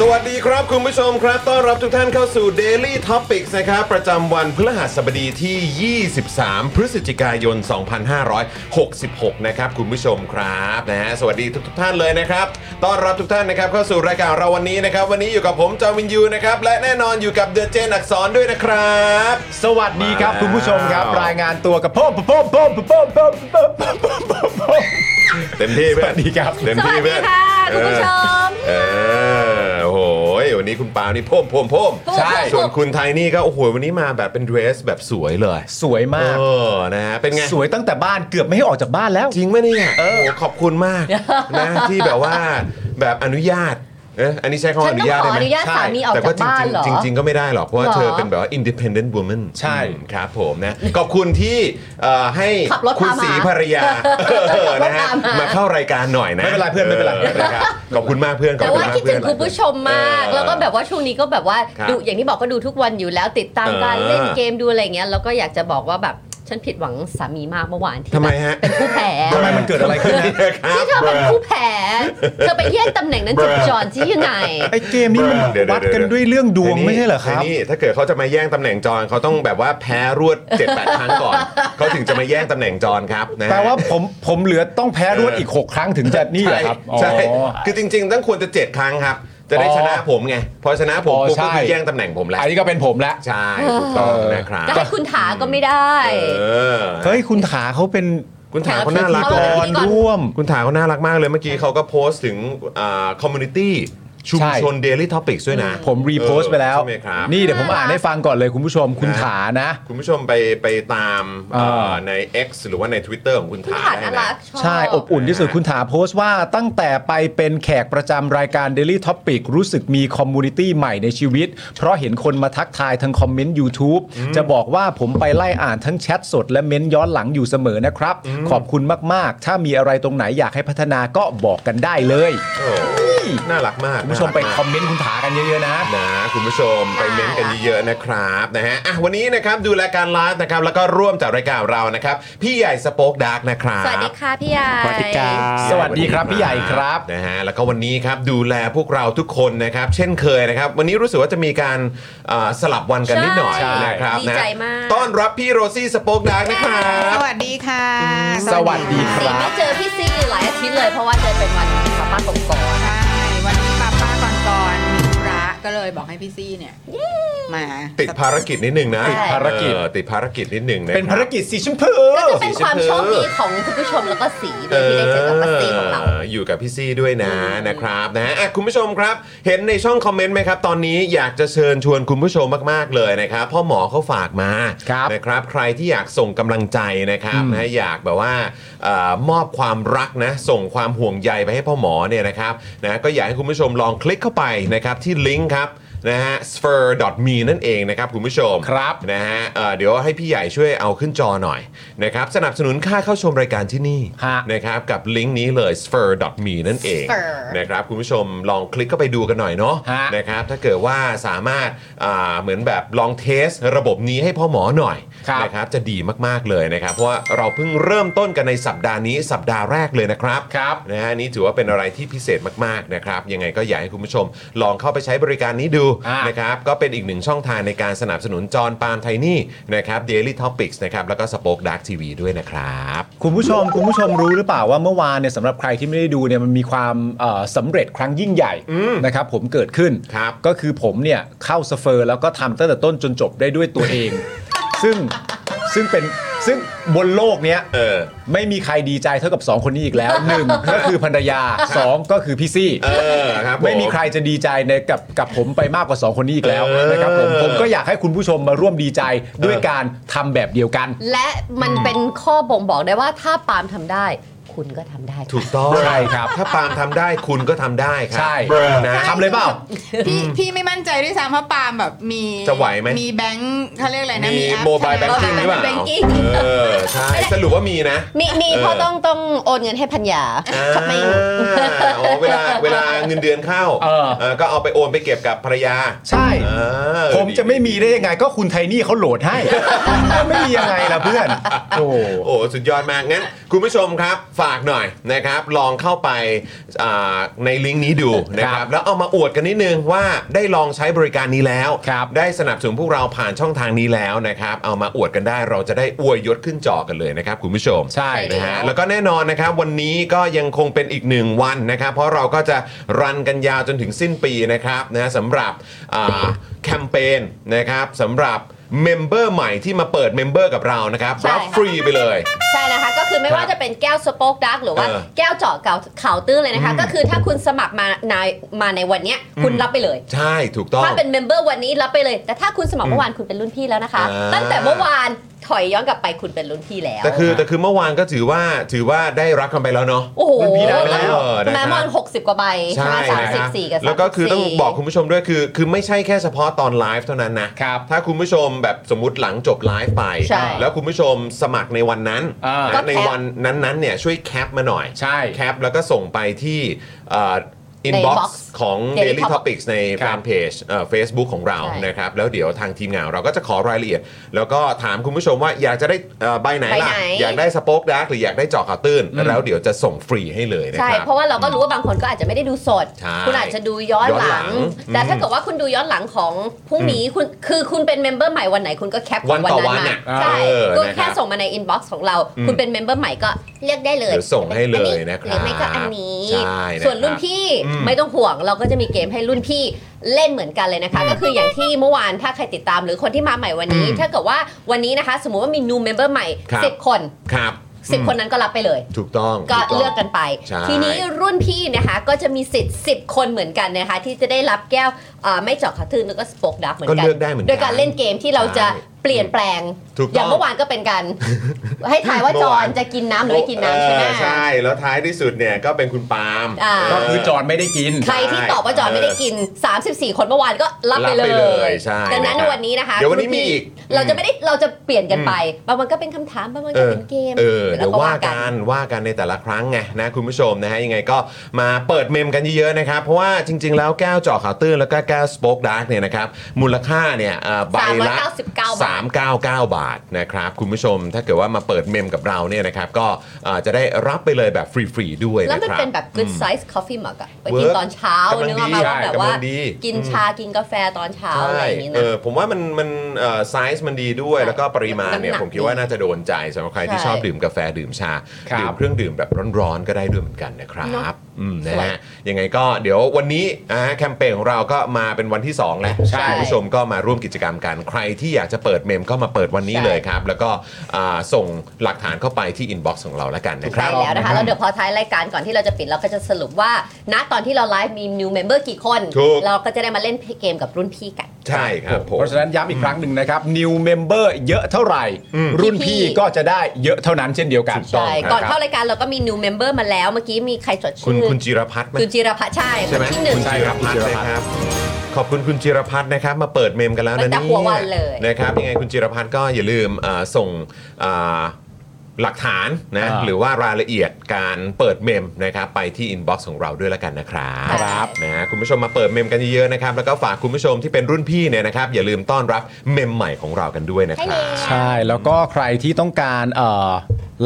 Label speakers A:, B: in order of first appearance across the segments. A: สวัสดีครับคุณผู้ชมครับ ต้อนรับทุกท่านเข้าสู่ Daily Topics นะครับ ประจำวันพฤหัสบดีที่ 23 พฤศจิกายน 2566 นะครับ คุณผู้ชมครับนะฮะสวัสดีทุกทท่านเลยนะครับ ต้อนรับทุกท่านนะครับเข้าสู่รายการเราวันนี้นะครับ วันนี้อยู่กับผมจอวินยูนะครับ และแน่นอนอยู่กับเดอะเจนอักษรด้วยนะครับ
B: สวัสดีครับ
A: มา
B: คุณผู้ชมครับ รายงานตัวกับพ่อพ่อพ่อพ่อพ่อพ่อพ่อพ่อพ่อ
A: เต็มที่เพื่อน
B: สวัสดีครับ
A: เต็มที่เพื่อน
C: สวัสดีค่ะคุณผู้ชม
A: เออเออโอ้โหวันนี้คุณปาล์มนี่โพ่มโพ่มโพ่ม
C: ใช่
A: ส่วนคุณไทยนี่ก็โอ้โหวันนี้มาแบบเป็นเดรสแบบสวยเลย
B: สวยมาก
A: เออ นะฮะ เป็นไง
B: สวยตั้งแต่บ้านเกือบไม่ให้ออกจากบ้านแล้ว
A: จริงไหมเนี่ยโอ้โหขอบคุณมาก นะที่แบบว่าแบบอนุญาตเอะอันนี้ใช้คำว่าอ
C: ฉันต้
A: นุ
C: อง
A: ญาตได้ไหม
C: ขออนุญาต
A: ใช่
C: สามีออก
A: แต่
C: จากบ้านเหรอ
A: จริงๆจริง ๆ ก็ไม่ได้หรอก เพราะว่า
C: หรอ
A: เธอเป็นแบบว่า independent woman
B: ใช่
A: อืมครับผมนะ ขอบคุณที่เอ่อให้
C: ขับรถ
A: คุณ
C: ตามหา
A: สีภรรยา เออนะฮะ
C: ขับรถตามหาม
A: มาเข้ารายการหน่อยนะ
B: ไม่เป็นไรเพื่อนไม่เป็นไร
A: ออะครับขอบคุณมากเพื่อนขอบ
C: แต่
A: คุ
C: ว่าม
A: ณาก
C: คิด
A: เพื่
C: ถึ
A: อน
C: งคุณผู้ชมมาก
A: เออ
C: แล้วก็แบบว่าช่วงนี้ก็แบบว่า
A: ครับ
C: ดูอย่างที่บอกก็ดูทุกวันอยู่แล้วติดตาม
A: เออ
C: การเล่นเกมดูอะไรอย่างเงี้ยแล้วก็อยากจะบอกว่าแบบฉันผิดหวังสามีมากเมื่อวานที่
A: ทำไม
C: แบบ
A: ฮะ
C: เป็นผู้แพ้
B: ทำไมมันเกิดอะไรขึ้นนะ
A: ครับ
C: เธอเป็นผู้แพ้เธอไปแย่งตำแหน่งนั้นจากจอห์นที่ยังไง
B: ไอ้เกมนี้มัน
A: เดี๋ยวๆๆ
B: วัดกันด้วยเรื่องดวง
A: นี่
B: ไม่ใช่เหรอครับ
A: นี่ถ้าเกิดเขาจะมาแย่งตำแหน่งจอนเขาต้องแบบว่าแพ้รวด 7-8 ครั้งก่อน เขาถึงจะมาแย่งตำแหน่งจอนครับนะฮะ
B: แปลว่าผมผมเหลือต้องแพ้รวดอีก 6 ครั้งถึงจะนี่เหรอครับ
A: ใช่
B: อ๋
A: ใช่
B: อ
A: คือจริงๆ ต้องควรจะ 7 ครั้งครับ จะได้
B: อ๋อ
A: ชนะผมไง พอชนะผม
B: อ๋อ
A: ปุ๊บก็คือ
B: ใช่
A: แย่งตำแหน่งผมแล้ว
B: อันนี้ก็เป็นผมละ
A: ใช่ถูกต้อง
B: เออ
A: นะครับ
C: จะให้คุณถาก็ไม่ได้
A: เออ
B: เฮ้ยคุณถาเขาเป็น
A: คุณถาเขาน่ารัก
C: เอ
B: ก่
C: อ
B: อนร่วม
A: คุณถาเขาน่ารักมากเลยเมื่อกี้เขาก็โพสต์ถึงคอมมูนิตี้ชุมชน Daily Topics ด้วยนะ
B: ผมรีโพสต์ไปแล้ว
A: ใช่ไหมครับ
B: นี่เดี๋ยวผมอ่านให้ฟังก่อนเลยคุณผู้ชมคุณ
A: นะ
B: ถานะ
A: คุณผู้ชมไปไปตามเอ่อ
B: เออ
A: ใน X หรือว่าใน Twitter ของคุณ
C: คุณ
A: ถา
C: ถา
A: ได้
C: น่า
A: นะ
C: รักชอบ
B: ใช่ อบอุ่นที่สุดคุณถาโพสต์ว่าตั้งแต่ไปเป็นแขกประจำรายการ Daily Topic รู้สึกมีคอมมูนิตี้ใหม่ในชีวิต เพราะเห็นคนมาทักทายทางคอมเมนต์ YouTube จะบอกว่าผมไปไล่อ่านทั้งแชทสดและเม้นต์ย้อนหลังอยู่เสมอนะครับ ขอบคุณมาก ๆ ถ้ามีอะไรตรงไหนอยากให้พัฒนาก็บอกกันได้เลย
A: โอ้น่ารักมาก
B: คุณผู้ชมไป
A: น่ารักาก
B: คอมเมนต์คุณถากันเยอะๆนะ
A: นะคุณผู้ชมไปเม้นต์กันเยอะๆนะครับนะฮะอ่ะวันนี้นะครับดูรายการไลฟ์นะครับแล้วก็ร่วมจากรายการเรานะครับพี่ใหญ่สป็อคดาร์กนะครับ
C: สวัสดีค่ะพี่ใหญ่
B: สวัสดีครับพี่ใหญ่ครับ
A: นะฮะแล้วก็วันนี้ครับดูแลพวกเราทุกคนนะครับ เช่นเคยนะครับ วันนี้รู้สึกว่าจะมีการอ่าสลับวันกันนิดหน่อย
C: ใช่
A: นะครับ
C: ดี
A: นะ
C: ใจมาก
A: ต้อนรับพี่โรซี่สป็อคดาร์กนะครับ
D: สวัสดีค่ะ
B: สวัสดีค
C: สี
B: รับ
C: ไม่เจอพี่ซีหลายอาทิตย์เลยเพราะว่าเจอเป็นวันสปาตกก่อน
D: ใช่ วันนี้ป้าป้าก่อนก่อนๆมีธุระก็เลยบอกให้พี่ซี่เนี่ยมา
A: ติดภารกิจนิดหนึ่งนะ
C: ติดภารกิจ
A: เออติดภารกิจนิดหนึ่งนะคบ
B: เป็นภารกิจสีชมพู
C: ก็จะเป็นความโชคดีของคุณผู้ชมแล้วก็สีด้วยที่ได้เจอกับพี่ซีของเรา
A: เอออยู่กับพี่ซี่ด้วยนะนะครับนะอ่ะคุณผู้ชมครับ เห็นในช่องคอมเมนต์ไหมครับ ตอนนี้อยากจะเชิญชวนคุณผู้ชมมากๆเลยนะครับพ่อหมอเขาฝากมา
B: ครับ
A: นะครับ ใครที่อยากส่งกำลังใจนะครับ
B: อืม
A: นะอยากแบบว่าเออมอบความรักนะส่งความห่วงใยไปให้พ่อหมอเนี่ยนะครับนะก็อยากให้คุณผู้ชมลองคลิกเข้าไปนะครับที่ลิงก์ครับ นะฮะ sphere.me นั่นเองนะครับคุณผู้ชม
B: ครับ
A: นะฮะเอ่อเดี๋ยวให้พี่ใหญ่ช่วยเอาขึ้นจอหน่อยนะครับสนับสนุนค่าเข้าชมรายการที่นี่
B: ฮะ
A: นะครับกับลิงก์นี้เลย sphere.me นั่นเอง
D: Sphere
A: นะครับคุณผู้ชมลองคลิกเข้าไปดูกันหน่อยเนาะ
B: ฮะ
A: นะครับถ้าเกิดว่าสามารถอ่าเหมือนแบบลองเทสระบบนี้ให้พ่อหมอหน่อย
B: ครับ
A: นะครับจะดีมาก ๆ เลยนะครับ เพราะว่าเราเพิ่งเริ่มต้นกันในสัปดาห์นี้สัปดาห์แรกเลยนะครับ
B: ครับ
A: นะฮะนี่ถือว่าเป็นอะไรที่พิเศษมาก ๆ นะครับ ยังไงก็อยากให้คุณผู้ชมลองเข้าไปใช้บริการนี้ดู
B: อ่าน
A: นะครับ ก็เป็นอีกหนึ่งช่องทางในการสนับสนุนจอห์นปาล์มไทนี่นะครับ Daily Topics นะครับแล้วก็สป็อคดักทีวีด้วยนะครับ
B: คุณผู้ชมคุณผู้ชมรู้หรือเปล่าว่าเมื่อวานเนี่ยสำหรับใครที่ไม่ได้ดูเนี่ยมันมีความเอ่อสำเร็จครั้งยิ่งใหญ่นะครับผมเกิดขึ้น
A: ครับ
B: ก็คือผมเนี่ยเข้าสเฟอร์แล้วก็ทำตั้งแต่ต้นจนจบได้ด้วยตัวเอง ซึ่งซึ่งเป็นซึ่งบนโลกเนี้ย
A: เออ
B: ไม่มีใครดีใจเท่ากับ 2 คนนี้อีกแล้วหนึ่งก็คือภรรยาสองก็คือพี่ซี่
A: เออครับผ
B: ไม่มีใครจะดีใจในกับกับผมไปมากกว่า 2 คนนี้อีกแล้ว
A: เออ
B: นะครับผมผมก็อยากให้คุณผู้ชมมาร่วมดีใจด้วยการทำแบบเดียวกัน
C: และมันเป็นข้อบ่งบอกได้ว่าถ้าปาล์มทำได้ คุณก็ทำได้
A: ถูกต้อง
B: ใช่ครับ
A: ถ้าปาล์มทำได้คุณก็ทำได้ครั
B: ใช่
A: นะ
B: ทำเลยเปล่า
D: พี่พี่ไม่มั่นใจด้วยซ้ำเพราะปาล์มแบบมี
A: จะไหวไหม
D: มีแบงค์เขาเรียกอะไรนะ
A: มี
D: แอป
A: โมบาย
D: ใช่
A: แบงกิ้งหรือเปล่า
C: แบงกิ้ง
A: เออใช่สรุปว่ามีนะ
C: มีมี
A: เออ
C: เพราะต้องต้องโอนเงินให้พันยาช้อปปิ้ง
A: อ่าอ๋อเวลาเวลาเงินเดือนเข้า
B: เออ
A: เออก็เอาไปโอนไปเก็บกับภรรยา
B: ใช่
A: เออ
B: ผมจะไม่มีได้ยังไงก็คุณไทนี่เขาโหลดให้ ไม่มียังไงล่ะเพื่อนโอ้
A: โอ้สุดยอดมากงั้น คุณผู้ชมครับฝากหน่อยนะครับ ลองเข้าไปอ่าในลิงก์นี้ดูนะครับ แล้วเอามาอวดกันนิดนึงว่าได้ลองใช้บริการนี้แล้ว
B: ครับ
A: ได้สนับสนุนพวกเราผ่านช่องทางนี้แล้วนะครับ เอามาอวดกันได้เราจะได้อวยยศขึ้นจอกันเลยนะครับ คุณผู้ชม
B: ใช่
C: ใช่
A: นะฮะแล้วก็แน่นอนนะครับวันนี้ก็ยังคงเป็นอีกหนึ่งวันนะครับ เพราะเราก็จะรันกันยาวจนถึงสิ้นปีนะครับนะฮะสำหรับอ่าแคมเปญนะครับสำหรับเมมเบอร์ใหม่ที่มาเปิดเมมเบอร์กับเรานะครับ
C: ใช่
A: รับ
C: ค่ะ
A: ฟรีไปเลย
C: ใช่นะคะ ก็คือไม่
A: ครับ
C: ว่าจะเป็นแก้วสโป๊กดักหรือว่า
A: เออ
C: แก้วเจาะเก่าข่าวตื้นเลยนะคะ
A: อืม
C: ก็คือถ้าคุณสมัครมาในมาในวันเนี้ยคุณ
A: อืม
C: รับไปเลย
A: ใช่ถูกต้อง
C: ถ้าเป็นเมมเบอร์วันนี้รับไปเลย แต่ถ้าคุณสมัครเมื่อวานคุณเป็นรุ่นพี่แล้วนะคะ
A: อ่า
C: ตั้งแต่เมื่อวานถอยย้อนกลับไปคุณเป็นรุ่นพี่แล้ว
A: แต่คือแต่คือเมื่อวานก็ถือว่าถือว่าได้รับกันไปแล้วเนาะ
C: โอ้โห
B: รุ่นพี่ได้ไปแล้ว
A: เออนะครับ
C: แม้มอนหกสิบกว่าใบ
A: ใช่
C: สาม
A: นะค
C: สิบ
A: รับ
C: สี่กับ
A: แล้วก็คือต้อง
C: 34
A: บอกคุณผู้ชมด้วยคือ คือไม่ใช่แค่เฉพาะตอนไลฟ์เท่านั้นนะครับ ถ้าคุณผู้ชมแบบสมมติหลังจบไลฟ์ไป
C: ใช่
A: แล้วคุณผู้ชมสมัครในวันนั้น
B: อ่า
C: ก็
A: นะ
C: แคป
A: ในวันนั้นๆเนี่ยช่วยแคปมาหน่อย
B: ใช่
A: แคปแล้วก็ส่งไปที่อิน
C: ใน
A: บ็อก
C: box
A: ซ์ของ
C: Daily
A: Daily Topics ใน
B: ค
A: แฟ
B: รับ
A: นเพจเฟซบุ๊กของเรา
C: ใช่
A: นะครับแล้วเดี๋ยวทางทีมงานเราก็จะขอรายละเอียด แล้วก็ถามคุณผู้ชมว่าอยากจะได้เอ่อใบไหนล่ะ
C: ใบไหน
A: อยากได้สป o อคดาร์กหรืออยากได้เจาะข่าวตื้นแล้วเดี๋ยวจะส่งฟรีให้เลยนะ
C: ใช่
A: ครับ
C: เพราะว่าเราก็รู้ว่าบางคนก็อาจจะไม่ได้ดูสด
A: ใช่
C: คุณอาจจะดูย้อน
A: ย้อนห
C: ห
A: ลั
C: ลั
A: ง
C: ง
A: อืม
C: แต่ถ้าเกิดว่าคุณดูย้อนหลังของพรุ่งนี้คุณคือคุณเป็นเมมเบอร์ใหม่วันไหนคุณก็แคปขง
A: วันต่อวัน
C: มา
A: น่ะ
C: ใช่
A: เออ
C: คุณ
A: นะครับ
C: แค่ส่งมาในอินบ็อกซ์ของเรา
A: อืม
C: คุณเป็นเมมเบอร์ใหม่ก็เลือกได้เลย
A: เดี๋ยวส่งให้เลยนะครับ
C: หรือไม่ก็อันนี้
A: ใช่นะครับ
C: ส่วนรุ่นพี่
A: อืม
C: ไม่ต้องห่วงเราก็จะมีเกมให้รุ่นพี่เล่นเหมือนกันเลยนะคะ ก็คืออย่างที่เมื่อวานถ้าใครติดตามหรือคนที่มาใหม่วันนี้
A: อืม
C: ถ้าเกิดว่าวันนี้นะคะ สมมุติว่ามี new member ใหม่
A: ครับ
C: สิบคน
A: ครับ
C: สิบ
A: อืม
C: คนนั้นก็รับไปเลย
A: ถูกต้อง
C: ก็
A: ถูต้ง
C: เลือกกันไป
A: ใช่
C: ทีนี้รุ่นพี่นะคะก็จะมีสิทธิ์ 10 คนเหมือนกันนะคะ ที่จะได้รับแก้วเอ่อไม่เจาะขาทืนแล้วก็สปอกดักเหมือน
A: ก็
C: กัน
A: เลือกได้เหมือนกั
C: โดยการเล่นเกมที่เราจะเปลี่ยนแปลง
A: ถูกต้อง
C: อย่างเมื่อวานก็เป็นการ ให้ทายว่า
A: เมื่
C: จ
A: อ
C: อ
A: วาน
C: นจะกินน้ำหรือไม่กินน้ำใช่ไหม
A: เออใช่ แล้วท้ายที่สุดเนี่ยก็เป็นคุณปาล์ม
C: อ่า
A: เ
B: ก็คือจอนไม่ได้กิน
C: ใครที่ตอบว่าจอนไม่ได้กิน 34 คนเมื่อวานก็รับไป
A: รับไปเลยใช่
C: ดังนั้น
A: นะครับ
C: วันนี้นะคะ
A: เดี๋ยววันนี้มีอีก
C: เราจะไม่ได้เราจะเปลี่ยนกันไปบางวันก็เป็นคำถามบางวันก็เป็นเกม
A: เออเดี๋ยว
C: แล้
A: ว่ากันว่ากันในแต่ละครั้งไงนะคุณผู้ชมนะฮะยังไงก็มาเปิดเมมกันเยอะๆนะครับ เพราะว่าจริง ๆ แล้วแก้วเจาะข่าวตื้นแล้วก็แก้วสป็อกดาร์กเนี่ยนะครับมูลค่าเนี่ยเอ่อใบละ
C: 399บาท
A: 399 บาทนะครับคุณผู้ชมถ้าเกิดว่ามาเปิดเมมกับเราเนี่ยนะครับก็เอ่อจะได้รับไปเลยแบบฟรีๆด้วย
C: แล้ว
A: นะ
C: มัน
A: ครับ
C: เป็นแบบ good size coffee mug อะไป
A: เวิ
C: กิ
A: ร์
C: น
A: ก
C: ตอนเช้าก
A: ำลัง
C: นึกออก
A: ดี
C: มาว่าแบบ
A: ใช่
C: ว่า
A: กำลังดี
C: กินชากินกาแฟตอนเช้าอะไรอย่างนี้
A: เอ
C: นะ
A: อผมว่ามันมันไซส์มันดีด้วย
C: ใช่
A: แล้วก็ปริมาณเนี่ย
C: น้ำหนัก
A: ผมคิดว่าน่าจะโดนใจสำหรับใครที่
C: ใช่
A: ชอบดื่มกาแฟดื่มชา
B: ครับ
A: ดื่มเครื่องดื่มแบบร้อนๆก็ได้ด้วยเหมือนกันนะครั
C: เนอะ
A: บอืมนะ
C: สวย
A: ฮะยังไงก็เดี๋ยววันนี้นะฮะแคมเปญของเราก็มาเป็นวันที่ 2 แล้ว
C: ใช่
A: คุณผู้ชมก็มาร่วมกิจกรรมกันใครที่อยากจะเปิดเมมก็มาเปิดวันนี้
C: ใช่
A: เลยครับ แล้วก็อ่าส่งหลักฐานเข้าไปที่อินบ็อกซ์ของเราแล้วกันนะค
C: ใช่
A: รับ
C: แล้วนะคะแล้วเดี๋ยวพอท้ายรายการก่อนที่เราจะปิดเราก็จะสรุปว่า ณตอนที่เราไลฟ์มี new member กี่คน
A: ถูก
C: เราก็จะได้มาเล่นเกมกับรุ่นพี่กัน
A: ใช่ครับผม
B: เพราะฉะนั้นย้ำอีกครั้งหนึ่งนะครับ new member เยอะเท่าไหร่
A: อืม
B: รุ่น
C: พี่
B: พี่ก็จะได้เยอะเท่านั้นเช่นเดียวกัน
C: ใช่
A: ครับ
C: ก่อนเข้ารายการเราก็มี new member มาแล้วเมื่อกี้มีใครจด
A: คุณ
C: ชื่อ
A: คุณจิรพัฒน์ไหม
C: คุณจิรพัฒน์ใช่
A: ใช่ไหม
C: ที่หนึ่ง
A: คุณจิรพัฒน์นะครับ ขอบคุณคุณจิรพัฒน์นะครับ มาเปิดเมมกันแล้วนะ
C: ตั้งแต่
A: เนี่ย
C: หัววันเลย
A: นะครับยังไงคุณจิรพัฒน์ก็อย่าลืมเอ่อส่งเอ่อหลักฐานนะ
B: อ่า
A: หรือว่ารายละเอียดการเปิดเมมนะครับไปที่อินบ็อกซ์ของเราด้วยแล้วกันนะครับ
C: ครับ
A: นะฮะคุณผู้ชมมาเปิดเมมกันเยอะๆนะครับแล้วก็ฝากคุณผู้ชมที่เป็นรุ่นพี่เนี่ยนะครับอย่าลืมต้อนรับเมมใหม่ของเรากันด้วยนะค
C: ให้
A: รับ
C: มี
B: ใช่แล้วก็ใครที่ต้องการเอ่อ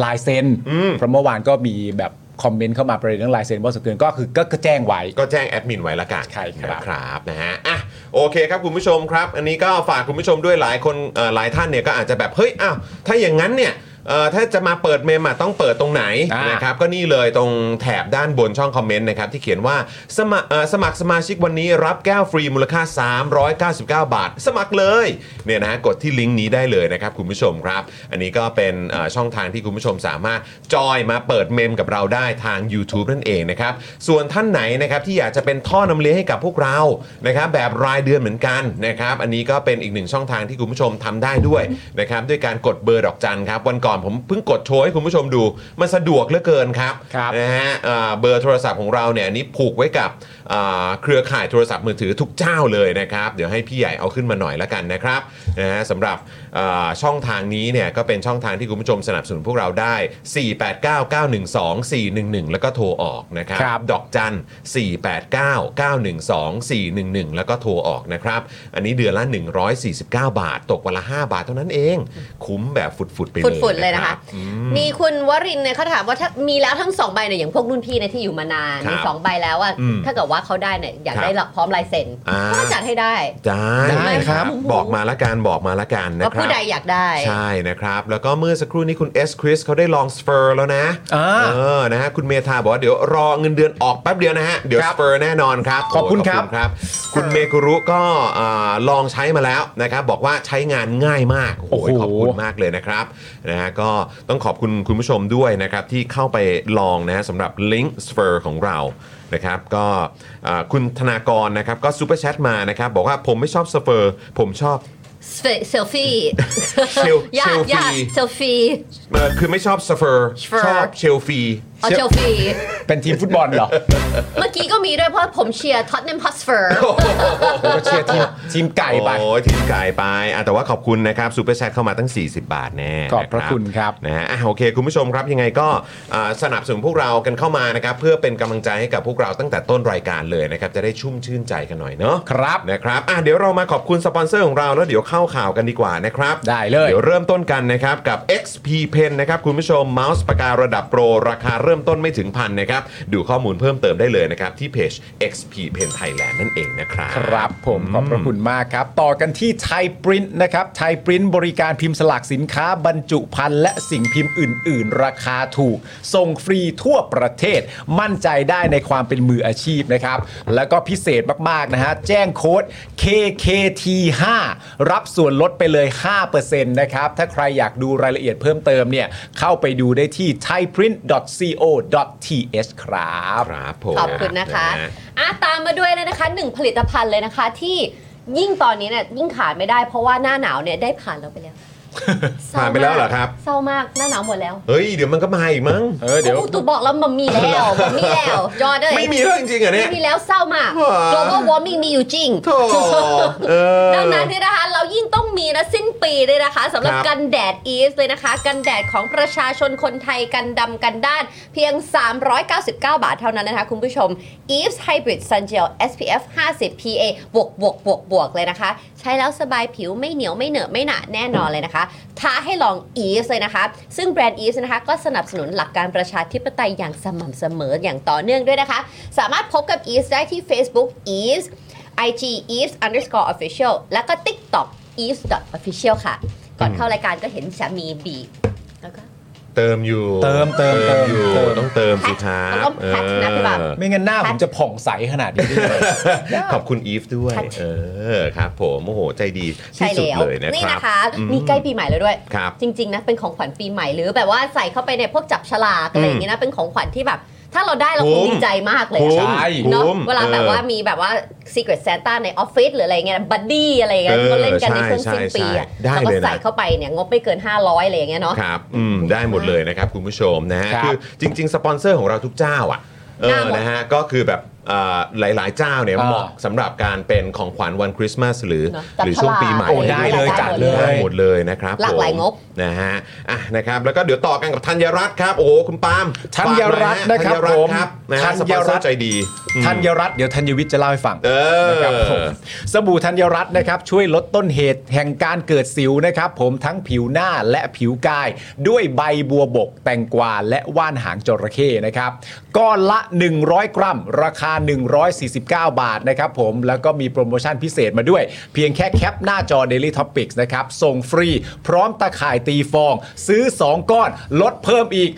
B: ลายเซ็น
A: อืม
B: เพราะเมื่อวานก็มีแบบคอมเมนต์เข้ามาประเด็นเรื่องลายเซ็นว่าสเกินก็คือก็ก็แจ้งไว้
A: ก็แจ้งแอดมินไว้ละกัน
B: ใช่ครับ
A: นะครับนะฮะอ่ะโอเคครับคุณผู้ชมครับ อันนี้ก็ฝากคุณผู้ชมด้วยหลายคนเอ่อหลายท่านเนี่ยก็อาจจะแบบเฮ้ยอ้าวถ้าอย่างนั้นเนี่ยเอ่อถ้าจะมาเปิดเมมอะต้องเปิดตรงไหน
B: อ่าน
A: นะครับก็นี่เลยตรงแถบด้านบนช่องคอมเมนต์นะครับที่เขียนว่าสมัครเอ่อสมัครสมาชิกวันนี้รับแก้วฟรีมูลค่า 399 บาท สมัครเลยเนี่ยนะฮะกดที่ลิงก์นี้ได้เลยนะครับคุณผู้ชมครับ อันนี้ก็เป็นเอ่อช่องทางที่คุณผู้ชมสามารถจอยมาเปิดเมมกับเราได้ทาง YouTube นั่นเองนะครับ ส่วนท่านไหนนะครับที่อยากจะเป็นท่อนำเลี้ยงให้กับพวกเรานะครับแบบรายเดือนเหมือนกันนะครับ อันนี้ก็เป็นอีกหนึ่งช่องทางที่คุณผู้ชมทำได้ด้วยนะครับด้วยการกดเบอร์ดอกจันครับ วันก่อนผมเพิ่งกดโชว์ให้คุณผู้ชมดู มันสะดวกเหลือเกินครับ
B: ครับ
A: นะฮะเอ่อเบอร์โทรศัพท์ของเราเนี่ยอันนี้ผูกไว้กับอ่าเครือข่ายโทรศัพท์มือถือทุกเจ้าเลยนะครับ เดี๋ยวให้พี่ใหญ่เอาขึ้นมาหน่อยละกันนะครับนะฮะสำหรับอ่าช่องทางนี้เนี่ยก็เป็นช่องทางที่คุณผู้ชมสนับสนุนพวกเราได้ 489-912-411 แล้วก็โทรออกนะครับ
B: ครับ
A: ดอกจัน 489-912-411 แล้วก็โทรออกนะครับ อันนี้เดือนละ 149 บาท ตกวันละ 5 บาทเท่านั้นเอง คุ้มแบบฟุดๆไปเลย
C: ฝุ่นฝุ่นๆเลยนะ
A: รั
C: คะ
A: บอืม
C: มีคุณวรินทร์เนี่ยเขาถามว่าถ้ามีแล้วทั้งสองใบเนี่ยอย่างพวกรุ่นพี่เนยที่อยู่มานาน
A: ครับ
C: มีสองใบแล้วอ่ะ
A: อืม
C: ถ้าเกิดว่าเขาได้เนี่ยอยาก
A: ครับ
C: ได้พร้อมลายเซ็น
A: อ่า
C: เขาก็จัดให้ได้
A: ได้
B: ได้ครับ
A: บอกมาละกันบอกมาละกันนะ
C: ว่า
A: ครับ
C: ผู้ใดอยากได้
A: ใช่นะครับ แล้วก็เมื่อสักครู่นี้คุณ S c h r i s เขาได้ลองสเปอร์แล้วนะ
B: อ่า
A: เออนะฮะคุณเมธาบอกว่าเดี๋ยวรอเงินเดือนออกแป๊บเดียวนะฮะ เดี๋ยว
B: ค
A: ส
B: รับ
A: เปอร์แน่นอนครับ
B: ขอบคุณ
A: โ
B: ครับ
A: ครับ คุณเมกุรุก็อ่าลองใช้มาแล้วนะครับ บอกว่าใช้งานง่ายมากโอ้ยขอบคุณมากเลยนะครับนะฮะก็ต้องขอบคุณคุณผู้ชมด้วยนะครับ ที่เข้าไปลองนะฮะสำหรับลิงก์สเปอร์ของเรานะครับก็อ่าคุณธนากรนะครับก็ซูเปอร์แชทมานะครับบอกว่าผมไม่ชอบสเปอร์ผมชอบ
C: เซลฟี่
A: เซล
C: ยากยาก
A: เซลฟี่
C: เซลฟี่
A: เอ่อคือไม่ชอบสเฟอร์
C: Spur
A: ชอบเชลฟี
C: เอาเซลฟี่
B: เป็นทีมฟุตบอลเหรอ
C: เมื่อกี้ก็มีด้วยเพราะผมเชียร์ท็อตแนมพัสเฟอร์
B: ก็เชียร์ทีมทีมไก่ไป
A: โอ้ยทีมไก่ไปอ่ะแต่ว่าขอบคุณนะครับซูเปอร์แชทเข้ามาตั้ง 40 บาทแน่
B: ขอบพระ
A: น
B: คุณครับ
A: นะฮะอ่ะโอเค คุณผู้ชมครับยังไงก็อ่าสนับสนุนพวกเรากันเข้ามานะครับ เพื่อเป็นกำลังใจให้กับพวกเราตั้งแต่ต้นรายการเลยนะครับ จะได้ชุ่มชื่นใจกันหน่อยเนาะ
B: ครับ
A: นะครับอ่ะเดี๋ยวเรามาขอบคุณสปอนเซอร์ของเราแล้วเดี๋ยวเข้าข่าวกันดีกว่านะครับ
B: ได้เลย
A: เดี๋ยวเริ่มต้นกันนะครับ กับ XP Pen นะครับคุณผู้ชมเมาส์ปากการะดับโปร ราคาเริ่มต้นไม่ถึงพันนะครับ ดูข้อมูลเพิ่มเติมได้เลยนะครับ ที่เพจ XP Pen Thailand นั่นเองนะครับ
B: ครับผมขอบพระคุณมากครับ ต่อกันที่ไทยปริ้นนะครับไทยปริ้นบริการพิมพ์สลากสินค้าบรรจุภัณฑ์และสิ่งพิมพ์อื่น ๆ ราคาถูก ส่งฟรีทั่วประเทศ มั่นใจได้ในความเป็นมืออาชีพนะครับ แล้วก็พิเศษมาก ๆ นะฮะ แจ้งโค้ด KKT5 รับส่วนลดไปเลย 5%นะครับ ถ้าใครอยากดูรายละเอียดเพิ่มเติมเนี่ยเข้าไปดูได้ที่ thaiprint.co.th ครับ
A: ครับผม
C: ขอบคุณนะคะ
A: ฮ
C: อ่ะตามมาด้วยเลยนะคะหนึ่งผลิตภัณฑ์เลยนะคะ ที่ยิ่งตอนนี้เนี่ยยิ่งขาดไม่ได้เพราะว่าหน้าหนาวเนี่ยได้ผ่านเราไปแล้วเศร้
A: ผ่านไปแล้วเหรอครับ
C: เศร้ามากหน้าหนาวหมดแล้ว
A: เฮ้ย เดี๋ยวมันก็มาอีกมั้ง
B: เออเดี๋ยว
C: อุตุบอกแล้วมันมีแล้วมันมีแล้วจอร์เดน
A: ไม่มีแล้วจริงๆเหรอ่ะเนี่ย
C: ไม่มีแล้วเศร้ามาก
A: ว้า
C: global warming มีอยู่จริง
A: โธ่เออ
C: ดังนั้นเนี่ยนะคะเรายิ่งต้องมีนะสิ้นปีเลยนะคะสำหรับ
A: ครับ
C: กันแดดอีฟเลยนะคะ กันแดดของประชาชนคนไทยกันดำกันด้าน เพียง 399 บาทเท่านั้นนะคะ คุณผู้ชม Eve's Hybrid Sun Gel SPF 50 PA บวกบวกบวกบวกเลยนะคะ ใช้แล้วสบายผิวไม่เหนียวไม่เหนอะไม่หนะแน่นอนเลยนะคะ ท้าให้ลอง Eve's เลยนะคะ ซึ่งแบรนด์ Eve's นะคะก็สนับสนุนหลักการประชาธิปไตยอย่างสม่ำเสมออย่างต่อเนื่องด้วยนะคะ สามารถพบกับ Eve's ได้ที่ Facebook Eve's IG e v e underscore official แล้วก็ TikTok e v e official ค่ะ ก่อนเข้ารายการก็เห็นสามีบีบแล้วก็
A: เติมอยู่
B: เติมเติมเติม
A: อยู่
B: เติม
A: ต้องเติมสิครับ
C: ต้องแพ็คนะพี่บอล
A: เออ
B: ไม่งั้นหน้าผมจะผ่องใสขนาดนี้ได้ยังไง
A: ขอบคุณอีฟด้วย
C: ชัด
A: เออครับผมโอ้โห ใจดี
C: ใช่
A: ที่สุด
C: แล้ว
A: เลยนะ
C: นี่
A: ครับ
C: นะคะ
A: อืม
C: นี่ใกล้ปีใหม่แล้วด้วย
A: ครับ
C: จริง ๆ นะ เป็นของขวัญปีใหม่หรือแบบว่าใส่เข้าไปในพวกจับฉลากอะไรอย่างเงี้ยนะ เป็นของขวัญที่แบบ ถ้าเราได้เราค
A: คุ้
C: ง
A: ม
C: ดีใจมากเลย
A: คุ้
C: อะ
A: ม
B: ใช่
C: เนาะ
A: คุ้ม
C: เวลาแบบ
A: ออ
C: ว่ามีแบบว่า Secret Santa ในออฟฟิศหรืออะไรเงี้ยบัดดี้อะไรเงี้ย
A: เออ
C: ก็เล่นกันใน
A: ใช่
C: ช่วงสิ้นปีอะ
A: ใช่ใช่ได้
C: แล้วก็
A: เลยนะ
C: ใส่เข้าไปเนี่ยงบไม่เกิน 500อะไรอย่างเงี้ยเนาะ
A: ครับ อืม ได้หมดเลยนะครับ คุณผู้ชมนะฮะ
B: ครับ
A: คือจริง ๆ สปอนเซอร์ของเราทุกเจ้าอ่ะ เอ
C: หน้า
A: อ
C: หมด
A: นะฮะ ก็คือแบบ อ่าหลายๆ เจ้าเนี่ย
B: อ่า
A: เหมาะสำหรับการเป็นของขวัญวันคริสต์มาสหรือ
C: เนอะ
A: หรือช่วงปีใหม่
B: โอ้ได้เลยจัดเลย
A: ได้หมดเลยนะครับ
C: หลากหลายงบ
A: ผมนะฮะอ่ะนะครับแล้วก็เดี๋ยวต่อกันกับธัญรัตน์ครับโอ้โหคุณปาล์ม
B: ธัญรัตน์นะครับ
A: ธัญ
B: ผม
A: นะฮะ
B: ธั
A: ส
B: ญ
A: ป
B: รั
A: อ
B: ต
A: น
B: น์
A: เซอร์ใจดีอืม
B: ธัญรัตน์เดี๋ยวธัญวิทย์จะเล่าให้ฟัง
A: เออ
B: นะครับผมสบู่ธัญรัตน์นะครับช่วยลดต้นเหตุแห่งการเกิดสิวนะครับผมทั้งผิวหน้าและผิวกาย ด้วยใบบัวบก แตงกวาและว่านหางจระเข้นะครับก้อนละ 100 กรัม ราคา 149 บาทนะครับผมแล้วก็มีโปรโมชั่นพิเศษมาด้วย เพียงแค่แคปหน้าจอ Daily Topics นะครับส่งฟรี พร้อมตะข่ายตีฟอง ซื้อ 2 ก้อน ลดเพิ่มอีก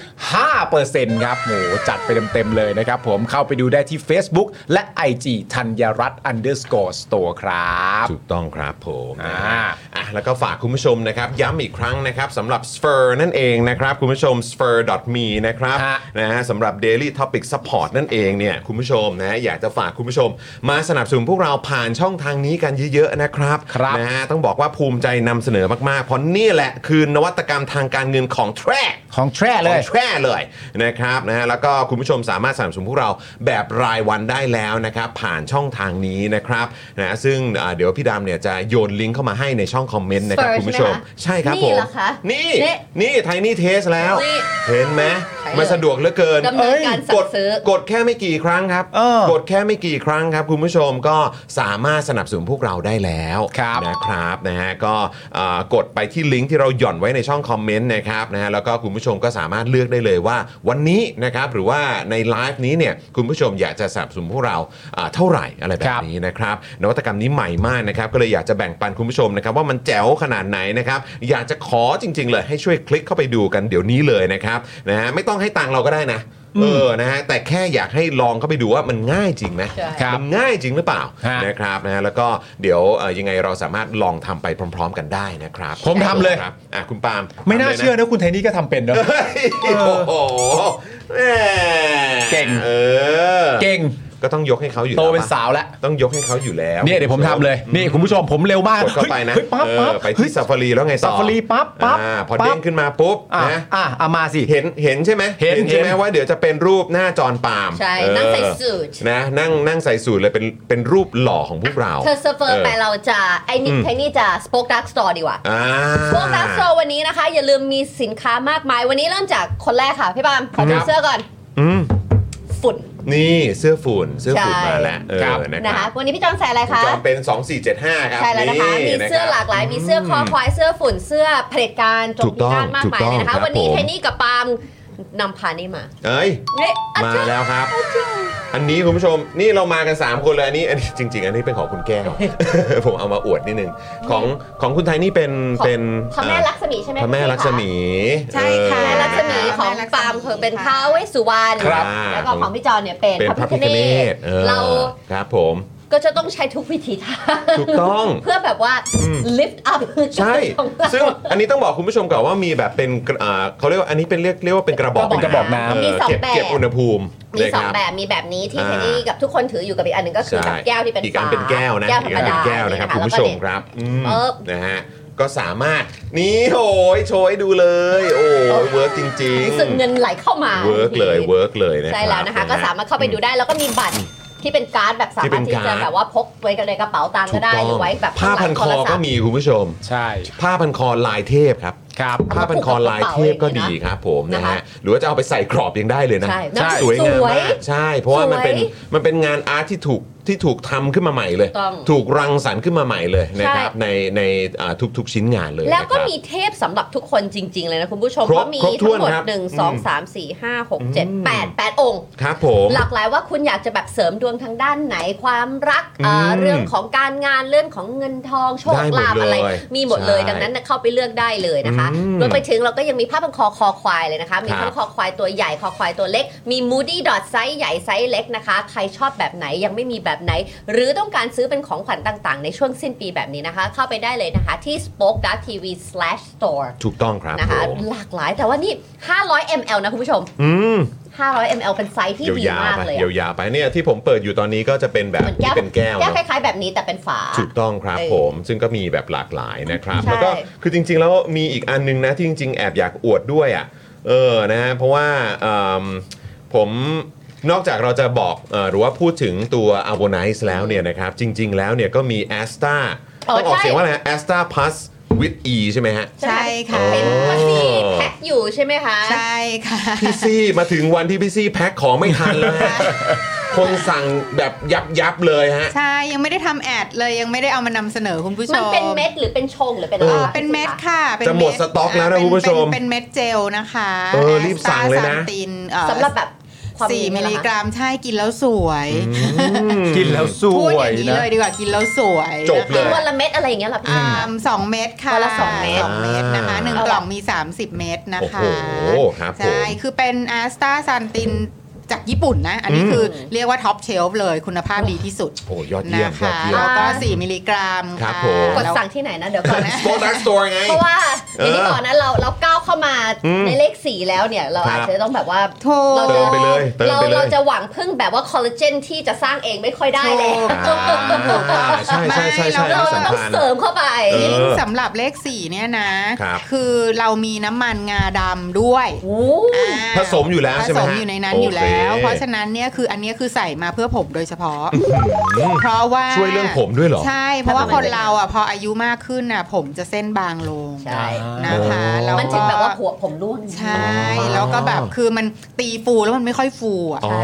B: 5%ครับโหจัดไปเต็มๆเลยนะครับผมเข้าไปดูได้ที่ Facebook และ IG ธัญรัตน์ underscore store ครับ
A: ถูกต้องครับผม
B: อ่า
A: นะฮะอ่ะแล้วก็ฝากคุณผู้ชมนะครับ ย้ำอีกครั้งนะครับสำหรับ s p h e r นั่นเองนะครับ คุณผู้ชม s p h e r me นะครับ
B: ฮะ
A: นะฮะสำหรับ Daily Topic Support นั่นเองเนี่ยคุณผู้ชมนะฮะอยากจะฝากคุณผู้ชม มาสนับสนุนพวกเราผ่านช่องทางนี้กันเยอะๆนะครับ
B: ครับ
A: นะฮะต้องบอกว่าภูมิใจนำเสนอมากๆ เพราะนี่แหละคือนวัตกรรมทางการเงินของแทร
B: ของแทร่เลย
A: ของแทร่เลยนะครับนะฮะแล้วก็คุณผู้ชมสามารถสนับสนุนพวกเราแบบรายวันได้แล้วนะครับ ผ่านช่องทางนี้นะครับนะซึ่งอ่าเดี๋ยวพี่ดำเนี่ยจะโยนลิงก์เข้ามาให้ในช่องคอมเมนต์นะครับ
C: Spurs
A: คุณผู้ชม ใช่ครับ
C: นี่
A: ผม
C: เหรอคะ
A: นี่
C: นี่
A: นี่ไทนี่เทสแล้ว
C: นี่
A: เห็นไหม
C: ใช่เลย
A: มันสะดวกเหลือเกิน
C: ดำเนินการ
A: อ้ย
C: สั่ง
A: ด
C: ซื้อก
A: ดแค่ไม่กี่ครั้งครับ
B: เออก
A: ดแค่ไม่กี่ครั้งครับ คุณผู้ชมก็สามารถสนับสนุนพวกเราได้แล้ว
B: ครับ
A: นะ นะครับนะฮะก็เอ่อกดไปที่ลิงก์ที่เราหย่อนไว้ในช่องคอมเมนต์นะครับนะฮะแล้วก็คุณผู้ชมก็สามารถเลือกได้เลยว่า วันนี้นะครับหรือว่าในไลฟ์นี้เนี่ยคุณผู้ชมอยากจะสนับสนุนพวกเราอ่าเท่าไหร่อะไรแบ
B: ครับ บ
A: นี้นะครับนวัตกรรมนี้ใหม่มากนะครับก็เลยอยากจะแบ่งปันคุณผู้ชมนะครับว่ามันแจ๋วขนาดไหนนะครับอยากจะขอจริง ๆ เลยให้ช่วยคลิกเข้าไปดูกันเดี๋ยวนี้เลยนะครับนะฮะไม่ต้องให้ตังค์เราก็ได้นะเออนะฮะแต่แค่อยากให้ลองเข้าไปดูว่ามันง่ายจริงไหม
C: ใช่
B: ครับ
A: มันง่ายจริงหรือเปล่า
B: ฮะ
A: นะ นะครับนะฮะแล้วก็เดี๋ยวเอ่อยังไงเราสามารถลองทำไปพร้อม ๆ กันได้นะครับ
B: ผมทำเลย
A: ครับอ่ะคุณปาล์ม
B: ไม่น่า
A: ทำลยะ
B: เชื่อนะคุณไทนี่ก็ทำเป็นเนอะ
A: เฮ้ยโอ้โหแหม่
B: เก่ง
A: เออ
B: เก่ง
A: ก็ต้องยกให้เขาอยู่
B: โต
A: แล้
B: เป็น
A: ปะ
B: สาวแล้ว
A: ต้องยกให้เขาอยู่แล้ว
B: เนี่ยเดี๋ยวผมทำเลยนี่คุณผู้ชมผมเร็วมาก
A: กดเข้าไปนะ
B: เฮ้ยปั๊บ
A: เอ
B: ปั๊
A: อบ ไป
B: เฮ้
A: ที่
B: ย
A: ซาฟารีแล้วไงต่อ
B: Safari ปั๊บปั๊บ
A: อ่าพอ
B: ปั๊บ
A: เด้งขึ้นมาปุ๊บ
B: อ่ะ
A: นะ
B: อ่ะเอามาสิ
A: เห็นเห็นใช่ไหม
B: เห็น
A: ใช่ไหม
B: เห็น
A: ว่าเดี๋ยวจะเป็นรูปหน้าจอนปาล์ม
C: ใช่
A: เออ
C: นั่งใส่สูท
A: นะนั่งนั่งใส่สูทเลยเป็นเป็นรูปหล่อของพวกเรา
C: เธอเซิร์ฟเวอร์ไปเราจะไอ้นี่
A: อืม
C: ไทนี่จะสป o อ e ดักสโตร์ดีกว่า
A: อ่า
C: พวกรักโซวันนี้นะคะ อย่าลืมมีสินค้ามากมาย วันนี้เริ่มจากคนแรกค่ะ พี่ปาล์มขอดู
A: ครับ
C: เสื้อก่อน
A: อืม
C: ฝุ่น
A: นี่เสื้อฝุ่นเสื้อฝุ่น
C: ใช่
A: มาแล้วเออ
B: ครับ
A: นะ
C: นะ
A: ค
C: คะ
A: รับ
C: วันนี้พี่จอมใส่อะไรคะ
A: จอมเป็น 2475 ครับ
C: ใช่แล้วนะคะ มีเสื้อหลากหลา
A: ะ
C: ย
A: ครับ
C: มีเสื้อคอควายเสื้อฝุ่นเสื้อเผด็จการจง
A: ถูก
C: พิ
A: ต้อง
C: การมากมายเลยนะ
A: ถูกต้องครั
C: คะ
A: บ
C: วันนี้
A: ผม
C: เทนนี่กับปาล์มนำพานี่มา
A: เอ้ย
C: เฮ้ยอ่ะ
A: มาแล้วครับ อันนี้คุณผู้ชมนี่เรามากัน 3 คนเลยอันนี้อันนี้จริง ๆ อันนี้เป็นของคุณแก้ว ผมเอามาอวดนิดนึง ของของคุณไทยนี่เป็น
C: ของ
A: เป็น
C: พระแม่
A: อ่า
C: ลักษมีใช่ไหม
A: พระแม่
C: พี่
A: ลักษมี
D: ใช่ค่ะ
A: เออ
C: พระแม่ลักษมีของปาล์มคือเป็นท้าวเวสสุวรรณ
A: ครับ
C: แล้วก็ของพี่จอมเนี่ยเป็น
A: เป็นพ
C: พระ
A: ระ
C: พิ
A: พิ
C: ฆ
A: ฆ
C: เน
A: เนศ
C: ศ
A: เออ
C: เรา
A: ครับผม
C: ก็จะต้องใช้ทุกวิธีทาง
A: ถูกต้อง
C: เพื่อแบบว่า
A: อืม
C: lift up
A: ใช่
C: ของเรา
A: ซึ่งอันนี้ต้องบอกคุณผู้ชมก่อนว่ามีแบบเป็นกระอ่าเขาเรียกว่าอันนี้เป็นเรียกเรียกว่าเป็นกระบอก
B: เป็นกระบอกน้ำ
A: เ
C: มีสอง
A: เก็บ
C: แบ
A: เก็บบ อุณหภูมิ
C: มีสอง
A: นะครับ
C: แบบมีแบบนี้ที่
A: อ่า
C: เทนนี่กับทุกคนถืออยู่กับอีกอันหนึ่งก็คือแบบแก้วที่เป็น
A: อีกอัน
C: ฟ้า
A: เป็นแก้วนะ
C: แก้วธร
A: อี
C: รม
A: อัเป็
C: ดาน
A: แก้วนะครับคุณผู้ชมครับอืม
C: เออ
A: นะฮะก็สามารถนี่โอ้ยโชยดูเลย โอ้ยเวิร์กจริง
C: รู้สึกเงิ
A: ๆ
C: นไหลเข้ามา
A: เวิร์กเลยเวิร์กเลยนะ
C: ใช่แล้วนะคะก็สามารถเข้าไปดูได้แล้วก็มีบัตรที่เป็นการ์ดแบบสา
A: ที่
C: มาร
A: เป็น
C: ถที่จะ
A: การ์ด
C: แบบว่าพกไว้กันในกระเป๋าตังค์
A: ถู
C: ก็
A: ก
C: ได้
A: ต้อง
C: หรือไว้แบบ
A: ผ้าพันคอก็มีคุณผู้ชม
B: ใช่
A: ผ้าพันคอลายเทพครับ
B: ครับ
A: ผ้าพันคอลายเทพก็ดีครับผมนะฮะหรือว่าจะเอาไปใส่กรอบยังได้เลยนะ
C: ใช่
B: ใช่
A: สวยงามมาก กใช่ เพราะว่ามันเป็น
C: สวย
A: มันเป็นงานอาร์ตที่ถูกที่ถูกทำขึ้นมาใหม่เลย
C: ถูกต้อง
A: ถูกรังสรรค์ขึ้นมาใหม่เลยนะครับ
C: ใช่
A: ในในอ่าทุกๆชิ้นงานเลย
C: แล้วก็
A: นะครับ
C: มีเทพสำหรับทุกคนจริง ๆ เลยนะคุณผู้ชม
A: ครบ
C: เพราะมี
A: ครบถ้
C: ทั้
A: วน
C: งหมด
A: ครับ
C: หนึ่งสอง
A: อืม
C: สามสี่ห้าหกเจ็ด
A: อืม
C: แปดแปดองค์
A: ครับผม
C: หลากหลายว่าคุณอยากจะแบบเสริมดวงทางด้านไหนความรักเอ่ออ
A: ม
C: เรื่องของการงานเรื่องของเงินทองโชค
A: ได้หมด
C: ลาภอะไร
A: เลย
C: มีหมดเลย
A: ใช่
C: ดังนั้นน่ะเข้าไปเลือกได้เลยนะคะ
A: อืม
C: รวมไปถึงเราก็ยังมีผ้าพันคอคอควายเลยนะคะ มี
A: ครั
C: ผ้า
A: บ
C: พันคอควายตัวใหญ่คอควายตัวเล็ก มี moody dot ไซส์ใหญ่ไซส์เล็กนะคะ ใครชอบแบบไหนยังไม่มีแบบไหน หรือต้องการซื้อเป็นของขวัญต่างๆ ในช่วงสิ้นปีแบบนี้นะคะ เข้าไปได้เลยนะคะ ที่ spoke tv slash store
A: ถูกต้องครับ
C: นะคะ
A: ผม
C: หลากหลายแต่ว่านี่ 500 ml นะคุณผู้ชม
A: อืม
C: 500 ml เป็นไซส์ที่
A: ยา
C: ดี
A: ว
C: มา
A: ๆ
C: ก
A: ไป
C: เลยอะ
A: ยาวๆไปเนี่ยที่ผมเปิดอยู่ตอนนี้ก็จะเป็นแบบ
C: เหมือนแก้
A: ที่
C: ว
A: เป็นแก้ว
C: แก้ว
A: เนาะ
C: คล้ายๆแบบนี้แต่เป็นฝา
A: ถูกต้องครับ
C: เออ
A: ผมซึ่งก็มีแบบหลากหลายนะครับ
C: ใช่
A: แล้วก็คือจริง ๆ แล้วมีอีกอันนึงนะที่จริง ๆ แอบอยากอวดด้วยอ่ะเออนะฮะเพราะว่าเอิ่มผม นอกจากเราจะบอกเอ่อหรือว่าพูดถึงตัว a v o n i c e แล้วเนี่ยนะครับ จริง ๆ แล้วเนี่ยก็มี a s t a
C: อ๋อ
A: ต้องออก
C: ใช่
A: เสียงว่าอะไร a s t a Plus with E ใช่ไหมฮะ
C: ใช่
D: ใช่
C: ไห
A: อ๋อ
D: ค่ะ
C: มเป็นพัสดีแพ็คอยู่ใช่ไหมคะ
D: ใช่ค่ะ
A: พี่ซี่ มาถึงวันที่พี่ซี่แพ็คของไม่ทันแล้วฮะคงสั่งแบบยับยับๆเลยฮะ
D: ใช่ยังไม่ได้ทำแอดเลยยังไม่ได้เอามานำเสนอคุณผู้ชม
C: มันเป็นเม็ดหรือเป็นชงหรือเป็นอะ
A: เอ
C: ไร
A: อ
C: ว
D: เป็นเม็ดค่ะเป็น
A: จะหมด
D: เด
A: สต็อกแล้วนะ
D: าเป็
A: คุณผู้ชม
D: เป็นเป็นเม็ดเจลนะคะ
A: เออ
D: แส
A: รีบสั่งเลยนะ
D: ซาติเอ่อ
C: สำหรับแบบความ
D: สี่มิลลิกรัมใช่กินแล้วสวย
B: กินแล้วส
D: พูด
B: ว
D: อย ย่างนี้
B: นะ
D: เลยดีกว่ากินแล้วสวย
A: จบ
D: นะคะ
A: เลย
C: กินวันละเม็ดอะไรอย่างเงี้ยเหรอพี่
D: อ่าสองเม็ดค่ะ
C: วันละสองเม็ด
D: สองเม็ดนะคะหนึ่งกล่องมี 30 เม็ดนะคะ
A: โอ้โหครับผม
D: ใช่คือเป็นอาสตาซานตินจากญี่ปุ่นนะ อันนี้คือเรียกว่าท็อปเชลฟ์เลยคุณภาพดีที่สุด
A: โอ้ยอดเยี่ย
D: นะ
A: มยอ
D: คะ
A: ดเยี่ยม
D: แล้วก็4มิลลิกรัม
A: ครั
D: ค่ะ
A: บผม
C: กด
D: แล้ว
C: สั่งที่ไหนนะเดี๋ยวก่อนนะ
A: โก ดักสโตร์ไง
C: เพราะว่าอย่างที่
A: เออ
C: ก่อนนะเราเราก้าวเข้ามา
A: อืม
C: ในเลขสี่แล้วเนี่ย เรา
A: ครับ
C: อาจจะต้องแบบว่า
D: โถ
C: เราจะ
A: เติมไปเลยเติม
C: เรา
A: ไปเลย
C: เราจะหวังพึ่งแบบว่าคอลลาเจนที่จะสร้างเองไม่ค่อยได้แล้ว
D: ถูก
A: อ่าใช่ใช่ใช่ใช่
D: ไม่
C: เรา
A: ที่
C: เราต้อ
A: สำ
C: ง
A: คัญ
C: เสริมเข้าไป
A: เออ
D: สำหรับเลข 4 เนี่ยนะ
A: ครับ
D: คือเรามีน้ำมันงาดำด้วย
C: โอ้
D: อ่า
A: ผสมอยู่แล้ว
D: ผ
A: ใช่ไห
D: ส
A: ม
D: ม
A: ฮะ
D: อยู่ในนั้น
A: โ
D: อยู่แล้ว
A: ค
D: เพราะฉะนั้นเนี่ยคืออันเนี้ยคือใส่มาเพื่อผมโดยเฉพาะ เพราะว่า
A: ช่วยเรื่องผมด้วยเหรอ
D: ใช่ เพราะว่าคนเราอ่ะพออายุมากขึ้นน่ะผมจะเส้นบางลง
C: ใช่
D: นะคะแล้ว
C: มัน
D: ก็
C: ถึงแบบว่าหัวผมร่วง
D: ใช่ แล้วก็แบบคือมันตีฟูแล้วมันไม่ค่อยฟูอ่ะ
A: อ๋อ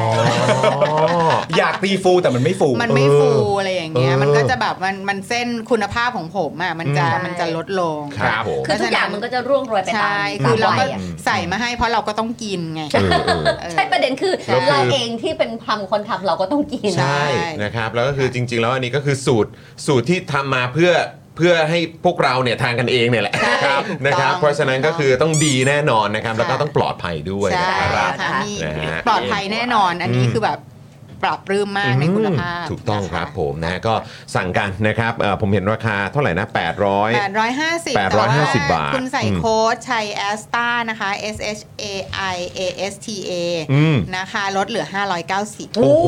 B: อยากตีฟูแต่มันไม่ฟู
D: มันไม่ฟูอะไรอย่างเงี้ย
A: เออ
D: มันก็จะแบบมันมันเส้นคุณภาพของผมอ่ะมันจะ
A: อืม
D: มันจะลดลง
A: ครับผม
C: คือทุกอย่างมันก็จะร่วงโรยไปตาม
D: ใช่
C: ตา
D: คื
C: ม
D: อเรา
C: วั
D: ก็
C: ยอะ
D: ใส่มาให้เพราะเราก็ต้องกินไง
A: เออเออ
D: เออ
C: ใช่ประเด็นคือ
A: ก็คือ
C: เราเองที่เป็นพังคนทำเราก็ต้องกิน
D: ใช่
A: ใช่นะครับแล้วก็คือจริง ๆ แล้วอันนี้ก็คือสูตรสูตรที่ทำมาเพื่อเพื่อให้พวกเราเนี่ยทานกันเองเนี่ยแหละ
D: ใช่
A: ครับ
D: ถูกต้อง
A: นะครับ เพราะฉะนั้นก็คือต้องดีแน่นอนนะครับ
D: ค่ะ
A: แล้วก็ต้องปลอดภัยด้วย
D: ใช่
A: นะครับ
D: ค่ะมี
A: นะฮะ
D: ปลอดภัยแน่นอน อันนี้คือแบบปรับปรื้มมากในคุณภาพ
A: อืมถูกต้อง
D: นะะ
A: ครับผมนะก็สั่งกันนะครับเอ่อผมเห็นราคาเท่าไหร่นะ 800
D: 850
A: แปดร้อยห้าสิบบาท
D: คุณใส่
A: อืม
D: โค้ดชัยแอสตานะคะ S H A I A S T A
A: อืม
D: นะคะลดเหลือ 590
A: โอ้โห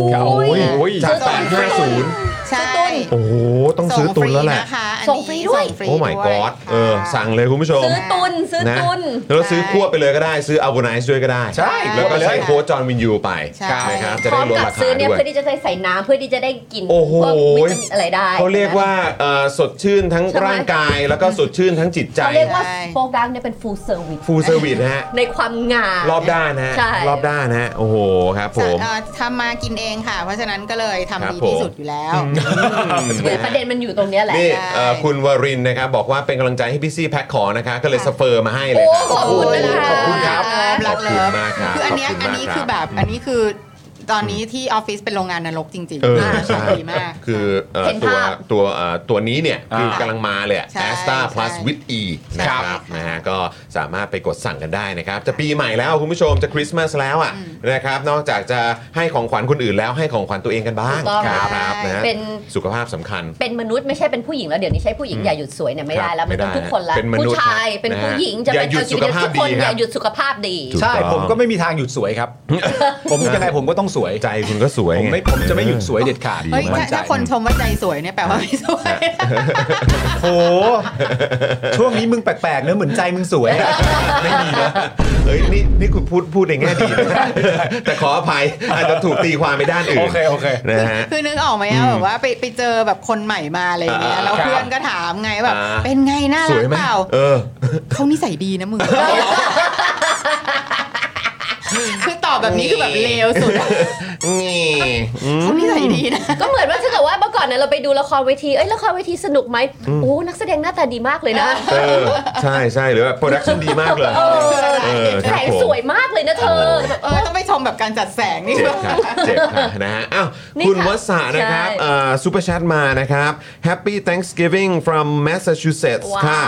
B: โอ้ย
A: จาก
D: ซื้อตุน
A: 850
D: ใช่
A: โอ้โห ต้องซื้อตุนแล้วแหละ
D: ส่งฟรีนะคะอันนี้
C: ส่งฟรีด้วย
D: ส่งฟรี
A: โอ้ my
D: ด้วย
A: god เออสั่งเลยคุณผู้ชม
C: ซื้อตุนซื้อ
A: นะ
C: ตุน
A: แล้วซื้อคั่วบไปเลยก็ได้ซื้ออาบูไนซ์ด้วยก็ได้
B: ใช่
A: แล้วก็ใช้โค้ดจอห์นวินยูไป
D: ใช่
A: นะครับจะ
C: พร้
A: ได้
C: อม
A: ลด
C: กับ
A: ราคา
C: ซื้อเนี่ย
A: ด้วย
C: เพื่อที่จะได้ใส่น้ำเพื่อที่จะได้กิน
A: โอ้โห
C: พวกวิตามินอะไรได้
A: เขาเรียกว่าเอ่อสดชื่นทั้ง
C: ใช่ไหม
A: ร่างกายแล้วก็สดชื่นทั้งจิตใจ
C: เขาเรียกว่า
D: ใช่
C: โฟกัสเนี่ยเป็น full service
A: full service นะฮะ
C: ในความงาม
A: รอบด้านนะฮะ
C: ใช่
A: รอบด้านนะฮะโอ้โหครับผม
D: เอ่อทำมากินเองค่ะ เพราะฉะนั้นก็เลย
A: ครับ
D: ทำดีที่
A: ผม
D: สุดอยู่แล้ว
C: เดี๋ยวประเด็นมันอยู่ตรงเนี้ยแหละ
A: นี่
D: ได้
A: เอ่อคุณวรินทร์นะครับบอกว่าเป็นกำลังใจให้พี่ซี่แพ็คของนะคะ ก็เลยสเฟอร์มาให้เลย
C: โอ้
A: ครับ
C: ขอบคุณนะ
A: โโห
C: คะ
A: ขอบคุณครับข
D: รั
A: อก บ
D: เล
A: คุณ
D: ย
A: มากครับ
D: คืออันเนี้ย
A: ขบ
D: อั
A: ณ
D: น
A: มาก
D: นี้คือ
A: รั
D: แบบอันนี้คือตอนนี้ที่ออฟฟิศเป็นโรงงานนรกจริง
A: เออ
D: ค่ะ
A: ใช่
D: ดีมาก
A: คือเอ่อ
C: เห็น
A: ตัว
C: ภาพ
A: ตัวเอ่อตัวนี้เนี่ย
B: อ่า
A: คือกำลังมาเลย
D: ใช่
A: แอสตา
D: ใช่
A: plus with e นะครับ
D: ใช่
A: นะฮะก็สามารถไปกดสั่งกันได้นะครับ จะปีใหม่แล้วคุณผู้ชมจะคริสต์มาสแล้วอ่ะนะครับนอกจากจะให้ของขวัญคนอื่นแล้วให้ของขวัญตัวเองกันบ้าง
C: ถูกต้อง
A: ครั
D: ครับ
A: ครับนะฮะ
C: เป็น
A: สุขภาพสำคัญ
C: เป็นมนุษย์ไม่ใช่เป็นผู้หญิงแล้วเดี๋ยวนี้ใช้ผู้หญิงอย่าหยุดสวยเนี่ยไม่ได้แล้ว
A: ไม่
C: มัน
A: ได้
C: ต้องทุกคนละ
A: เป็นมนุษย์
C: ผู้ชาย
A: ครับ
C: เป็นผู้หญิง
A: นะฮะ
C: จะเป็น
A: อย่าหยุด
C: LGBT
A: สุขภาพ
C: ทุกคน
A: ดีครับ
C: อย่าหยุดสุขภาพดี
B: ใช่
A: ถูกต้อง
B: ผมก็ไม่มีทางหยุดสวยครับ ผมยังไงผมก็ต้องสวย
A: ใจคุณก็สวย
B: ผม
A: ไง
B: ไม่ผมจะไม่หยุดสวยเด็ดขาด
D: เฮ้ย
B: ผมมั่
D: ถ้าน
B: ใจ
D: ถ้าคนชมว่าใจสวยเนี่ยแปลว่าไม่สวย
B: โห ช่วงนี้มึงแปลกๆเนอะเหมือนใจมึงสวย ไม่มีนะ
A: เอ้ยนี่นี่คุณพูดพูดในแง่ดีนะ แต่ขออภัยอาจจะถูกตีความไปด้านอื่น
B: โอเคโอเค
A: นะฮะ
D: คือนึกออกไหมอะแบบว่าไปไปเจอแบบคนใหม่มาอะไรอย่างเงี้ย
A: อ่า
D: แล้วเพื่อนก็ถามไงแบบ
A: อ่า
D: เป็นไงน่า
A: ส
D: รั
A: ว
D: ก
A: ยไหม
D: เปล่า
A: เออ
D: เขานิสัยดีนะมึงคือตอบแบบนี้คือแบบเลวสุดอะ
A: นี่
D: เขานิสัยดีนะ
C: ก็เหมือนว่าถ้าเกิดว่าเมื่อก่อนเนี่ยเราไปดูละครเวทีเอ้ยละครเวทีสนุกไหมโอ้นักแสดงหน้าตาดีมากเลยนะ
A: เออ ใช่ใช่หรือว่าโปรดักชั่นดีมากเลย เออค
C: แส
A: รับ
C: ง
A: ผม
C: สวยมากเลยนะเธอแบบ
D: เออต้องไปชมแบบการจัดแสงนี่
A: เจ็
D: แบบ บ
A: ค่ะเจ็บค่ะนะฮะอ้าว
C: นี่
A: คุณ
C: ค่ะ
A: วสานะครับ
C: ใช่
A: ซูเปอร์แชทมานะครับ Happy Thanksgiving from Massachusetts
C: ว้าว
A: ค่ะ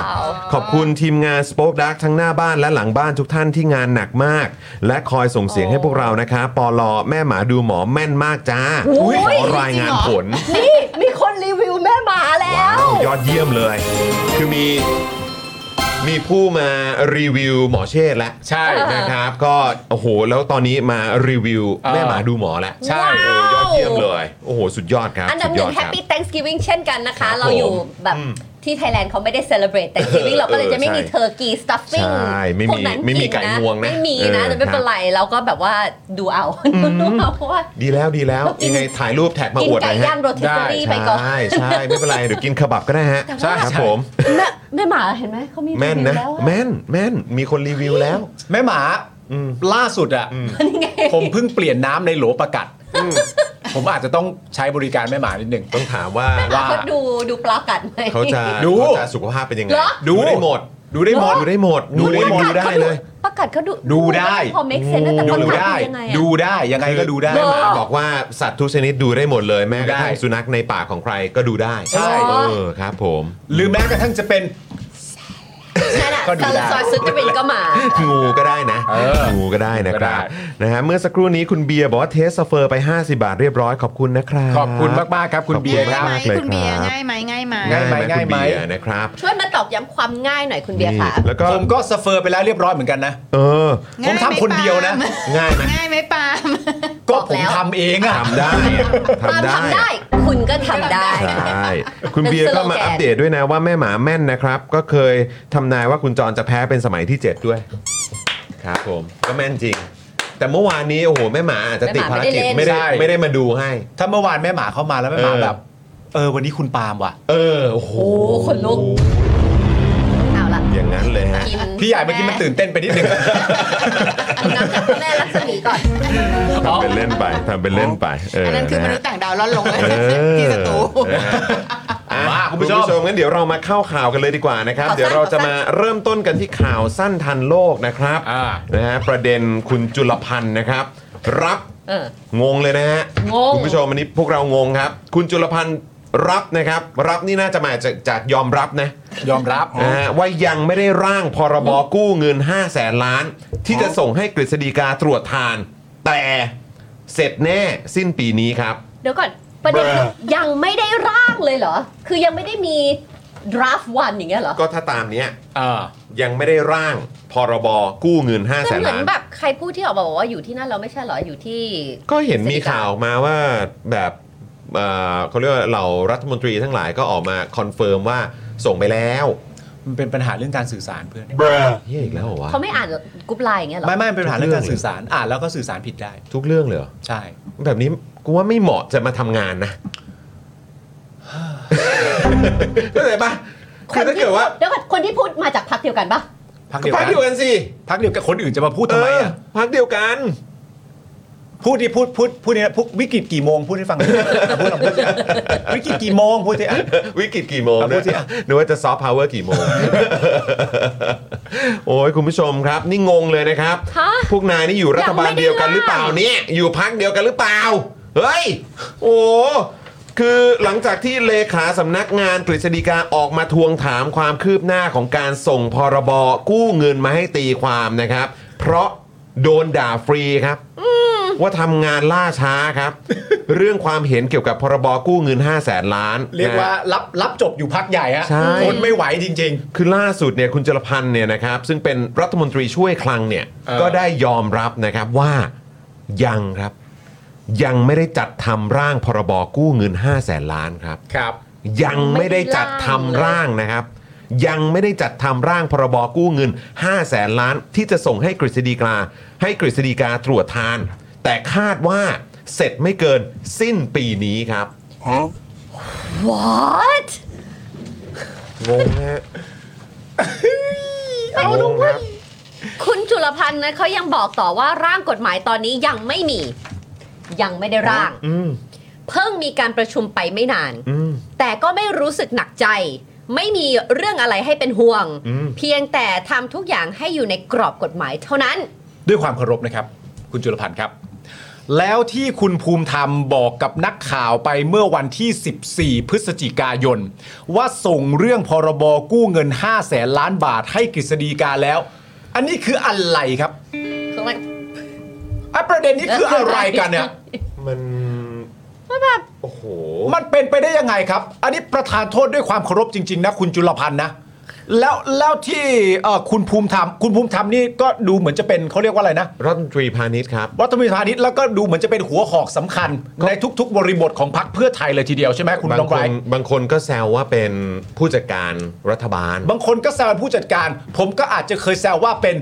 A: ขอบคุณทีมงาน Spoke Dark ทั้งหน้าบ้านและหลังบ้านทุกท่านที่งานหนักมาก และคอยส่งเสียงให้พวกเรานะคะปอลอแม่หมาดูหมอแม่นมากจ้าขอรายงานผล
C: นี่มีคนรีวิวแม่หมาแล้ว
A: ยอดเยี่ยมเลย คือมีมีผู้มารีวิวหมอเชษฐ์แล้ว
B: ใช่
A: นะครับ ก็โอ้โห แล้วตอนนี้มารีวิว
B: เออ
A: แม่หมาดูหมอแล้ว
B: ใช่
A: โอ้ยอดเยี่ยมเลย โอ้โห สุดยอดครับ
C: อันดับ
A: สุย
C: หนึ่
A: อง ครับ
C: Happy Thanksgiving เช่นกันนะ
A: ครั
C: คะ
A: บ
C: เราอยู่แบบ ที่ไทยแลนด์เขาไม่ได้เซเลบรตแต่คิวิ่งเราก็เลยจะไม่มีเทอร์กีสตัฟฟิ้ง
A: ใช่ไม่มี
C: พวกนั้น
A: ไม่มีไก่งวงนะ
C: ไม่มีนะ
A: เออ
C: แต่ไม่เป็นไรเราก็แบบว่าดูเอาดูเอาเพราะว่า
A: ดีแล้วดีแล้ว
C: เรากิน
A: ยังไงถ่ายรูปแท็กมา
C: กิ
A: อวดห
C: ไก่
A: น่อย
C: ย่า
A: ฮะ
C: งโรตี
B: ได้
C: เตอรี่ไปก่อน
A: ใช่ใช่ไม่เป็นไรเดี๋ยวกินขบับก็ได้ฮะ
C: แต่ว่า
A: ใช่ครับผม
C: แม่แม่หมาเห็นไหมเขามี
A: แม่นนะ
C: รีวิวแล้วอ
A: แม่นแม่นมีคนรีวิวแล้ว
B: แม่หมา
A: อืม
B: ล่าสุดอ่ะ
C: นี่ไง
B: ผมเพิ่งเปลี่ยนน้ำในโหลประกัด ผมอาจจะต้องใช้บริการแม่หมานิดหนึ่ง
A: ต้องถามว่า
B: ว่า
C: เขาดูดูปลากัดไหม
A: เขาจะ
B: ดู
A: เขาจะสุขภาพเป็นยังไง
C: เหรอ
A: ดูได้หมด
B: ดูได้หมด
A: ดูได้หมด
B: ดูได้หมด
A: ดูได้เลย
C: ปลากัดเขาดู
B: ดูได้
C: พอ make sense นะแต่ปลา
B: ดู
C: กัด
B: ได้
C: เป็นยังไงอะ
B: ดูได้ยังไงก็ดูได้
A: แม่หมาบอกว่าสัตว์ทุกชนิดดูได้หมดเลย แม้กระทั่ง
B: ได้
A: สุนัขในป่าของใครก็ดูได้
B: ใช่
A: เออครับผม
B: หรือแม้กระทั่งจะเป็น
C: นั่นแหละ
B: ก็ดูได้
C: ซอยซุดจะเป็นก็มา
A: งูก็ได้นะ
B: เออ
A: งูก็ได้นะ
B: ก็
A: ค
B: ได้
A: รับนะฮะเมื่อสักครู่นี้คุณเบียร์บอกว่าเทสเฟอร์ไป 50 บาทเรียบร้อยขอบคุณนะครับ
B: ขอบคุณมากๆครับคุณเบียร์ค
D: ง่าย
B: รับ
D: ไหม
A: เลยครับ
D: คุณเบียร์ง่ายไหมง่ายไหม
B: ง่าย ไหม
A: คุณ
B: ไหม
A: เบียร์นะครับ
C: ช่วยมาตอกย้ำความง่ายหน่อยคุณเบียร์ค่ะ
A: นี่แล้วก็
B: ผมก็สเฟอร์ไปแล้วเรียบร้อยเหมือนกันนะ
A: เออ
B: ผ
D: ง่าย
B: ม
D: ไหม
B: ทำคนเดียวนะ
D: ปาล์ม
A: ง่ายไหม
D: ง่ายไหมปาล์ม
B: ก็
C: บอก
B: ผม
C: แล้ว
B: ทำเองอะ
A: ทำได้อะ
C: ปาล์ม
A: ทำได้
C: ทำได้ คุณก็ทำได้
A: ใช่คุณ
C: เป็น
A: เบียร์ก็มา
C: สโลแกน
A: อัปเดตด้วยนะว่าแม่หมาแม่นนะครับ ก็เคยทำนายว่าคุณจรจะแพ้เป็นสมัยที่ 7 ด้วย ครับผมก็แม่นจริง แต่เมื่อวานนี้โอ้โหแม่หมาอาจจะติดภารกิจ
C: แม่
A: ไม่
C: ห
A: ได้
C: มา
B: ไม่
A: ไม่
B: ได้เล่น
A: ได้มาดูให้
B: ถ้าเมื่อวานแม่หมาเข้ามาแล้วแม่หมา
A: เออ
B: แบบเออวันนี้คุณปาล์มว่ะ
A: เออโอ้โห
C: โอ้คนลุก เอาละ
A: อย่างนั้นเลยฮะ
C: กิน
B: พี่ใหญ่เมื่อกี้มันตื่นเต้นไปนิดหนึ่ง
C: อันน้ำจากพระแม่รักษมีก่อน
A: ทำเป็นเล่นไปทำเป็นเล่นไปเ
D: อันนั้นคือม
A: ะ
D: นุ
A: ฮะ
D: ษย์ต่างดาวล่อนลงเลย
A: เออ
D: ที่สตู
A: นะฮะอ่ะ
B: มาคุ
A: คุณ
B: ณผู้
A: ผู้
B: ชม
A: ชมงั้นเดี๋ยวเรามาเข้าข่าวกันเลยดีกว่านะครับ
C: ข่าวสั้น
A: เดี๋ยวเราจะมาเริ่มต้นกันที่ข่าวสั้นทันโลกนะครับ
B: อ่า
A: นะฮะประเด็นคุณจุลพันธ์นะครับ รับ
C: เออ
A: งงเลยนะฮะ
C: งง
A: คุณผู้ชมวันนี้พวกเรางงครับ คุณจุลพันธ์รับนะครับ รับนี่น่าจะมาจากจากยอมรับนะ
B: ยอมรับ
A: นะฮะว่ายังไม่ได้ร่างพรบกู้เงิน 5 0 0แสนล้าน ที่จะส่งให้กฤษฎีกาตรวจทาน แต่เสร็จแน่สิ้นปีนี้ครับ
C: เดี๋ยวก่อน ประเด็นคือยังไม่ได้ร่างเลยเหรอ คือยังไม่ได้มี draft one อย่างเงี้ยเหรอ
A: ก็ถ้าตามเนี้ย
B: เออ
A: ยังไม่ได้ร่างพรบกู้เงิน 5 0 0
C: แต่
A: แสน
C: เหมือ
A: ล้าน น
C: แบบใครพูดที่ออกมาบอกว่าอยู่ที่นั่นเราไม่ใช่เหรอ อยู่ที่
A: ก็เห็นมีข่าวออกมาว่าแบบเอ่อเขาเรียกว่าเหล่ารัฐมนตรีทั้งหลายก็ออกมาคอนเฟิร์มว่าส่งไปแล้ว
B: มันเป็นปัญหาเรื่องการสื่อสารเพื่อน
A: เฮียอีกแล้วเหรอวะ
C: เขาไม่อ่านกรุ๊ปไลน์อย่างเงี้ยเหรอ
B: ไม่ไม่เป็นปัญหา
A: ทุก
B: เรื่อ
A: เรื่
B: ง
A: อง
B: การสื่อสารอ่านแล้วก็สื่อสารผิดได้
A: ทุกเรื่องเลยเหรอ
B: ใช่
A: แบบนี้กูว่าไม่เหมาะจะมาทำงาน นะ เข้าใจปะคือถ้าเกิดว่า
C: เดี๋ยวก่อนคนที่พูดมาจากพรรคเดียวกันปะ
B: พักเดียว
A: พั
B: กั
A: ก
B: น
A: เดียวกันสิ
B: พักเดียวกับคนอื่นจะมาพูด
A: เอ
B: ทำไม
A: อ
B: อ่ะ
A: พักเดียวกัน
B: พูดดิพูดพูดพูดเนี่ยพูดวิกฤตกี่โมงพูดให้ฟังหน่อย พูดลองพูดสิวิกฤตกี่โมงพูดสิอ่ะ
A: วิกฤตกี่โมง
B: เอาพูดสิ
A: เนี่ย
B: อ่ะ
A: นึกว่าจะซอฟต์พาวเวอร์ กี่โมง โอ้ยคุณผู้ชมครับ นี่งงเลยนะครับ
C: ฮะ
A: พวกนายนี่อยู่รัฐบาล
C: ยังไม่ได้
A: เดียวกันหรือเปล่าเนี่ยอยู่พักเดียวกันหรือเปล่า เฮ้ย โอ้คือหลังจากที่เลขาสำนักงานกฤษฎีกาออกมาทวงถามความคืบหน้าของการส่งพรบกู้เงินมาให้ตีความนะครับ เพราะโดนด่าฟรีครับ ว่าทำงานล่าช้าครับ เรื่องความเห็นเกี่ยวกับพรบกู้เงิน 5 0 0แสนล้าน
B: เรียกว่ารับรับจบอยู่พักใหญ่ฮะ
A: ใช่
B: ทนไม่ไหวจริง
A: คือล่าสุดเนี่ยคุณจรพันธ์เนี่ยนะครับซึ่งเป็นรัฐมนตรีช่วยคลังเนี่ย
B: เออ
A: ก็ได้ยอมรับนะครับว่ายังครับ ยังไม่ได้จัดทำร่างพรบกู้เงิน 5 0 0แสนล้านครับ
B: ๆ ครับ
A: ยังไม่ได้จัดทำร่างนะครับ ยังไม่ได้จัดทำร่างพรบกู้เงิน 5 0 0แสนล้าน ที่จะส่งให้กฤษฎีกาให้กฤษฎีกาตรวจทาน แต่คาดว่าเสร็จไม่เกินสิ้นปีนี้ครับ
C: what
A: งงฮะเอาลงครับ
C: คุณจุลพันธ์นะเขายังบอกต่อว่าร่างกฎหมายตอนนี้ยังไม่มี ยังไม่ได้ร่าง
A: อืม
C: เพิ่งมีการประชุมไปไม่นาน
A: อืม
C: แต่ก็ไม่รู้สึกหนักใจ ไม่มีเรื่องอะไรให้เป็นห่วง
A: อืม
C: เพียงแต่ทำทุกอย่างให้อยู่ในกรอบกฎหมายเท่านั้น
B: ด้วยความเคารพนะครับ คุณจุลพันธ์ครับ แล้วที่คุณภูมิธรรมบอกกับนักข่าวไปเมื่อวันที่ 14 พฤศจิกายน ว่าส่งเรื่องพรบกู้เงิน 5 แสนล้านบาทให้กฤษฎีกาแล้ว อันนี้คืออะไรครับอะประเด็นนี้คืออะไรกันเนี่ย
A: มันโอ้โห
B: มันเป็นไปได้ยังไงครับ อันนี้ประธานโทษด้วยความเคารพจริง ๆ นะ คุณจุลพันธ์นะ แล้วแล้วที่เอ่อคุณภูมิธรรมคุณภูมิธรรมนี่ก็ดูเหมือนจะเป็นเขาเรียกว่าอะไรนะ
A: รัฐมนตรีพาณิชย์ครับ
B: รัฐมนตรีพาณิชย์แล้วก็ดูเหมือนจะเป็นหัวหอกสำคัญ ในทุกๆ บริบทของพรรคเพื่อไทยเลยทีเดียวใช่ไหมคุณ
A: บาง
B: น้อง
A: ค
B: ไบร
A: น
B: ท์
A: บางคนก็แซวว่าเป็นผู้จัดการรัฐบาล
B: บางคนก็แซวผู้จัดการ ผมก็อาจจะเคยแซวว่าเป็น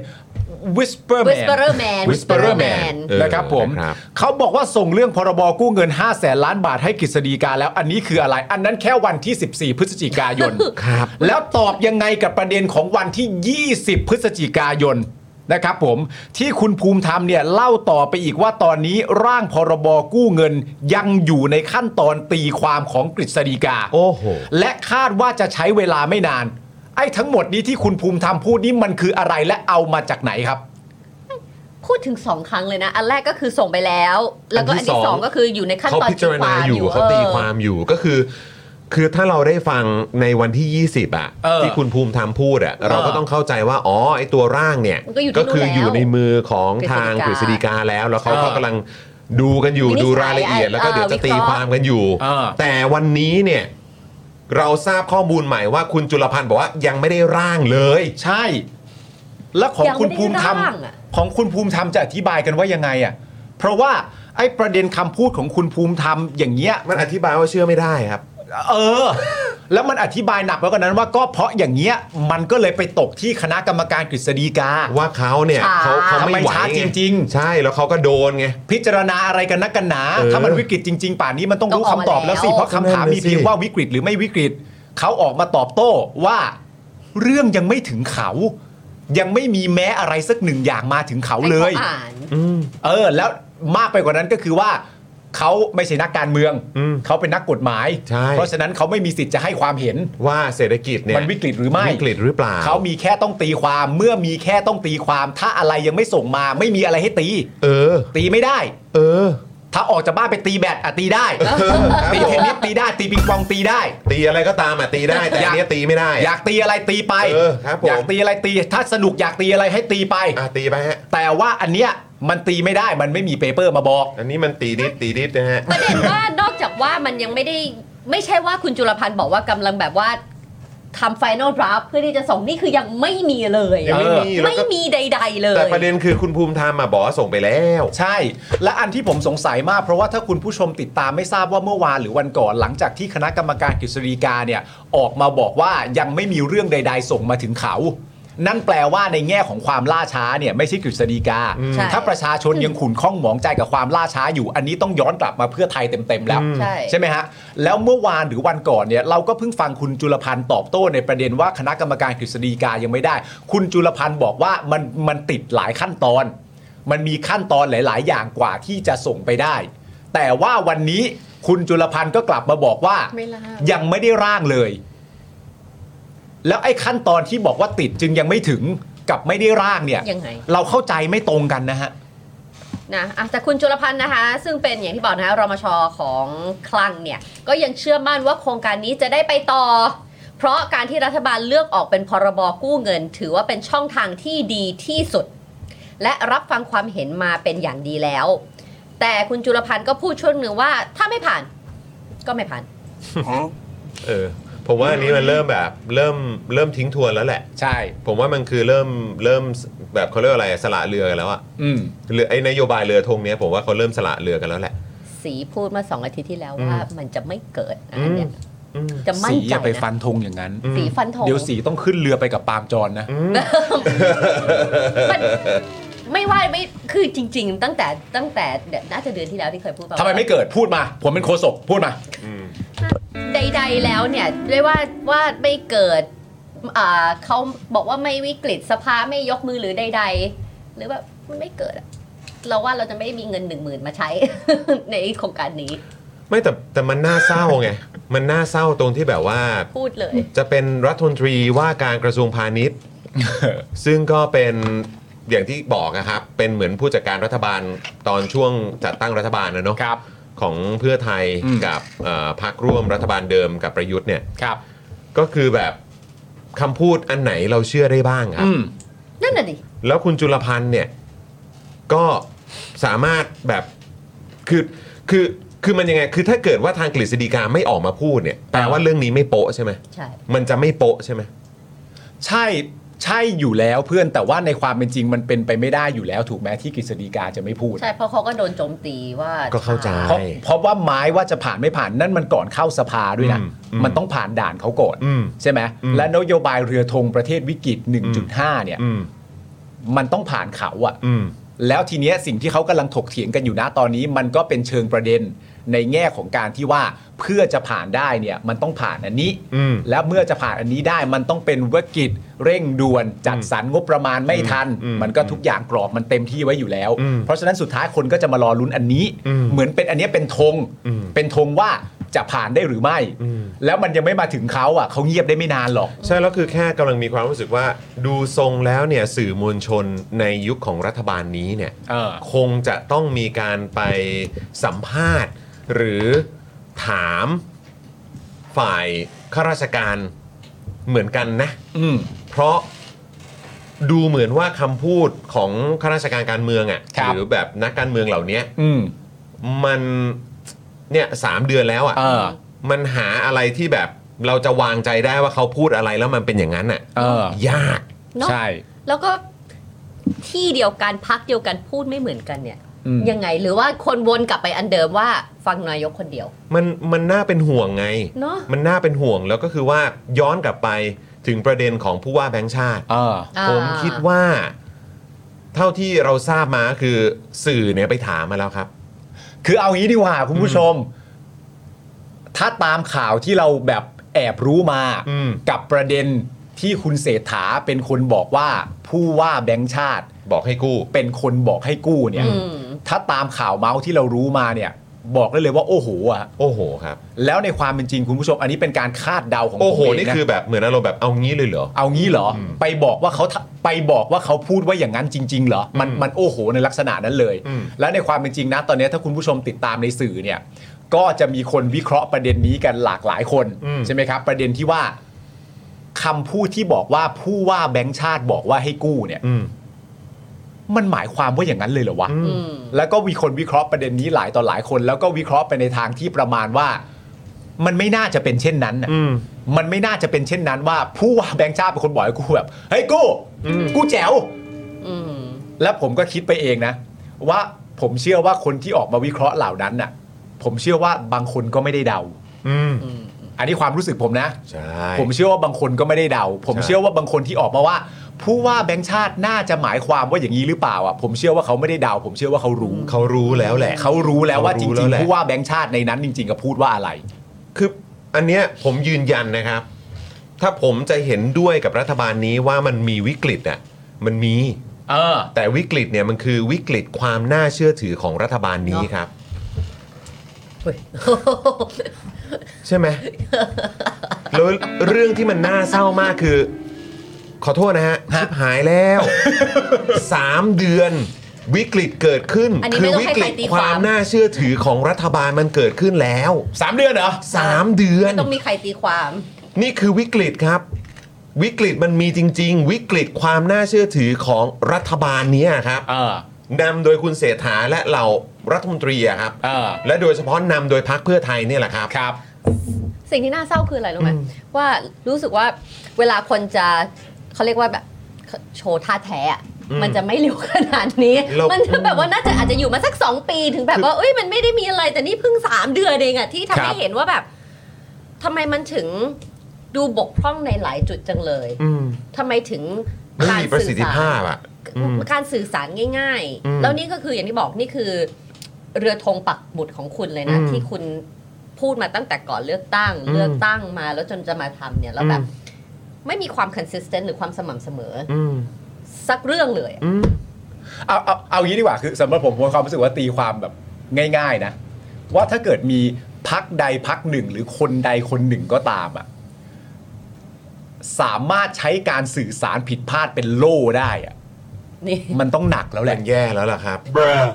B: whisper man
C: Whisperer Man
B: Whisperer Man
C: Man
A: เออ
B: นะครับผม
A: นะครับ
B: เขาบอกว่าส่งเรื่องพรบกู้เงิน 5 0 0แสนล้านบาทให้กฤษฎีกาแล้วอันนี้คืออะไร อันนั้นแค่วันที่ 14 พฤศจิกายน
A: ครับ
B: แล้วตอบยังไงกับประเด็นของวันที่ 20 พฤศจิกายนนะครับผมที่คุณภูมิธรรมเนี่ยเล่าต่อไปอีกว่าตอนนี้ร่างพรบกู้เงินยังอยู่ในขั้นตอนตีความของกฤษฎีกา
A: โอ้โห
B: และคาดว่าจะใช้เวลาไม่นาน ไอ้ทั้งหมดนี้ที่คุณภูมิธรรมพูดนี่มันคืออะไรและเอามาจากไหนครับ
C: พูดถึงสองครั้งเลยนะ อันแรกก็คือส่งไปแล้ว แล้วก็
A: อั
C: อั
A: น
C: น
A: ที่ส
C: ที่
A: อง
C: สองก็คืออยู่ในขั้น
A: เขา
C: ตอน
A: พิจารณาอยู่เขาตีความอยู่ก็คือ คือถ้าเราได้ฟังในวันที่ 20อะ
B: เออ
A: ที่คุณภูมิธรรมพูดอะเราก็ต้องเข้าใจว่าอ๋อไอตัวร่างเนี่ย
C: มันก็อยู่ที่
A: ก็คืออ
C: นู่นแล้ว
A: ยู่ในมือของทางก
C: ก
A: ฤ
C: ฤ
A: ษ
C: ษฎี
A: ฎีกาก
C: า
A: แล้ว แล้วเขา
B: เออ
A: ก็กำลังดูกันอยู่
C: วินิจฉัย
A: ดูรายละเอียด แล้วก็
C: เออ
A: เดี๋ยวจะตี
C: วิเคราะห์
A: ความกันอยู่
B: เออ
A: แต่วันนี้เนี่ยเราทราบข้อมูลใหม่ว่าคุณจุลพันธ์บอกว่ายังไม่ได้ร่างเลย
B: ใช่ และของ
C: ยังไม่
B: คุณภูมิธรรม
C: ได้ร่างอะ
B: ของคุณภูมิธรรมจะอธิบายกันว่ายังไงอ่ะเพราะว่าไอ้ประเด็นคำพูดของคุณภูมิธรรมอย่างเงี้ย
A: มันอธิบายว่าเชื่อไม่ได้ครับ
B: เออ แล้วมันอธิบายหนักไปกว่านั้นว่าก็เพราะอย่างเงี้ยมันก็เลยไปตกที่คณะกรรมการกฤษฎีกา
A: ว่าเขาเนี่ย
C: ช้า
A: เขาเขาไม่
B: ทำไม
A: ไหว
B: ช้า
A: ไ
B: จริงๆ
A: ใช่แล้วเขาก็โดนไง
B: พิจารณาอะไรกันนักกันหนา
A: เออ
B: ถ้ามันวิกฤตจริง ๆ ป่านนี้มันต้อง
C: ต้อง
B: รู้คำตอบแล้ว
C: ออกมาแล้ว
B: สิเพราะคำถามมีเพียงว่าวิกฤตหรือไม่วิกฤตเขาออกมาตอบโต้ว่าเรื่องยังไม่ถึงเขา ยังไม่มีแม้อะไรสักหนึ่งอย่างมาถึงเขา
C: ให้
B: เลย
C: ขาอ่าน
B: เออ แล้วมากไปกว่านั้นก็คือว่าเขาไม่ใช่นักการเมือง
A: อืม
B: เขาเป็นนักกฎหมาย
A: ใช่
B: เพราะฉะนั้นเขาไม่มีสิทธิ์จะให้ความเห็น
A: ว่าเศรษฐกิจเนี่ย
B: มันวิกฤตหรือไม่
A: วิกฤตหรือเปล่า
B: เขามีแค่ต้องตีความ เมื่อมีแค่ต้องตีความ ถ้าอะไรยังไม่ส่งมา ไม่มีอะไรให้ตี
A: เออ
B: ตีไม่ได้
A: เออ
B: ถ้าออกจากบ้านไปตีแบดอะตีได้ ตีเทนนิสตีได้ ตีปิงปองตีได้
A: ตีอะไรก็ตามอ่ะตีได้ แต่อั
B: อยา
A: น
B: ก
A: เนี้ยตีไม่ได้
B: อยากตีอะไรตีไป
A: เออครับผม
B: อยากตีอะไรตี ถ้าสนุกอยากตีอะไรให้ตีไป
A: อ่ะตีไปฮะ
B: แต่ว่าอันเนี้ยมันตีไม่ได้ มันไม่มีเปเปอร์มาบอก
A: อันนี้มันตีนิดตีนิดนะฮะ
C: ประเด็นว่านอกจากว่ามันยังไม่ได้ไม่ใช่ว่าคุณจุลพันธ์บอกว่ากำลังแบบว่าทำ final draft เพื่อที่จะส่งนี่คือยังไม่มีเลย
A: ยังไม่มี
C: เออ
A: แล้ว
C: ไม่
A: ก็
C: มีใด ๆ เลย
A: แต่ประเด็นคือคุณภูมิธรรมมาบอกว่าส่งไปแล้ว
B: ใช่ และอันที่ผมสงสัยมากเพราะว่าถ้าคุณผู้ชมติดตามไม่ทราบว่าเมื่อวานหรือวันก่อนหลังจากที่คณะกรรมการกฤษฎีกาเนี่ยออกมาบอกว่ายังไม่มีเรื่องใด ๆ ส่งมาถึงเขา นั่นแปลว่าในแง่ของความล่าช้าเนี่ยไม่ใช่กฤษฎีกา
C: ใช่
B: ถ้าประชาชนยังขุ่นข้องหมองใจกับความล่าช้าอยู่ อันนี้ต้องย้อนกลับมาเพื่อไทยเต็มๆแล้ว
C: ใช่
B: ใช่ไหมฮะ แล้วเมื่อวานหรือวันก่อนเนี่ยเราก็เพิ่งฟังคุณจุลพันธ์ตอบโต้ในประเด็นว่าคณะกรรมการกฤษฎีกายังไม่ได้ คุณจุลพันธ์บอกว่ามันมันติดหลายขั้นตอน มันมีขั้นตอนหลาย ๆ อย่างกว่าที่จะส่งไปได้ แต่ว่าวันนี้คุณจุลพันธ์ก็กลับมาบอกว่า
D: ไม่ล่า
B: ยังไม่ได้ร่างเลย แล้วไอ้ขั้นตอนที่บอกว่าติดจึงยังไม่ถึงกับไม่ได้ร่างเนี่ย
C: ยังไง
B: เราเข้าใจไม่ตรงกันนะฮะ
C: นะอ่ะแต่คุณจุลพันธ์นะคะ ซึ่งเป็นอย่างที่บอกนะคะรมชของคลังเนี่ย ก็ยังเชื่อมั่นว่าโครงการนี้จะได้ไปต่อ เพราะการที่รัฐบาลเลือกออกเป็นพรบกู้เงิน ถือว่าเป็นช่องทางที่ดีที่สุด และรับฟังความเห็นมาเป็นอย่างดีแล้ว แต่คุณจุลพันธ์ก็พูดช่วงหนึ่งว่าถ้าไม่ผ่าน ก็ไม่ผ่าน
A: เออ ผมว่าอันนี้มันเริ่มแบบ เริ่มเริ่มทิ้งทวนแล้วแหละ
B: ใช่
A: ผมว่ามันคือเริ่มเริ่มแบบเขาเรียกว่าอะไรสละเรือกันแล้วอะ
B: อืม
A: หรือไอ้นโยบายเรือธงเนี้ยผมว่าเขาเริ่มสละเรือกันแล้วแหละ
C: สีพูดมาสองอาทิตย์ที่แล้วว่ามันจะไม่เกิดนะอันเนี่ย
A: อืม
C: จะมั่น
B: สีอ
C: ใจ
B: ย่าไปฟั
C: นะ
B: นธงอย่างนั้น
C: สีฟันธง
B: เดี๋ยวสีต้องขึ้นเรือไปกับปาล์มจรนะ
C: มันไม่ว่าไม่คือจริง ๆ ตั้งแต่ตั้งแต่น่าจะเดือนที่แล้วที่เคยพูดป
B: ทำไมไม่เกิดพูดมา ผมเป็นโคศกพูดมา
C: ใด ๆ แล้วเนี่ยเรียกว่าว่าไม่เกิดอ่าเขาบอกว่าไม่วิกฤตสภาไม่ยกมือหรือใด ๆ หรือแบบมันไม่เกิดอะเราว่าเราจะไม่มีเงินหนึ่งหมื่นมาใช้ ในโครงการนี้
A: ไม่แต่แต่มันน่าเศร้าไง มันน่าเศร้าตรงที่แบบว่า
C: พูดเลย
A: จะเป็นรัฐมนตรีว่าการกระทรวงพาณิชย์ ซึ่งก็เป็นอย่างที่บอกนะครับ เป็นเหมือนผู้จัดการรัฐบาลตอนช่วงจัดตั้งรัฐบาลนะเนาะ
B: ครับ
A: ของเพื่อไทย
B: อืม
A: กับเอ่อพรรคร่วมรัฐบาลเดิมกับประยุทธ์เนี่ย
B: ครับ
A: ก็คือแบบคำพูดอันไหนเราเชื่อได้บ้างครับ
B: อืม
C: นั่นน่ะดิ
A: แล้วคุณจุลพันธ์เนี่ยก็สามารถแบบคือคือคือมันยังไงคือถ้าเกิดว่าทางกฤษฎีกาไม่ออกมาพูดเนี่ยแปลว่าเรื่องนี้ไม่โปะใช่ไหม
C: ใช่
A: มันจะไม่โปะใช่ไหม
B: ใช่ใช่อยู่แล้วเพื่อนแต่ว่าในความเป็นจริงมันเป็นไปไม่ได้อยู่แล้ว ถูกไหมที่กฤษฎีกาจะไม่พูด
C: ใช่เพราะเขาก็โดนโจมตีว่า
A: ก็เข้าใจ
B: เพราะเพราะว่าไม้ว่าจะผ่านไม่ผ่านนั่นมันก่อนเข้าสภาด้วยนะ
A: อืมอืม
B: มันต้องผ่านด่านเขาก่อน
A: อืม
B: ใช่ไหม
A: อืม
B: และนโยบายเรือธงประเทศวิกฤต 1.5 เนี่ย
A: อืม
B: มันต้องผ่านเขาอะ
A: อืม
B: แล้วทีเนี้ยสิ่งที่เขากำลังถกเถียงกันอยู่นะตอนนี้ มันก็เป็นเชิงประเด็นในแง่ของการที่ว่าเพื่อจะผ่านได้เนี่ยมันต้องผ่านอันนี้
A: อืม
B: และเมื่อจะผ่านอันนี้ได้มันต้องเป็นวิกฤตเร่งด่วนจัดสรรงบประมาณไม่ทัน
A: อืม
B: มันก็ทุกอย่างกรอบมันเต็มที่ไว้อยู่แล้ว
A: อืม
B: เพราะฉะนั้นสุดท้ายคนก็จะมารอลุ้นอันนี้
A: อืม
B: เหมือนเป็นอันเนี้ยเป็นธง
A: อืม
B: เป็นธงว่าจะผ่านได้หรือไม่
A: อืม
B: แล้วมันยังไม่มาถึงเขาอ่ะเขาเงียบได้ไม่นานหรอก
A: ใช่แล้วคือแค่กำลังมีความรู้สึกว่าดูทรงแล้วเนี่ยสื่อมวลชนในยุคของรัฐบาลนี้เนี่ย
B: เออ
A: คงจะต้องมีการไปสัมภาษณ์ หรือถามฝ่ายข้าราชการเหมือนกันนะ
B: อืม
A: เพราะดูเหมือนว่าคำพูดของข้าราชการการเมืองอะ
B: ครั่
A: ะ
B: บ
A: หรือแบบนักการเมืองเหล่านี้
B: อืม
A: มันเนี่ยสามเดือนแล้ว
B: เอ
A: อะ่ะ
B: อ
A: มันหาอะไรที่แบบเราจะวางใจได้ว่าเขาพูดอะไรแล้วมันเป็นอย่างนั้นอ่ะ
B: เออ
A: ยาก
C: เนาะ
B: ใช่
C: แล้วก็ที่เดียวกันพักเดียวกันพูดไม่เหมือนกันเนี่ย
B: อืม
C: ยังไงหรือว่าคนวนกลับไปอันเดิมว่าฟังนายกคนเดียว
A: มันมันน่าเป็นห่วงไง
C: เนอะ
A: มันน่าเป็นห่วงแล้วก็คือว่าย้อนกลับไปถึงประเด็นของผู้ว่าแบงค์ชาติ
B: เออ
C: อ่า
A: ผมคิดว่า เท่าที่เราทราบมาคือสื่อเนี่ยไปถามมาแล้วครับ
B: คือเอางี้ดีกว่าคุณผู้ชม ถ้าตามข่าวที่เราแบบแอบรู้มา
A: อืม
B: กับประเด็นที่คุณเศรษฐาเป็นคนบอกว่า ผู้ว่าแบงค์ชาติ
A: บอกให้กู้
B: เป็นคนบอกให้กู้เนี่ย
C: อืม
B: ถ้าตามข่าวเมาส์ที่เรารู้มาเนี่ย บอกได้เลยว่าโอ้โหอะ
A: โอ้โหครับ
B: แล้วในความเป็นจริงคุณผู้ชม อันนี้เป็นการคาดเดาของผม
A: โอ้โห
B: เงะ
A: นี่คือแบบเหมือนอารมณ์แบบเอางี้เลยเหรอ
B: เอางี้เหรออไปบอกว่าเขาทะไปบอกว่าเขาพูดว่าอย่างนั้นจริง ๆ เหรอมัน
A: อืม
B: มันโอ้โหในลักษณะนั้นเลย
A: อืม
B: และในความเป็นจริงนะตอนนี้ถ้าคุณผู้ชมติดตามในสื่อเนี่ย ก็จะมีคนวิเคราะห์ประเด็นนี้กันหลากหลายคน ใช่ไหมครับ ประเด็นที่ว่าคำพูดที่บอกว่าผู้ว่าแบงค์ชาติบอกว่าให้กู้เนี่ย
A: อืม
B: มันหมายความว่าอย่างนั้นเลยเหรอวะ
A: อื
C: อืม
B: แล้วก็มีคนวิเคราะห์ประเด็นนี้หลายต่อหลายคน แล้วก็วิเคราะห์ไปในทางที่ประมาณว่า มันไม่น่าจะเป็นเช่นนั้นน่ะ
A: อืม
B: มันไม่น่าจะเป็นเช่นนั้นว่า ผู้ว่าแบงค์ชาติเป็นคนบอกให้กูแบบเฮ้ยกูกูแจ๋ว
C: อืม
B: แล้วผมก็คิดไปเองนะ ว่าผมเชื่อว่าคนที่ออกมาวิเคราะห์เหล่านั้นน่ะ ผมเชื่อว่าบางคนก็ไม่ได้เดา
A: อืม
B: อันนี้ความรู้สึกผมนะ
A: ใช่
B: ผมเชื่อว่าบางคนก็ไม่ได้เดา ผม
A: ใช่
B: เชื่อว่าบางคนที่ออกมาว่า ผู้ว่าแบงค์ชาติน่าจะหมายความว่าอย่างนี้หรือเปล่าอ่ะผมเชื่อว่าเขาไม่ได้เดา ผมเชื่อว่าเขารู้
A: เขารู้แล้วแหละ
B: เขารู้แล้วว่าจ
A: เขารู้แล้วแห
B: ริง
A: ละ
B: ๆผู้ว่าแบงค์ชาติในนั้นจริงๆก็พูดว่าอะไร
A: คืออันเนี้ยผมยืนยันนะครับ ถ้าผมจะเห็นด้วยกับรัฐบาลนี้ว่ามันมีวิกฤตอ่ะ มันมี
B: เออ
A: แต่วิกฤตเนี่ยมันคือวิกฤตความน่าเชื่อถือของรัฐบาลนี้ครับ ใช่ไหม แล้วเรื่องที่มันน่าเศร้ามากคือ ขอโทษนะฮะชิบหายแล้ว สามเดือนวิกฤตเกิดขึ้น
C: อันนี้
A: คื
C: ไม่ต้อง
A: วิ
C: ให้
A: ก
C: ใคร
A: ฤต
C: ตี
A: ค
C: ความ
A: วามน่าเชื่อถือของรัฐบาลมันเกิดขึ้นแล้ว
B: สามเดือนเหรอ
A: สามเดือน
C: ไม่ต้องมีใครตีความ
A: นี่คือวิกฤตครับ วิกฤตมันมีจริง ๆ วิกฤตความน่าเชื่อถือของรัฐบาลเนี้ยครับ
B: เออ
A: นำโดยคุณเศรษฐาและเหล่ารัฐมนตรีอะครับ
B: เออ
A: และโดยเฉพาะนำโดยพรรคเพื่อไทยเนี่ยแหละครับ
B: ครับ
C: สิ่งที่น่าเศร้าคืออะไรรู้ไหมว่ารู้สึกว่าเวลาคนจะเขาเรียกว่าแบบโชว์ท่าแท้อะ
A: อืม
C: มันจะไม่เร็วขนาดนี้
A: เรามั
C: มันจะแบบว่าน่าจะอาจจะอยู่มาสักสองปีถึงแบบ
A: คือ
C: ว่าเอ้ยมันไม่ได้มีอะไรแต่นี่เพิ่งสามเดือนเองอะที่ทำ
B: ครั
C: ให้
B: บ
C: เห็นว่าแบบทำไมมันถึงดูบกพร่องในหลายจุดจังเลย
A: อืม
C: ทำไมถึง
A: ไม่
C: การ
A: มีประสิ
C: สื่
A: ท
C: อ
A: ธิ
C: สาร
A: ภาพอ่ะ อืม
C: การสื่อสารง่าย
A: อืม
C: ๆ แล้วนี่ก็คืออย่างที่บอกนี่คือ เรือธงปักหมุดของคุณเลยนะ
A: อืม
C: ที่คุณพูดมาตั้งแต่ก่อนเลือกตั้ง
A: อืม
C: เลือกตั้งมาแล้วจนจะมาทำเนี่ยแล้วแบบไม่มีความ consistent หรือความสม่ำเสมอ
A: อืม
C: สักเรื่องเลยอะ
A: อืม
B: เอาเอาเอางี้ดีกว่าคือสำหรับผมผมมีความรู้สึกว่าตีความแบบง่าย ๆ นะ ว่าถ้าเกิดมีพักใดพักหนึ่งหรือคนใดคนหนึ่งก็ตามอะสามารถใช้การสื่อสารผิดพลาดเป็นโล่ได้อะ
C: นี่
B: มันต้องหนักแล้วแห
A: มั
B: ละ
A: นแย่แล้วล่ะครับ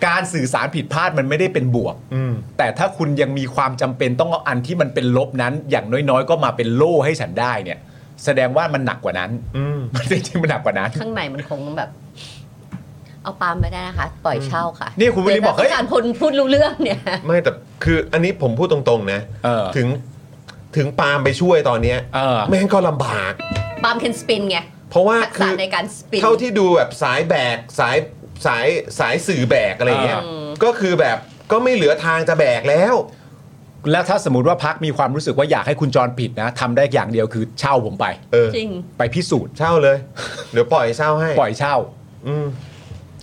B: การสื่อสารผิดพลาดมันไม่ได้เป็นบวก
A: อืม
B: แต่ถ้าคุณยังมีความจำเป็นต้องเอาอันที่มันเป็นลบนั้น อย่างน้อยๆ ก็มาเป็นโล่ให้ฉันได้เนี่ย แสดงว่ามันหนักกว่านั้น
A: อืม
B: มันจริงๆมันหนักกว่านั้น
C: ข้างในมันคงแบบ เอาปาล์มไม่ได้นะคะ ปล่อยเช่าค่ะ
B: นี่คุณวิริบอกเฮ้ย
C: จารย์พลพูดรู้เรื่องเนี่ย
A: ไม่แต่คืออันนี้ผมพูดตรงๆนะ
B: เออ
A: ถึงถึงปาล์มไปช่วยตอนเนี้ย
B: เออ
A: แม่งก็ลำบาก
C: ปาล์ม can spin ไง
A: เพราะว่า
C: ทัก
A: คื
C: ษะ
A: อ
C: ในการสปิน
A: เท่าที่ดูแบบสายแบกสายสายสายสื่อแบกอะไรอย่างเงี้ยก็คือแบบก็ไม่เหลือทางจะแบกแล้ว
B: แล้วถ้าสมมติว่าพักมีความรู้สึกว่าอยากให้คุณจรผิดนะทำได้อย่างเดียวคือเช่าผมไป
A: เออ
C: จริง
B: ไปพิสูจน์
A: เช่าเลยเดี๋ยวปล่อยเช่าให้
B: ปล่อยเช่า
A: อืม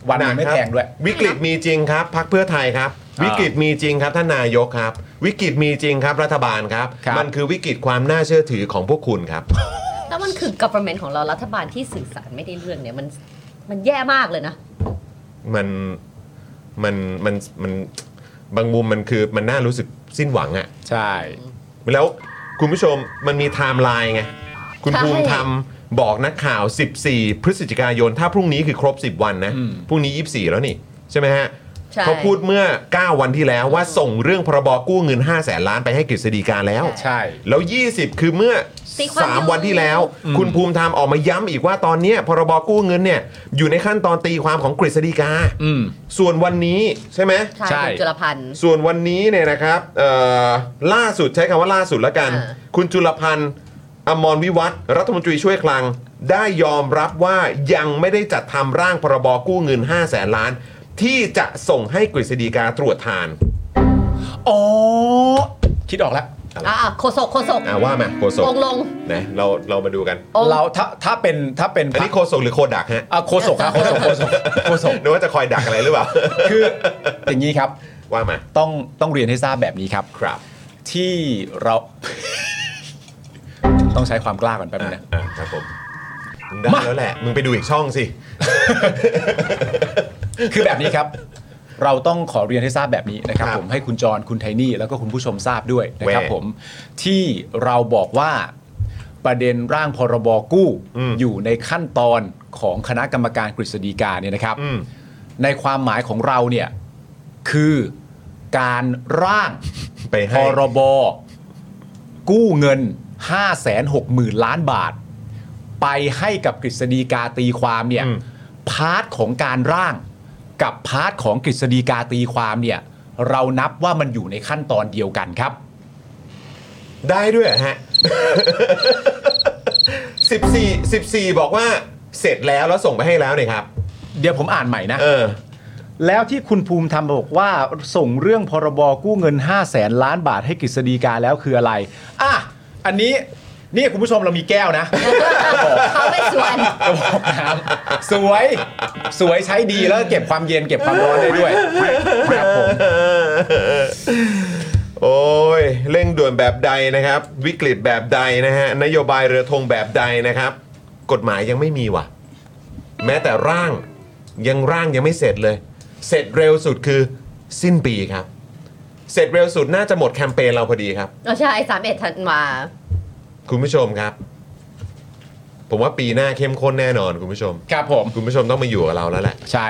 B: วันหนึงไม่
A: หนักครับ
B: แพงด้วย
A: วิกฤตมีจริงครับพักเพื่อไทยครับ
B: อ่า
A: วิกฤตมีจริงครับท่านนายกครับ วิกฤตมีจริงครับรัฐบาลครับ
B: ครับ
A: มันคือวิกฤตความน่าเชื่อถือของพวกคุณครับ
C: แล้วมันคือ government ของเรารัฐบาลที่สื่อสารไม่ได้เรื่องเนี่ยมันมันแย่มากเลยนะ
A: มันมันมันมันบางมุมมันคือมันน่ารู้สึกสิ้นหวังอะ
B: ใช่
A: แล้วคุณผู้ชมมันมีไทม์ไลน์ไงคุณ
C: ใช่
A: ภูมิธรรมบอกนักข่าว 14 พฤศจิกายน ถ้าพรุ่งนี้คือครบ 10 วันนะ
B: อืม
A: พรุ่งนี้ 24 แล้วนี่ใช่ไหมฮะ
C: ใช่
A: เขาพูดเมื่อ 9 วันที่แล้วว่าส่งเรื่องพรบกู้เงิน 5 0 0แสนล้านไปให้กฤษฎีกาแล้ว
B: ใช่
A: แล้ว 20 คือเมื่อ
C: ตีความอยู่
A: 3 วันที่แล้ว คุณภูมิธรรมออกมาย้ำอีกว่าตอนเนี้ยพรบกู้เงินเนี่ยอยู่ในขั้นตอนตีความของกฤษฎีกา
B: อืม
A: ส่วนวันนี้ใช่ไหม
C: ใช่
B: ใช่
C: คุณจุลพันธ์
A: ส่วนวันนี้เนี่ยนะครับเอ่อล่าสุดใช้คำว่าล่าสุดละกัน
C: อ่า
A: คุณจุลพันธ์อมรวิวัฒน์รัฐมนตรีช่วยคลัง ได้ยอมรับว่ายังไม่ได้จัดทำร่างพรบกู้เงิน 5 0 0แสนล้าน ที่จะส่งให้กฤษฎีกาตรวจทาน
B: อ๋อ คิดออกแล้ว
C: อ่าโคศกโคศก
A: อ่าว่ามาโคศก
C: องค์ลง
A: นะเราเรามาดูกัน
C: องค์
B: เราถ้าถ้าเป็นถ้าเป็น
A: อัน
B: พรร
A: นี้
B: ค
A: โคศกหรือโคดักฮะ
B: อ่ะโคศกครับโคศกโคศกโคศก
A: นึกว่าจะคอยดักอะไรหรือเปล่า
B: คืออย่างนี้ครับ
A: ว่ามา
B: ต้องต้องเรียนให้ทราบแบบนี้ครับ
A: ครับ
B: ที่เรา ต้องใช้ความกล้าก่อนแป๊บนึง
A: อ่ะ
B: นะ
A: อ่ะครับผมมึงได้แล้วแหละ มึงไปดูอีกช่องสิ
B: คือแบบนี้ครับ เราต้องขอเรียนให้ทราบแบบนี้นะครับ
A: ครับ
B: ผมให้คุณจรคุณไทนี่แล้วก็คุณผู้ชมทราบด้วยนะครับ
A: แว่
B: ผมที่เราบอกว่าประเด็นร่างพรบกู้
A: อืม
B: อยู่ในขั้นตอนของคณะกรรมการกฤษฎีกาเนี่ยนะครับ
A: อืม
B: ในความหมายของเราเนี่ยคือการร่าง
A: ไป
B: พ
A: ให้
B: รบกู้เงิน 560,000 ล้านบาท ไปให้กับกฤษฎีกาตีความเนี่ย
A: อืม
B: พาร์ทของการร่างกับพาร์ทของกฤษฎีกาตีความเนี่ยเรานับว่ามันอยู่ในขั้นตอนเดียวกันครับ
A: ได้ด้วยเหรอฮะ 14 14 บอกว่าเสร็จแล้วแล้วส่งไปให้แล้วเนี่ยครับ
B: เดี๋ยวผมอ่านใหม่นะ
A: เออ
B: แล้วที่คุณภูมิธรรมบอกว่าส่งเรื่องพรบกู้เงิน 5 0 0แสนล้านบาทให้กฤษฎีกาแล้วคืออะไร อ่ะ อันนี้นี่คุณผู้ชมเรามีแก้วนะ
C: เขาไม่สวน
B: กระบอกน้ำสวย สวยใช้ดีแล้วก็เก็บความเย็นเก็บความร้อนได้ด้วยครับผม
A: โอ้ยเร่งด่วนแบบใดนะครับ วิกฤตแบบใดนะฮะ นโยบายเรือธงแบบใดนะครับ กฎหมายยังไม่มีว่ะ แม้แต่ร่างยังร่างยังไม่เสร็จเลย เสร็จเร็วสุดคือสิ้นปีครับ เสร็จเร็วสุดน่าจะหมดแคมเปญเราพอดีครับ
C: เราใช่สามเอ็ดธันวา
A: คุณผู้ชมครับ ผมว่าปีหน้าเข้มข้นแน่นอนคุณผู้ชม
B: ครับผม
A: คุณผู้ชมต้องมาอยู่กับเราแล้วแหละ
B: ใช่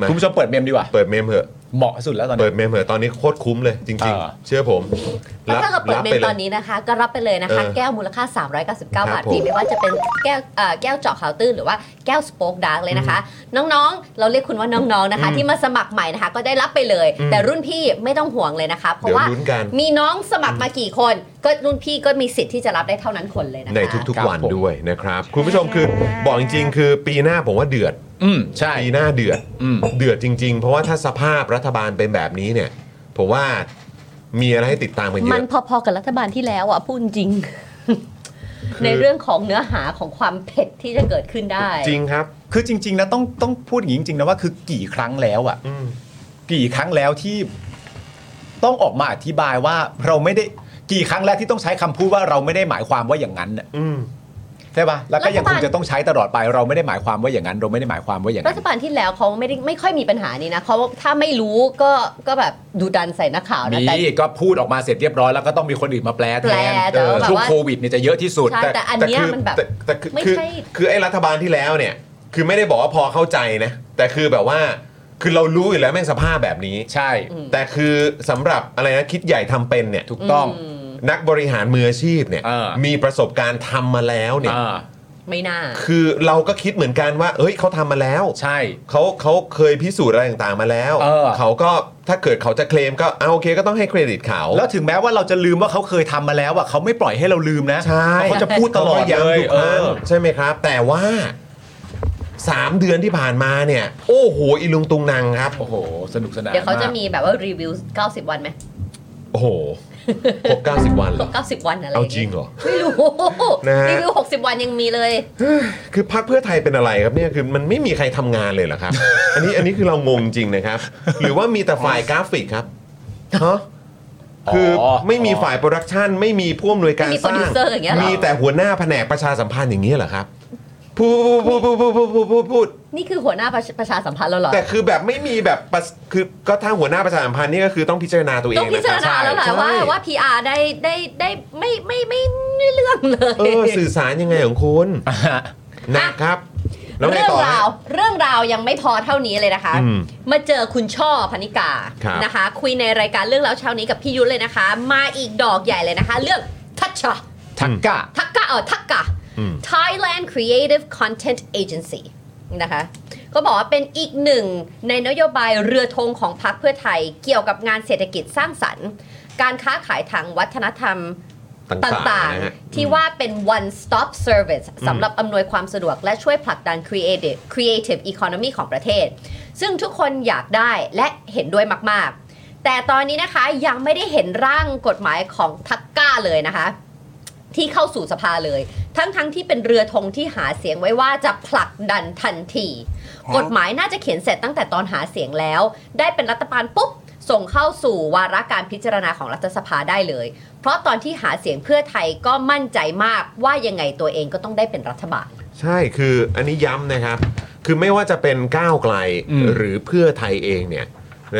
A: มา
B: คุณผู้ชมเปิดเมมดีกว่า
A: เปิดเมมเหอะ
B: เหมาะสุดแล้วตอน
A: เปิด
B: นี้
A: เมมเหอะตอนนี้โคตรคุ้มเลยจริง
B: เออ
A: ๆ เชื่อผม
C: แล้วถ้าเกิดเปิด
A: รับ
C: เม
A: ไป
C: น
A: เล
C: ตอย นนี้นะคะ ก็รับไปเลยนะคะ
A: เออ
C: แก้วมูลค่า 399 บาท
A: ผม
C: พี่ไม่ว่าจะเป็นแก้วเอ่อแก้วเจาะขาวตื้นหรือว่าแก้วสโป๊กดาร์กเลยนะคะ น้องๆ เราเรียกคุณว่าน้องๆนะคะ ที่มาสมัครใหม่นะคะ ก็ได้รับไปเลย
A: อืม
C: แต่รุ่นพี่ไม่ต้องห่วงเลยนะคะ เพราะว่า
A: เดี๋ยวลุ้นกัน
C: มีน้องสมัครมากี่คน ก็รุ่นพี่ก็มีสิทธิ์ที่จะรับได้เท่านั้นคนเลยนะคะ
A: ในทุก
B: ค
A: ๆ
B: รับ
A: วัน
B: ผม
A: ด้วยนะครับ คุณผู้ชมคือบอกจริง ๆ คือปีหน้าผมว่าเดือด
B: อืมใช่
A: ปีหน้าเดือด
B: อืม
A: เดือดจริง ๆ เพราะว่าถ้าสภาพรัฐบาลเป็นแบบนี้เนี่ย ผมว่ามีอะไรให้ติดตามกันเย
C: มัน
A: อะ
C: พอๆกับรัฐบาลที่แล้วอ่ะพูดจริง
A: คือ
C: ในเรื่องของเนื้อหาของความเผ็ดที่จะเกิดขึ้นได้
A: จริงครับ
B: คือจริง ๆ นะต้องต้องพูดอย่างนี้จริงๆนะว่าคือกี่ครั้งแล้วอะ
A: อืม
B: กี่ครั้งแล้วที่ต้องออกมาอธิบายว่าเราไม่ได้กี่ครั้งแล้วที่ต้องใช้คำพูดว่าเราไม่ได้หมายความว่าอย่างนั้นน่ะ
A: อืม
B: ใช่ปะแล้วก็ยัง
C: รัฐ
B: ค
C: บาง ล
B: จะต้องใช้ตลอดไป เราไม่ได้หมายความว่าอย่างนั้น เราไม่ได้หมายความว่าอย่าง
C: รั
B: นั้
C: ฐ
B: น
C: บาลที่แล้วเขาไม่ได้ไม่ค่อยมีปัญหานี้นะเขาถ้าไม่รู้ก็ก็แบบดูดันใส่นักข่าวนะแต่
B: มีก็พูดออกมาเสร็จเรียบร้อยแล้วก็ต้องมีคนอื่นมาแปลแท
C: แปล
B: น
C: แต่ว่าแบบ
B: ช่วง
C: ว่า
B: โควิดเนี่ยจะเยอะที่สุด
C: ใช่แต่อันเนี้ย
A: คื
C: มันแบบ
A: ต่แต่คือ
C: ไม่
A: คือ
C: ใช่
A: คือไอ้รัฐบาลที่แล้วเนี่ย คือไม่ได้บอกว่าพอเข้าใจนะ แต่คือแบบว่าคือเรารู้อยู่แล้วแม่งสภาพแบบนี้
B: ใช่
A: แต่คือสำหรับอะไรนะคิดใหญ่ทำเป็นเนี่ย
B: ถูกต้อง
A: นักบริหารมืออาชีพเนี่ย
B: เออ
A: มีประสบการณ์ทำมาแล้วเนี่ย
B: อ่า
C: ไม่น่า
A: คือเราก็คิดเหมือนกันว่า เอ้ยเขาทำมาแล้ว
B: ใช่
A: เขาเขาเคยพิสูจน์อะไรต่างๆมาแล้ว
B: เออ
A: เขาก็ ถ้าเกิดเขาจะเคลมก็เอาโอเคก็ต้องให้เครดิตเขา
B: แล้วถึงแม้ว่าเราจะลืมว่าเขาเคยทำมาแล้วอ่ะเขาไม่ปล่อยให้เราลืมนะ
A: ใช่
B: เพราะเขาจะพูดตลอด
A: ย้ำ
B: เลย
A: ทุกครั้ง
B: เออ
A: ใช่ไหมครับ แต่ว่า 3 เดือนที่ผ่านมาเนี่ย โอ้โหอีลุงตุงนางครับ
B: โอ้โห สนุกสนาน
C: เดี๋ยวเขาจะ
B: ก
C: มีแบบว่ารีวิว 90 วันไหม
A: โอ้โหครบ90 วันเหรอ
C: เก้าสิบวันอะไร
A: เอา
C: ย่
A: จริงเหรอ
C: ไม่รู้
A: นะฮะ
C: รีวิว 60 วันยังมีเลย
A: คือพักเพื่อไทยเป็นอะไรครับเนี่ยคือมันไม่มีใครทำงานเลยเหรอครับ อันนี้อันนี้คือเรางงจริงนะครับ หรือว่ามีแต่ฝ่ายกราฟิกครับฮะคือไม่มีฝ่ายโปรดักชันไม่มีผู้อำนวยการ
C: ไม่มี
A: ส
C: โปรดิ
A: ร้าว ง
C: เซอร์อย่างเงี้ยเหรอ
A: มีแต่หัวหน้าแผนกประชาสัมพันธ์อย่างนี้ยเหรอครับพูดพูดพูดพูดพูดพูดพูดพูด
C: นี่คือหัวหน้าประชประชาสัมพันธ์แล้วเหรอ
A: แต่คือแบบไม่มีแบบประสคือก็ถ้าหัวหน้าประชาสัมพันธ์นี่ก็คือต้องพิจารณาตัวเอง
C: ต้องพิจารณาแล้วแหละ
A: ใช่
C: ว่าว่า PR ได้ได้ได้ไม่ไม่ไม่ไม่เรื่องเลย
A: เออสื่อสารยังไงของคุณนะครับ แล้วไง
C: เรื่อง
A: ต่อ
C: รา
A: ฮะ
C: วเรื่องราวยังไม่พอเท่านี้เลยนะคะ
A: อืม
C: มาเจอคุณช่อพนิกา
A: ครับ
C: นะคะ คุยในรายการเรื่องราวเช้านี้กับพี่ยุ้ยเลยนะคะ มาอีกดอกใหญ่เลยนะคะ เรื่องทัชชะ
B: ทักกะ
C: ทักกะเออทักกะ
A: อืม
C: Thailand Creative Content Agency นะคะก็บอกว่าเป็นอีกหนึ่งในนโยบายเรือธงของพรรคเพื่อไทย เกี่ยวกับงานเศรษฐกิจสร้างสรรค์ การค้าขายทางวัฒนธรรม
A: ต่า
C: ต่าง
A: ๆ
C: ง
A: นะฮะ
C: ๆ ที่ว่าเป็น one stop service สำหรับอำนวยความสะดวกและช่วยผลักดัน creative creative economy ของประเทศ ซึ่งทุกคนอยากได้และเห็นด้วยมากๆ แต่ตอนนี้นะคะยังไม่ได้เห็นร่างกฎหมายของทักก้าเลยนะคะ ที่เข้าสู่สภาเลย ทั้งๆทที่เป็นเรือธงที่หาเสียงไว้ว่าจะผลักดันทันที กฎหมายน่าจะเขียนเสร็จตั้งแต่ตอนหาเสียงแล้ว ได้เป็นรัฐบาลปุ๊บ ส่งเข้าสู่วาระการพิจารณาของรัฐสภาได้เลย เพราะตอนที่หาเสียงเพื่อไทยก็มั่นใจมากว่ายังไงตัวเองก็ต้องได้เป็นรัฐบาล
A: ใช่คืออันนี้ย้ำนะครับ คือไม่ว่าจะเป็นก้าวไกล
B: อืม
A: หรือเพื่อไทยเองเนี่ย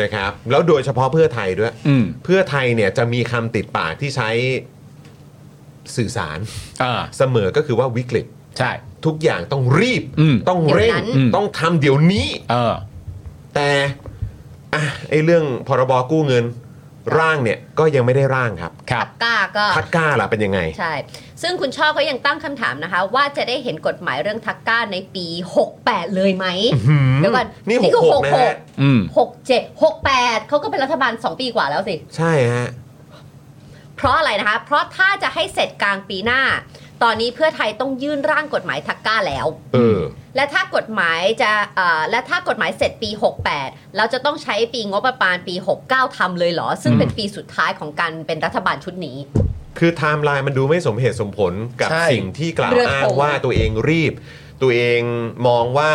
A: นะครับแล้วโดยเฉพาะเพื่อไทยด้วย
B: อืม
A: เพื่อไทยเนี่ยจะมีคำติดปากที่ใช้สื่อสาร
B: อ่า
A: เสมอก็คือว่าวิกฤต
B: ใช่
A: ทุกอย่างต้องรีบ
B: อืม
A: ต้องเร่ง
C: เดี๋ยวนั้น
A: ต้องทำเดี๋ยวนี้
B: เออ
A: แต่อ่ะไอเรื่องพรบกู้เงิน ร่างเนี่ยก็ยังไม่ได้ร่างครับ
B: ครับ
C: กล้าก็
A: ทักก้าล่ะเป็นยังไง
C: ใช่ ซึ่งคุณช่อก็ยังตั้งคำถามนะคะ ว่าจะได้เห็นกฎหมายเรื่องทักก้าในปี 68 เลยไหมเดี๋ยวก่อน
A: นี่
C: คือ
A: 66นะฮะ
B: อืม
C: 67 68เขาก็เป็นรัฐบาล 2 ปีกว่าแล้วสิ
A: ใช่ฮะ
C: เพราะอะไรนะคะ เพราะถ้าจะให้เสร็จกลางปีหน้า ตอนนี้เพื่อไทยต้องยื่นร่างกฎหมายทักก้าแล้ว
A: เออ
C: และถ้ากฎหมายจะเอ่อและถ้ากฎหมายเสร็จปี 68 เราจะต้องใช้ปีงบประมาณปี 69 ทำเลยเหรอ ซึ่งเป็นปีสุดท้ายของการเป็นรัฐบาลชุดนี้
A: คือไทม์ไลน์มันดูไม่สมเหตุสมผลกับ
B: ใช่
A: สิ่งที่กล่าว
C: เรื่อง
A: อ้าง
C: ของ
A: ว่าตัวเองรีบ ตัวเองมองว่า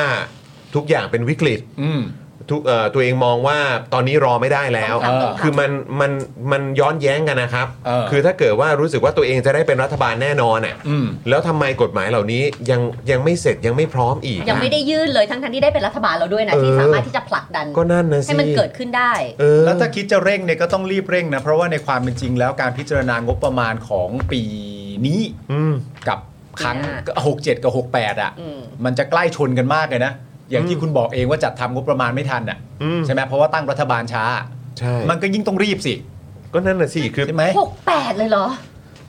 A: ทุกอย่างเป็นวิกฤต
B: อืม
A: ทุกเอ่อตัวเองมองว่าตอนนี้รอไม่ได้แล้ว
C: ต้องทำ
B: เออ
C: ต้องทำ
A: คือมันมันมันย้อนแย้งกันนะครับ
B: เออ
A: คือถ้าเกิดว่ารู้สึกว่าตัวเองจะได้เป็นรัฐบาลแน่นอนอ่ะ
B: อืม
A: แล้วทำไมกฎหมายเหล่านี้ยังยังไม่เสร็จยังไม่พร้อมอีก
C: ยังไม่
A: อะ
C: ได้ยื่นเลยทั้งทัที่ได้เป็นรัฐบาลแล้วด้วยนะ
A: เออ
C: ที่สามารถที่จะผลักดัน
A: ก็นั่นนะสิ
C: ให้มันเกิดขึ้นได้
A: เออ
B: แล้วถ้าคิดจะเร่งเนี่ยก็ต้องรีบเร่งนะ เพราะว่าในความเป็นจริงแล้วการพิจารณางบประมาณของปีนี้
A: อืม
B: กับครั้ง
C: ปีหน้า
B: หกเจ็ดกับหกแปดอ่ะ
C: อืม
B: มันจะใกล้ชนกันมากเลยนะ อย่างที่คุณบอกเองว่าจัดทำงบประมาณไม่ทันอ่ะ
A: อืม
B: ใช่ไหมเพราะว่าตั้งรัฐบาลช้า
A: ใช่
B: มันก็ยิ่งต้องรีบสิ
A: ก็นั่นนะสิคือ
B: ใช่ไหม
C: 68 เลยเหรอ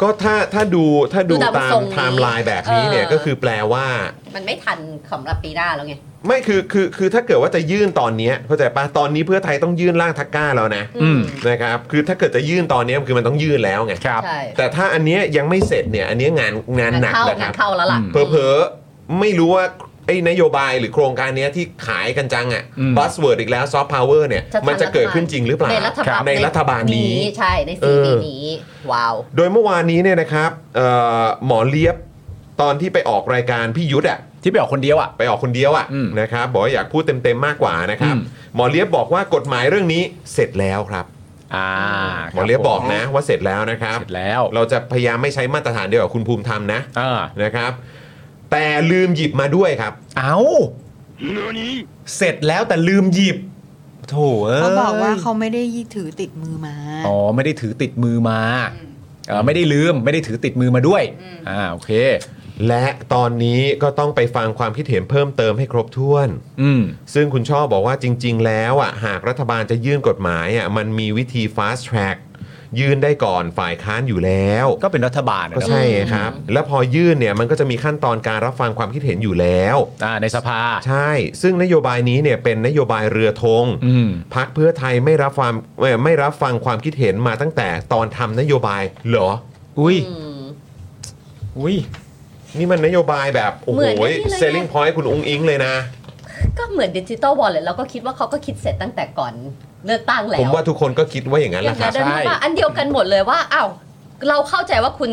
A: ก็ถ้าถ้าดูถ้าดู
C: ดูตาม
A: ตาม
C: ทรงนี้
A: ไทม์ไลน์แบบนี้เนี่ย
C: เออ
A: ก็คือแปลว่า
C: มันไม่ทันสำหรับปีหน้าแล้วไง
A: ไม่คือคือคือถ้าเกิดว่าจะยื่นตอนเนี้ยเข้าใจปะตอนนี้เพื่อไทยต้องยื่นร่างทักก้าแล้วนะ
B: อืม
A: นะครับคือถ้าเกิดจะยื่นตอนเนี้ยคือมันต้องยื่นแล้วไง
B: ครับ
C: ใช่
A: แต่ถ้าอันเนี้ยยังไม่เสร็จเนี่ยอันเนี้ยงานงานหนัก
C: เข้า
A: นะค
C: งา
A: รับ
C: นเข้าแล้วล่ะ
B: อืม
A: เผลอๆไม่รู้ว่าไอ้นโยบายหรือโครงการเนี้ยที่ขายกันจังอ่ะ
B: อืม
A: บัสเวิร์ดอีกแล้วซอฟต์พาวเวอร์เนี่ย
C: จะทัน
A: มันจะเกิด
C: รัฐบาล
A: ขึ้นจริงหรือเปล่า
C: ในรัฐบาล
A: ในรัฐบาลนี้
C: ใช่ในซีปีนี้ ว้าว
A: โดยเมื่อวานนี้เนี่ยนะครับเอ่อหมอเลียบตอนที่ไปออกรายการพี่ยุทธอ่ะ
B: ที่ไปออกคนเดียวอ่ะ
A: ไปออกคนเดียวอะ
B: อืม
A: นะครับบอกว่าอยากพูดเต็มๆมากกว่านะครับ
B: อืม
A: หมอเลียบบอกว่ากฎหมายเรื่องนี้เสร็จแล้วครับ
B: อ่า
A: หมอเลียบบอกนะว่าเสร็จแล้วนะครับ
B: เสร็จแล้ว
A: เราจะพยายามไม่ใช้มาตรฐานเดียวกับคุณภูมิธรรมนะ
B: อ่า
A: นะครับ แต่ลืมหยิบมาด้วยครับ
B: เอาเสร็จแล้วแต่ลืมหยิบโถเอ้ย
D: เขาบอกว่าเขาไม่ได้ถือติดมือมา
B: อ๋อไม่ได้ถือติดมือมาเออไม่ได้ลืมไม่ได้ถือติดมือมาด้วยอ่าโอเค
A: และตอนนี้ก็ต้องไปฟังความคิดเห็นเพิ่มเติมให้ครบถ้วน
B: อืม
A: ซึ่งคุณช่อบอกว่าจริง ๆ แล้วอ่ะหากรัฐบาลจะยื่นกฎหมายอ่ะมันมีวิธี fast track ยื่นได้ก่อนฝ่ายค้านอยู่แล้ว
B: ก็เป็นรัฐบาลนะ
A: ก็
B: ครับ
A: ใช่ครับ แล้วพอยื่นเนี่ยมันก็จะมีขั้นตอนการรับฟังความคิดเห็นอยู่แล้ว
B: อ่าในสภา
A: ใช่ ซึ่งนโยบายนี้เนี่ยเป็นนโยบายเรือธง
B: อืม
A: พักเพื่อไทยไม่รับความไม่ไม่รับฟังความคิดเห็นมาตั้งแต่ตอนทำนโยบายเหรอ
B: อุ้ย
C: อืม
B: อุ้ย
A: นี่มันนโยบายแบบ โอ้โห
C: เหมือนไอ้นี่เลยอะ
A: เซลลิงพอยต์คุณองอิงเลยนะ
C: ก็เหมือนดิจิตอลวอลเล็ตเราก็คิดว่าเขาก็คิดเสร็จตั้งแต่ก่อนเลือกตั้งแล้ว
A: ผมว่าทุกคนก็คิดว่าอย่างนั้น
C: อ
A: แห
C: ย่า
A: ละ
C: ง
A: ครั
C: นั้
A: บ
C: นได้ไหมว่าอันเดียวกันหมดเลยว่าอ้าวเราเข้าใจว่าคุณ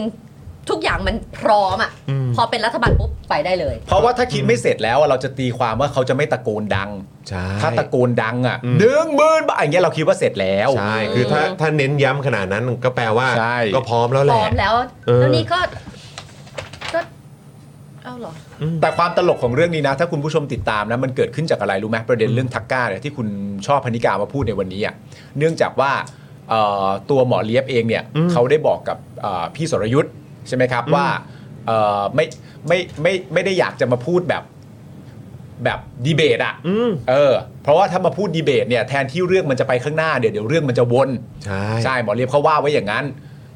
C: ทุกอย่างมันพร้อมอ่ะ
A: อืม
C: พอเป็นรัฐบาลปุ๊บไปได้เลย
B: เพราะว่าถ้าคิดไม่เสร็จแล้วอะเราจะตีความว่าเขาจะไม่ตะโกนดัง
A: ใช่
B: ถ้าตะโกนดังอ่ะ
A: อืม
B: หนึ่งหมื่นบาทอย่างเงี้ยเราคิดว่าเสร็จแล้ว
A: ใช่ คือถ้าถ้าเน้นย้ำขนาดนั้นก็แปลว่า
B: ใช่
A: ก็พร้อมแล้วแห
C: พร้
A: ละ
C: อมแล้ว
A: เออ
C: แล้วนี่ก็ ก็ เอาเหรอ
B: แต่ความตลกของเรื่องนี้นะ ถ้าคุณผู้ชมติดตามนะ มันเกิดขึ้นจากอะไรรู้ไหมประเด็นเรื่องทักก้าเนี่ยที่คุณชอบพนิกามาพูดในวันนี้อ่ะเนื่องจากว่าเอ่อตัวหมอเลียบเองเนี่ย
A: อืม
B: เขาได้บอกกับเอ่อพี่สรยุทธ์ใช่ไหมครับว่าเอ่อไม่ไม่ไม่ไม่ได้อยากจะมาพูดแบบแบบดีเบตอ่ะ
A: อืม
B: เออเพราะว่าถ้ามาพูดดีเบตเนี่ยแทนที่เรื่องมันจะไปข้างหน้าเดี๋ยวเดี๋ยวเรื่องมันจะวน
A: ใช่
B: ใช่หมอเรียบเขาว่าไว้อย่างนั้น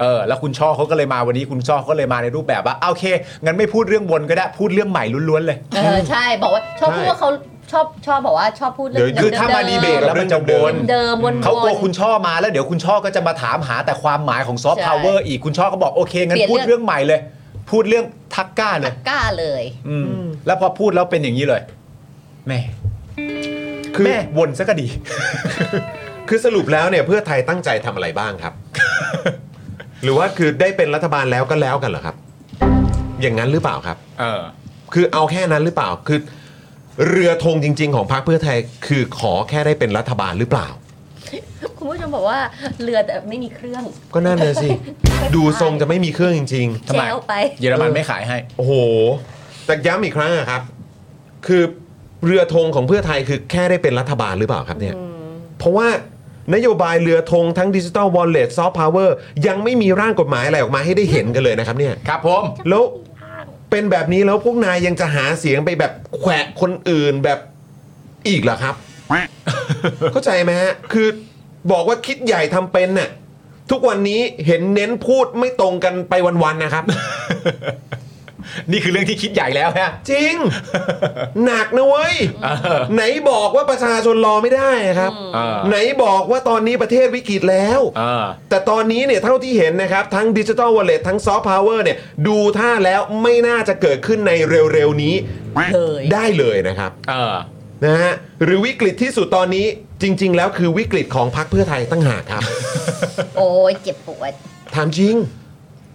B: เออ แล้วคุณช่อเขาก็เลยมาวันนี้คุณช่อเขาก็เลยมาในรูปแบบว่าอ่ะโอเค งั้นไม่พูดเรื่องวนก็ได้ พูดเรื่องใหม่ล้วนๆเลย
C: เออ ใช่ บอกว่า ชอบพูดว่าเขาชอบชอบบอกว่า ชอบพูดเรื่อง
A: เดี๋ยว
B: คือถ้ามาดีเบตแล้วมันจะว
C: วน นเดิมวนๆ
B: เขากลัวคุณช่อมาแล้วเดี๋ยวคุณช่อก็จะมาถามหาแต่ความหมายของซอฟต์พาวเวอร์อีก คุณช่อก็บอกโอเค งั้น
C: เปลี่ยน
B: พูดเรื่องใหม่เลย พูดเรื่องทักก้าเล
C: ตั
B: ย
C: กกล้าเลย
B: อืมแล้วพอพูดแล้วเป็นอย่างนี้เลย แม่แม่วนซะก็ดี
A: คือสรุปแล้วเนี่ยเพื่อไทยตั้งใจทำอะไรบ้างครับ หรือว่าคือได้เป็นรัฐบาลแล้วก็แล้วกันเหรอครับ อย่างนั้นหรือเปล่าครับ
B: เออ
A: คือเอาแค่นั้นหรือเปล่า คือ เรือธงจริง ๆ ของพรรคเพื่อไทย คือขอแค่ได้เป็นรัฐบาลหรือเปล่า
C: คุณผู้ชมบอกว่า เรือแต่ไม่มีเครื่อง
A: ก็นั่นเลยสิ ดูทรงจะไม่มีเครื่องจริง
B: ทำไม
C: แจวไป
B: เยอรมันไม่ขายให้
A: ๆ โอ้โห แต่ย้ำอีกครั้งอะครับ คือเรือธงของเพื่อไทยคือแค่ได้เป็นรัฐบาลหรือเปล่าครับเนี่ย เพราะว่านโยบายเรือธงทั้งดิจิ t a ลวอลเล็ตซอฟต์พาวเวอร์ยังไม่มีร่างกฎหมายอะไรออกมาให้ได้เห็นกันเลยนะครับเนี่ย
B: ครับผม
A: แล้วเป็นแบบนี้แล้วพวกนายยังจะหาเสียงไปแบบแขวะคนอื่นแบบอีกเหรอครับ เข้าใจไหมฮะ คือบอกว่าคิดใหญ่ทำเป็นน่ะทุกวันนี้เห็นเน้นพูดไม่ตรงกันไปวัน ๆ นะครับ
B: นี่คือเรื่องที่คิดใหญ่แล้วฮะ
A: จริง หนักนะเว้ย ไหนบอกว่าประชาชนรอไม่ได้ครับ
B: อ่า
A: ไหนบอกว่าตอนนี้ประเทศวิกฤตแล้ว
B: เออ
A: แต่ตอนนี้เนี่ยเท่าที่เห็นนะครับ ทั้งดิจิ t a ลวอลเล็ตทั้งซอฟต์พาวเวอร์เนี่ย ดูท่าแล้วไม่น่าจะเกิดขึ้นในเร็ว ๆ นี้
C: เลย
A: ได้เลยนะครับ
B: เออ
A: นะฮะหรือวิกฤตที่สุดตอนนี้จริง ๆ แล้วคือวิกฤตของพรรคเพื่อไทยตั้งหาก ครับ
C: โอ้ยเจ็บปวด
A: ถามจริง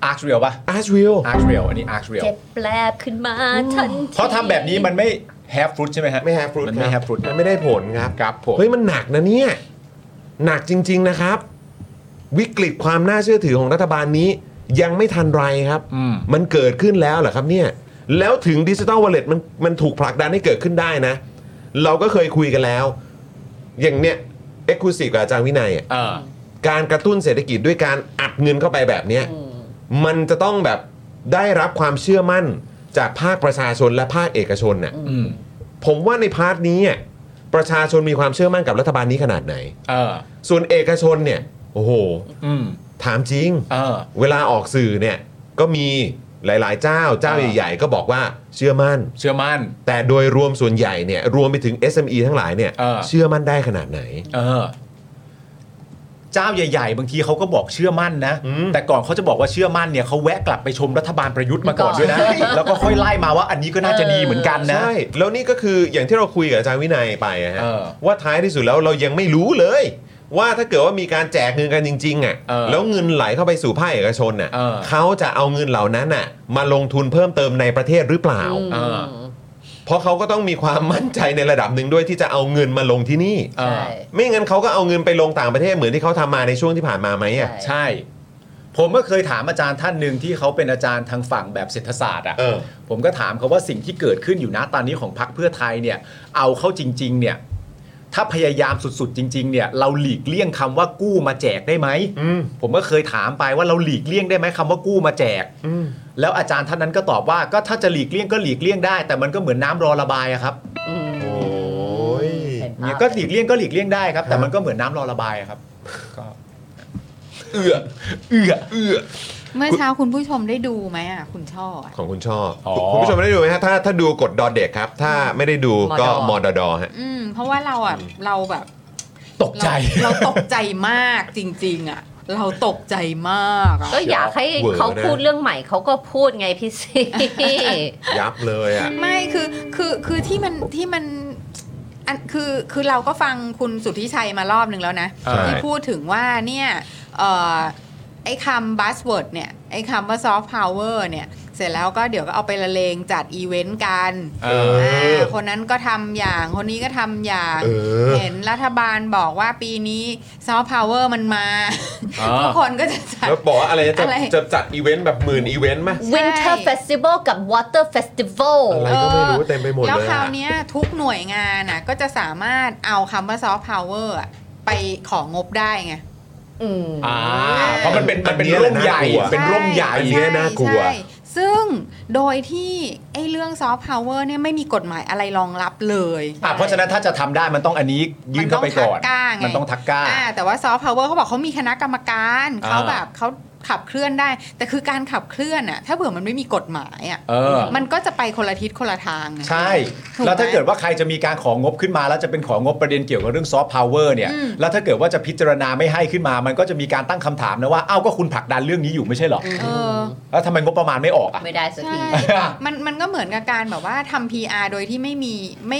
B: อาร์ชเรียลป่ะ
A: อาร์ชวิล
B: อาร์ชเรียลอันนี้อาร์ชเรียล
C: เจ็บแปลบขึ้นมาทันที
B: เพราะทำแบบนี้มันไม่แฮปฟรุตใช่ไหมฮะ
A: ไม่แฮปฟรุต
B: มันไม่แฮปฟรุต
A: มันไม่ได้ผลครับ
B: ครับผม
A: เฮ้ย มันหนักนะเนี่ย หนักจริง ๆ นะครับ วิกฤตความน่าเชื่อถือของรัฐบาลนี้ ยังไม่ทันไรครับ
B: อืม
A: มันเกิดขึ้นแล้วเหรอครับเนี่ย แล้วถึงดิจิ t a ลวอลเล็ตมันมันถูกผลักดันให้เกิดขึ้นได้นะ เราก็เคยคุยกันแล้ว อย่างเนี้ยเอ็กซ์คลูซีฟกับอาจารย์วินัยอะ
B: เออ
A: การกระตุ้นเศรษฐกิจด้วยการอัดเงินเข้าไปแบบเนี้ยมันจะต้องแบบได้รับความเชื่อมั่นจากภาคประชาชนและภาคเอกชนน่ะ
B: อืม
A: ผมว่าในพาร์ทนี้อ่ะประชาชนมีความเชื่อมั่นกับรัฐบาลนี้ขนาดไหน
B: เออ
A: ส่วนเอกชนเนี่ย โอ้โห
B: อืม
A: ถามจริง
B: เออ
A: เวลาออกสื่อเนี่ย ก็มีหลาย ๆ เจ้าเจ้า
B: อ่า
A: ใหญ่ ๆ ก็บอกว่าเชื่อมั่น
B: เชื่อมั่น
A: แต่โดยรวมส่วนใหญ่เนี่ยรวมไปถึง SME ทั้งหลายเนี่ย
B: อ่า
A: เชื่อมั่นได้ขนาดไหน
B: เออ เจ้าใหญ่ ๆ บางทีเขาก็บอกเชื่อมั่นนะ
A: อืม
B: แต่ก่อนเขาจะบอกว่าเชื่อมั่นเนี่ยเขาแวะกลับไปชมรัฐบาลประยุทธ์มาก่อน ด้วยนะ แล้วก็ค่อยไล่มาว่าอันนี้ก็น่าจะดีเหมือนกันนะ
A: ใช่ แล้วนี่ก็คืออย่างที่เราคุยกับอาจารย์วินัยไปอะฮะ
B: เออ
A: ว่าท้ายที่สุดแล้วเรายังไม่รู้เลย ว่าถ้าเกิดว่ามีการแจกเงินกันจริงๆอ่ะ
B: เออ
A: แล้วเงินไหลเข้าไปสู่ภาคเอกชนน่ะ
B: เออ
A: เขาจะเอาเงินเหล่านั้นน่ะมาลงทุนเพิ่มเติมในประเทศหรือเปล่า
B: เออ
A: เพราะเขาก็ต้องมีความมั่นใจในระดับหนึ่งด้วยที่จะเอาเงินมาลงที่นี่
B: เอ
C: ใช่
B: อ
A: ไม่งั้นเขาก็เอาเงินไปลงต่างประเทศเหมือนที่เขาทำมาในช่วงที่ผ่านมาไหมอ่ะ
C: ใช่
B: ใช่ ผมก็เคยถามอาจารย์ท่านหนึ่งที่เขาเป็นอาจารย์ทางฝั่งแบบเศรษฐศาสตร์อ่ะ
A: เออ
B: ผมก็ถามเขาว่าสิ่งที่เกิดขึ้นอยู่นะตอนนี้ของพรรคเพื่อไทยเนี่ย เอาเข้าจริง ๆ เนี่ย ถ้าพยายามสุด ๆ จริง ๆ เนี่ย เราหลีกเลี่ยงคำว่ากู้มาแจกได้ไหม
A: อืม
B: ผมก็เคยถามไปว่าเราหลีกเลี่ยงได้ไหมคำว่ากู้มาแจก
A: อืม
B: แล้วอาจารย์ท่านนั้นก็ตอบว่าก็ถ้าจะหลีกเลี่ยงก็หลีกเลี่ยงได้ แต่มันก็เหมือนน้ำรอระบายอะครับ
C: อืม
A: โอ้ย
C: ห็นภาพ
B: เนี่ยก็หลีกเลี่ยงก็หลีกเลี่ยงได้ครับ
A: ค
B: แต่
A: รับ
B: มันก็เหมือนน้ำรอระบายอะครับก็
A: เอือเอือเอือ
D: เมื่อเช้าคุณผู้ชมได้ดูไหมอ่ะ คุณช่ออะ
A: ของคุณชอบ
B: อ๋อ
A: คุณผู้ชมไม่ได้ดูไหมฮะถ้าถ้าดูกดดอเด็กครับ ถ้าไม่ได้ดูก็มอดอดอฮะ
D: อืม เพราะว่าเราอ่ะเราแบบ
B: ตกใจ
D: เราเราตกใจมากจริง ๆ อ่ะ เราตกใจมากอะ
C: ก็อยากให้
A: เวอร์นะ
C: เขาพูดเรื่องใหม่เขาก็พูดไงพี่ซี
A: ยับเลยอ่ะ
D: ไม่คือคือคือที่มันที่มันอันคือคือเราก็ฟังคุณสุทธิชัยมารอบหนึ่งแล้วนะ
A: ใช่
D: ที่พูดถึงว่าเนี่ยเอ่อไอ้คำบัสเวิร์ดเนี่ย ไอ้คำว่าซอฟต์พาวเวอร์เนี่ย เสร็จแล้วก็เดี๋ยวก็เอาไปละเลงจัดอีเวนต์กัน
A: เออ
D: าคนนั้นก็ทำอย่างคนนี้ก็ทำอย่าง
A: เออ
D: เห็นรัฐบาลบอกว่าปีนี้ซอฟต์พาวเวอร์มันมา
B: อ่า
D: ทุกคนก็จะจัด
A: แล้วบอกว่าอะไรนะจะ
D: อะไร
A: จะจัดอีเวนต์แบบหมื่นอีเวนต์ไหม
C: Winter
D: ใช่
C: Festival กับ Water Festival
A: อะไรก็ไม่รู้เต็มไปหมดเลย
D: แล้
A: อะ
D: วคราวเนี้ยทุกหน่วยงานน่ะก็จะสามารถเอาคำว่าซอฟต์พาวเวอร์ไปของงบได้ไง
C: อืม
B: อ่าเพราะมันเป็นมันเป็น
A: อันเนี้ย
B: ร่มใหญ่
A: น่ากลัว
B: เป็นร่มใหญ่
A: อันเนี้ยน่ากลัว
D: ใช่ซึ่งโดยที่ไอ้เรื่องซอฟต์พาวเวอร์เนี่ยไม่มีกฎหมายอะไรรองรับเลย
B: อ่ะเพราะฉะนั้นถ้าจะทำได้มันต้องอันนี้ยื่นเข้าไปก่อน
D: มั
B: มัน น
D: ต้
B: ต้
D: อ
B: อง ง
D: ทักก้าไง
B: ทักก้า
D: อ่าแต่ว่าซอฟต์พาวเวอร์เขาบอกเขามีคณะกรรมการ
B: อ่า
D: เขาแบบเขาขับเคลื่อนได้ แต่คือการขับเคลื่อนอ่ะถ้าเผื่อมันไม่มีกฎหมายอ่ะ
B: เออ
D: มันก็จะไปคนละทิศคนละทางไง
B: ใช่
D: ถูกไหม
B: แล้วถ้าเกิดว่าใครจะมีการของงบขึ้นมาแล้วจะเป็นของงบประเด็นเกี่ยวกับเรื่องซอฟต์พาวเวอร์เนี่ย
D: อืม
B: แล้วถ้าเกิดว่าจะพิจารณาไม่ให้ขึ้นมา มันก็จะมีการตั้งคำถามนะว่าเอ้าก็คุณผลักดันเรื่องนี้อยู่ไม่ใช่เหรอ
D: เออ
B: แล้วทำไมงบประมาณไม่ออกอ่ะ
C: ไม่ได้สักที
D: ใช่ มันมันก็เหมือนกับการแบบว่าทำ PR โดยที่ไม่มีไม่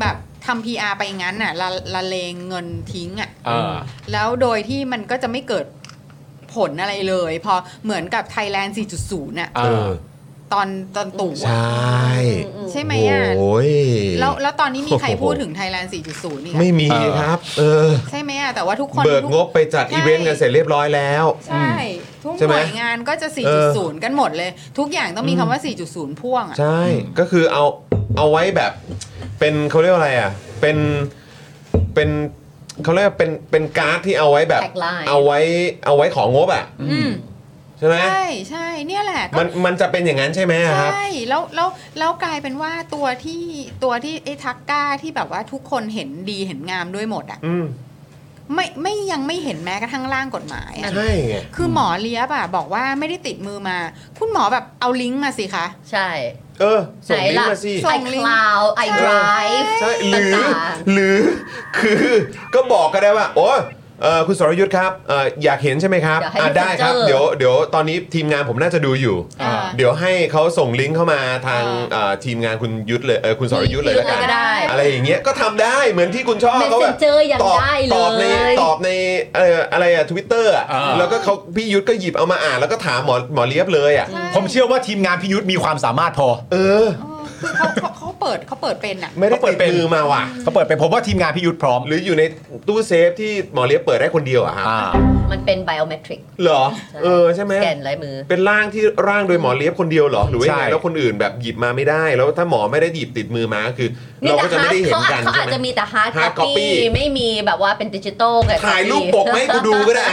D: แบบทำ PR ไปงั้นน่ะละละเลงเงินทิ้งอ่ะ
B: เออ
D: แล้วโดยที่มันก็จะไม่เกิดผลอะไรเลย พอเหมือนกับ Thailand 4.0น่ะ
B: เออ
D: ตอนตอนตู่
A: ใช
D: อะ
A: ่
D: ใช่ไหมอ่ะ
A: โอ้ย
D: แล้วแล้วตอนนี้มีใคร
A: โอ้โห
D: พูดถึง Thailand 4.0 นี่
A: ไม่
D: อะ
A: มี
B: เออ
A: ครับ เออ
D: ใช่ไหมอ่ะแต่ว่าทุกคน
A: เบิก
D: ทุก
A: งบไปจัด
D: ใช่
A: อีเวนต์กันเสร็จเรียบร้อยแล้ว
D: ใช่ทุก
A: ใช่
D: ห
A: ไหม
D: น่วยงานก็จะ
A: เออ
D: 4.0 กันหมดเลย ทุกอย่างต้องมีคำว่า 4.0 พ่วงอ่ะ
A: ใช่ ก็คือเอาเอาไว้แบบ เป็นเขาเรียกว่าอะไรอ่ะ เป็นเป็นเขาเรียกว่าเป็นเป็นการ์ดที่เอาไว้แบบ
C: Tagline
A: เอาไว้เอาไว้ของงบอ่ะ
D: อืม
A: ใช่ไหม
D: ใช่ใช่เนี่ยแหละก็
A: มันมันจะเป็นอย่างนั้นใช่ไหมครับ
D: ใช่แล้วแล้วแล้วกลายเป็นว่าตัวที่ตัวที่ไอ้ทักก้าที่แบบว่าทุกคนเห็นดีเห็นงามด้วยหมดอ่ะ
A: อืม
D: ไม่ไม่ยังไม่เห็นแม้กระทั่งร่างกฎหมายอะ
A: ใช่ไง
D: คือหมอเลียบอ่ะบอกว่าไม่ได้ติดมือมา คุณหมอแบบเอาลิงก์มาสิคะ
C: ใช่
A: เออ ส่ง
C: ไหน
A: ลิง
C: ล่ะ
A: ก์มาสิ
D: ส่งลิงก์
C: iCloud iDrive
A: ใช่ห
C: ต่
A: รือ
C: าง
A: หรือคือก็บอกก็ได้ว่า โอ้ยเอ่อคุณสรยุทธ์ครับเอ่ออยากเห็นใช่ไหมครับ
C: อยากให้
A: อ่ะได้ครับ
C: feature
A: เดี๋ยวเดี๋ยวตอนนี้ทีมงานผมน่าจะดูอยู่
D: อ่า
A: เดี๋ยวให้เขาส่งลิงก์เข้ามาทาง
D: อ่า
A: เอ่อทีมงานคุณยุทธเลยเออคุณสรยุทธ์เลยละกัน
C: ก็ได้
A: อะไรอย่างเงี้ยก็ทำได้เหมือนที่คุณชอบเขาแบบ
C: Messenger ยัง
A: ตอบ
C: ได้เล
A: ต
C: ย
A: อบในตอบในเอ่ออะไรอะทวิตเตอร์
B: อ่า
A: แล้วก็เขาพี่ยุทธก็หยิบเอามาอ่านแล้วก็ถามหมอหมอเลียบเลยอ่ะ
B: ผมเชื่อว่าทีมงานพิยุทธมีความสามารถพอ
A: เออ
D: เออคือเขาเขาเขาเปิดเขาเปิดเป็นอ่ะ
A: ไม่ได้
B: เขาเปิ
A: ติ
B: ด
A: ด
B: เป็น
A: มือมาว่ะ
B: เขาเปิดไปผมว่าทีมงานพิยุทธพร้อม
A: หรืออยู่ในตู้เซฟที่หมอเลียบเปิดได้คนเดียวอะฮะ
B: อ่า
C: ๆ มันเป็น biometric
A: เหรอ
C: ใช่
A: เออ ใช่ไหม
C: สแกนลายมือ
A: เป็นร่างที่ร่างโดยหมอเลียบคนเดียวเหรอ หรือว่ายังไง
B: ใช่
A: แล้วคนอื่นแบบหยิบมาไม่ได้ แล้วถ้าหมอไม่ได้หยิบติดมือมาก็คือ เราก็จะไม่ได้เห็นกัน
C: เขาอาจ
A: ใช่
C: จะ
A: ไหม
C: มีแต่ hard
A: hard copy
C: copy ไม่มีแบบว่าเป็นดิจิตอลไง
A: ถ่าย
C: copy
A: รูปปกมาให้กูดูก็ได้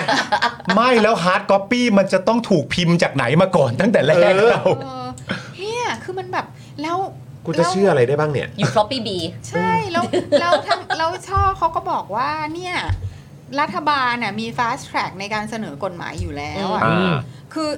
B: ไม่แล้วฮาร์ดคอปปี้มันจะต้องถูกพิมพ์จากไหนมาก่อนตั้งแต่แรก
A: เออ
B: เรา
D: เออเนี่ยคือมันแบบแล้ว
A: กูจะเชื่ออะไรได้บ้างเนี่ย
C: อยู่ floppy b
D: ใช่แล้วแล้วทางแล้วช่อเขาก็บอกว่าเนี่ยรัฐบาลน่ะมี fast track ในการเสนอกฎหมายอยู่แล้วอ่ะ
B: อืม
D: คือ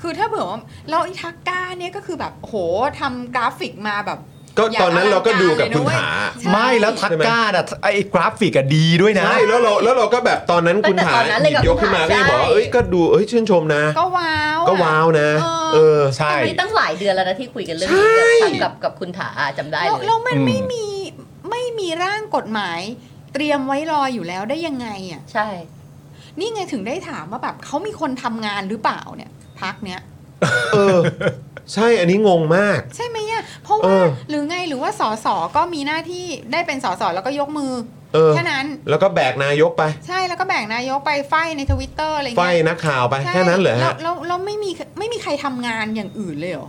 D: คือถ้าเผื่อว่าเราอิทักก้าเนี่ยก็คือแบบโหทำกราฟิกมาแบบ
A: ก็
D: ย่ง
A: ตอนนั้นเราก็ดูกับ
D: อ
A: คุ
D: ลังร
A: ณ
D: เลยนะเว้ย
A: ถา
D: ใช่
B: ไม่แล้วทัก
A: ใช่ไหม
B: ก้าน่ะไอ้กราฟิกอะดีด้วยนะ
A: ใช่แล้วเราแล้วเราก็แบบตอนนั้นคุณถา
C: ตั้งแต่ตอนนั้น
A: ห
C: เลย
A: ยิ
C: กั
A: บบยกขึ้นมา
C: คุณ
A: ก็ยังบ
C: ถา
A: อกว่า
C: ใช่
A: เอ้ยก็ดูเอ้ยชื่นชมนะ
D: ก็ว้าวอะ
A: ก็ว้าวนะ
D: เออ
A: เออ
B: ใช่
C: มันตั้งหลายเดือนแล้วนะที่คุยกันเรื่องนี้
A: ใช่
C: กับกับกับคุณถาอ่ะจำได้
D: แล้ว
C: เลย
D: แล้วมัน
B: อืม
D: ไม่มีไม่มีร่างกฎหมาย เตรียมไว้รออยู่แล้วได้ยังไงอ่ะ
C: ใช่
D: นี่ไงถึงได้ถามว่าแบบเขามีคนทำงานหรือเปล่าเนี่ย พักเนี้ย
A: เออ ใช่อันนี้งงมาก
D: ใช่ไหมเนี่ยเพราะ
A: เอ
D: ว่า
A: อ
D: หรือไงหรือว่าสสก็มีหน้าที่ได้เป็นสสแล้วก็ยกมือ
A: เออ
D: แค่นั้น
A: แล้วก็แบกนายกไป
D: ใช่แล้วก็แบ่งนายกไปไฟในทวิตเตอร์อะไร
A: ไฟ
D: เงี้ย
A: นักข่าวไปแค่นั้นเหรอฮะ
D: ใช่แล้วแล้วแล้วไม่มีไม่มีใครทำงานอย่างอื่นเลย เหรอ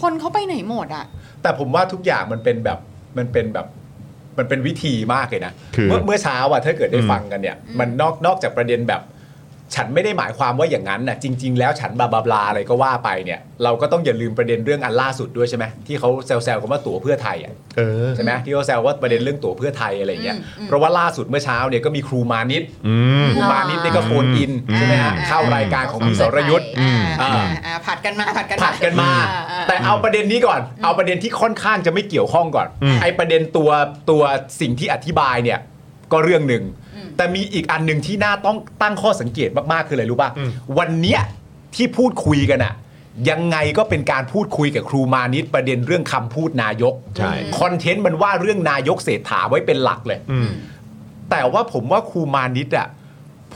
D: คนเขาไปไหนหมดอ่ะ
B: แต่ผมว่าทุกอย่างมันเป็นแบบมันเป็นแบบมันเป็นวิธีมากเลยนะ
A: คือ
B: เมื่อเมื่อเช้าอะถ้าเกิดได้
A: อืม
B: ฟังกันเนี่ย มันนอกนอกจากประเด็นแบบ ฉันไม่ได้หมายความว่าอย่างนั้นนะจริง ๆ แล้วฉันบลาบลาบลาอะไรก็ว่าไปเนี่ย เราก็ต้องอย่าลืมประเด็นเรื่องอันล่าสุดด้วยใช่ไหมที่เขาแซวๆกันว่าตั๋วเพื่อไทยอ่ะ
A: เออ
B: ใช่ไหมที่เขาแซวว่าประเด็นเรื่องตั๋วเพื่อไทยอะไรอย่างเงี้ยเพราะว่าล่าสุดเมื่อเช้าเนี่ยก็มีครูมานิด
A: อืม
B: ครูมานิดเนี่ยก็โฟนอิน
A: อืม
B: ใช่ไหมฮะเข้ารายการของคุณสรยุทธ
A: อืม
D: อ่า
B: อ่า
D: อ่าผัดกันมาผัดกัน
B: ผัดกันมา
D: อ่อ่
B: แต่เอาประเด็นนี้ก่อน เอาประเด็นที่ค่อนข้างจะไม่เกี่ยวข้องก่อน
A: อืม
B: ไอประเด็นตัวตัวสิ่งที่อธิบายเนี่ยก็เรื่องหนึ่ง แต่มีอีกอันหนึ่งที่น่าต้องตั้งข้อสังเกตมาก ๆ คืออะไรรู้ป่ะ วันเนี้ยที่พูดคุยกันอะยังไงก็เป็นการพูดคุยกับครูมานิดประเด็นเรื่องคำพูดนายก
A: ใช่
B: คอนเทนต์มันว่าเรื่องนายกเศรษฐาไว้เป็นหลักเลย
A: อืม
B: แต่ว่าผมว่าครูมานิดอะ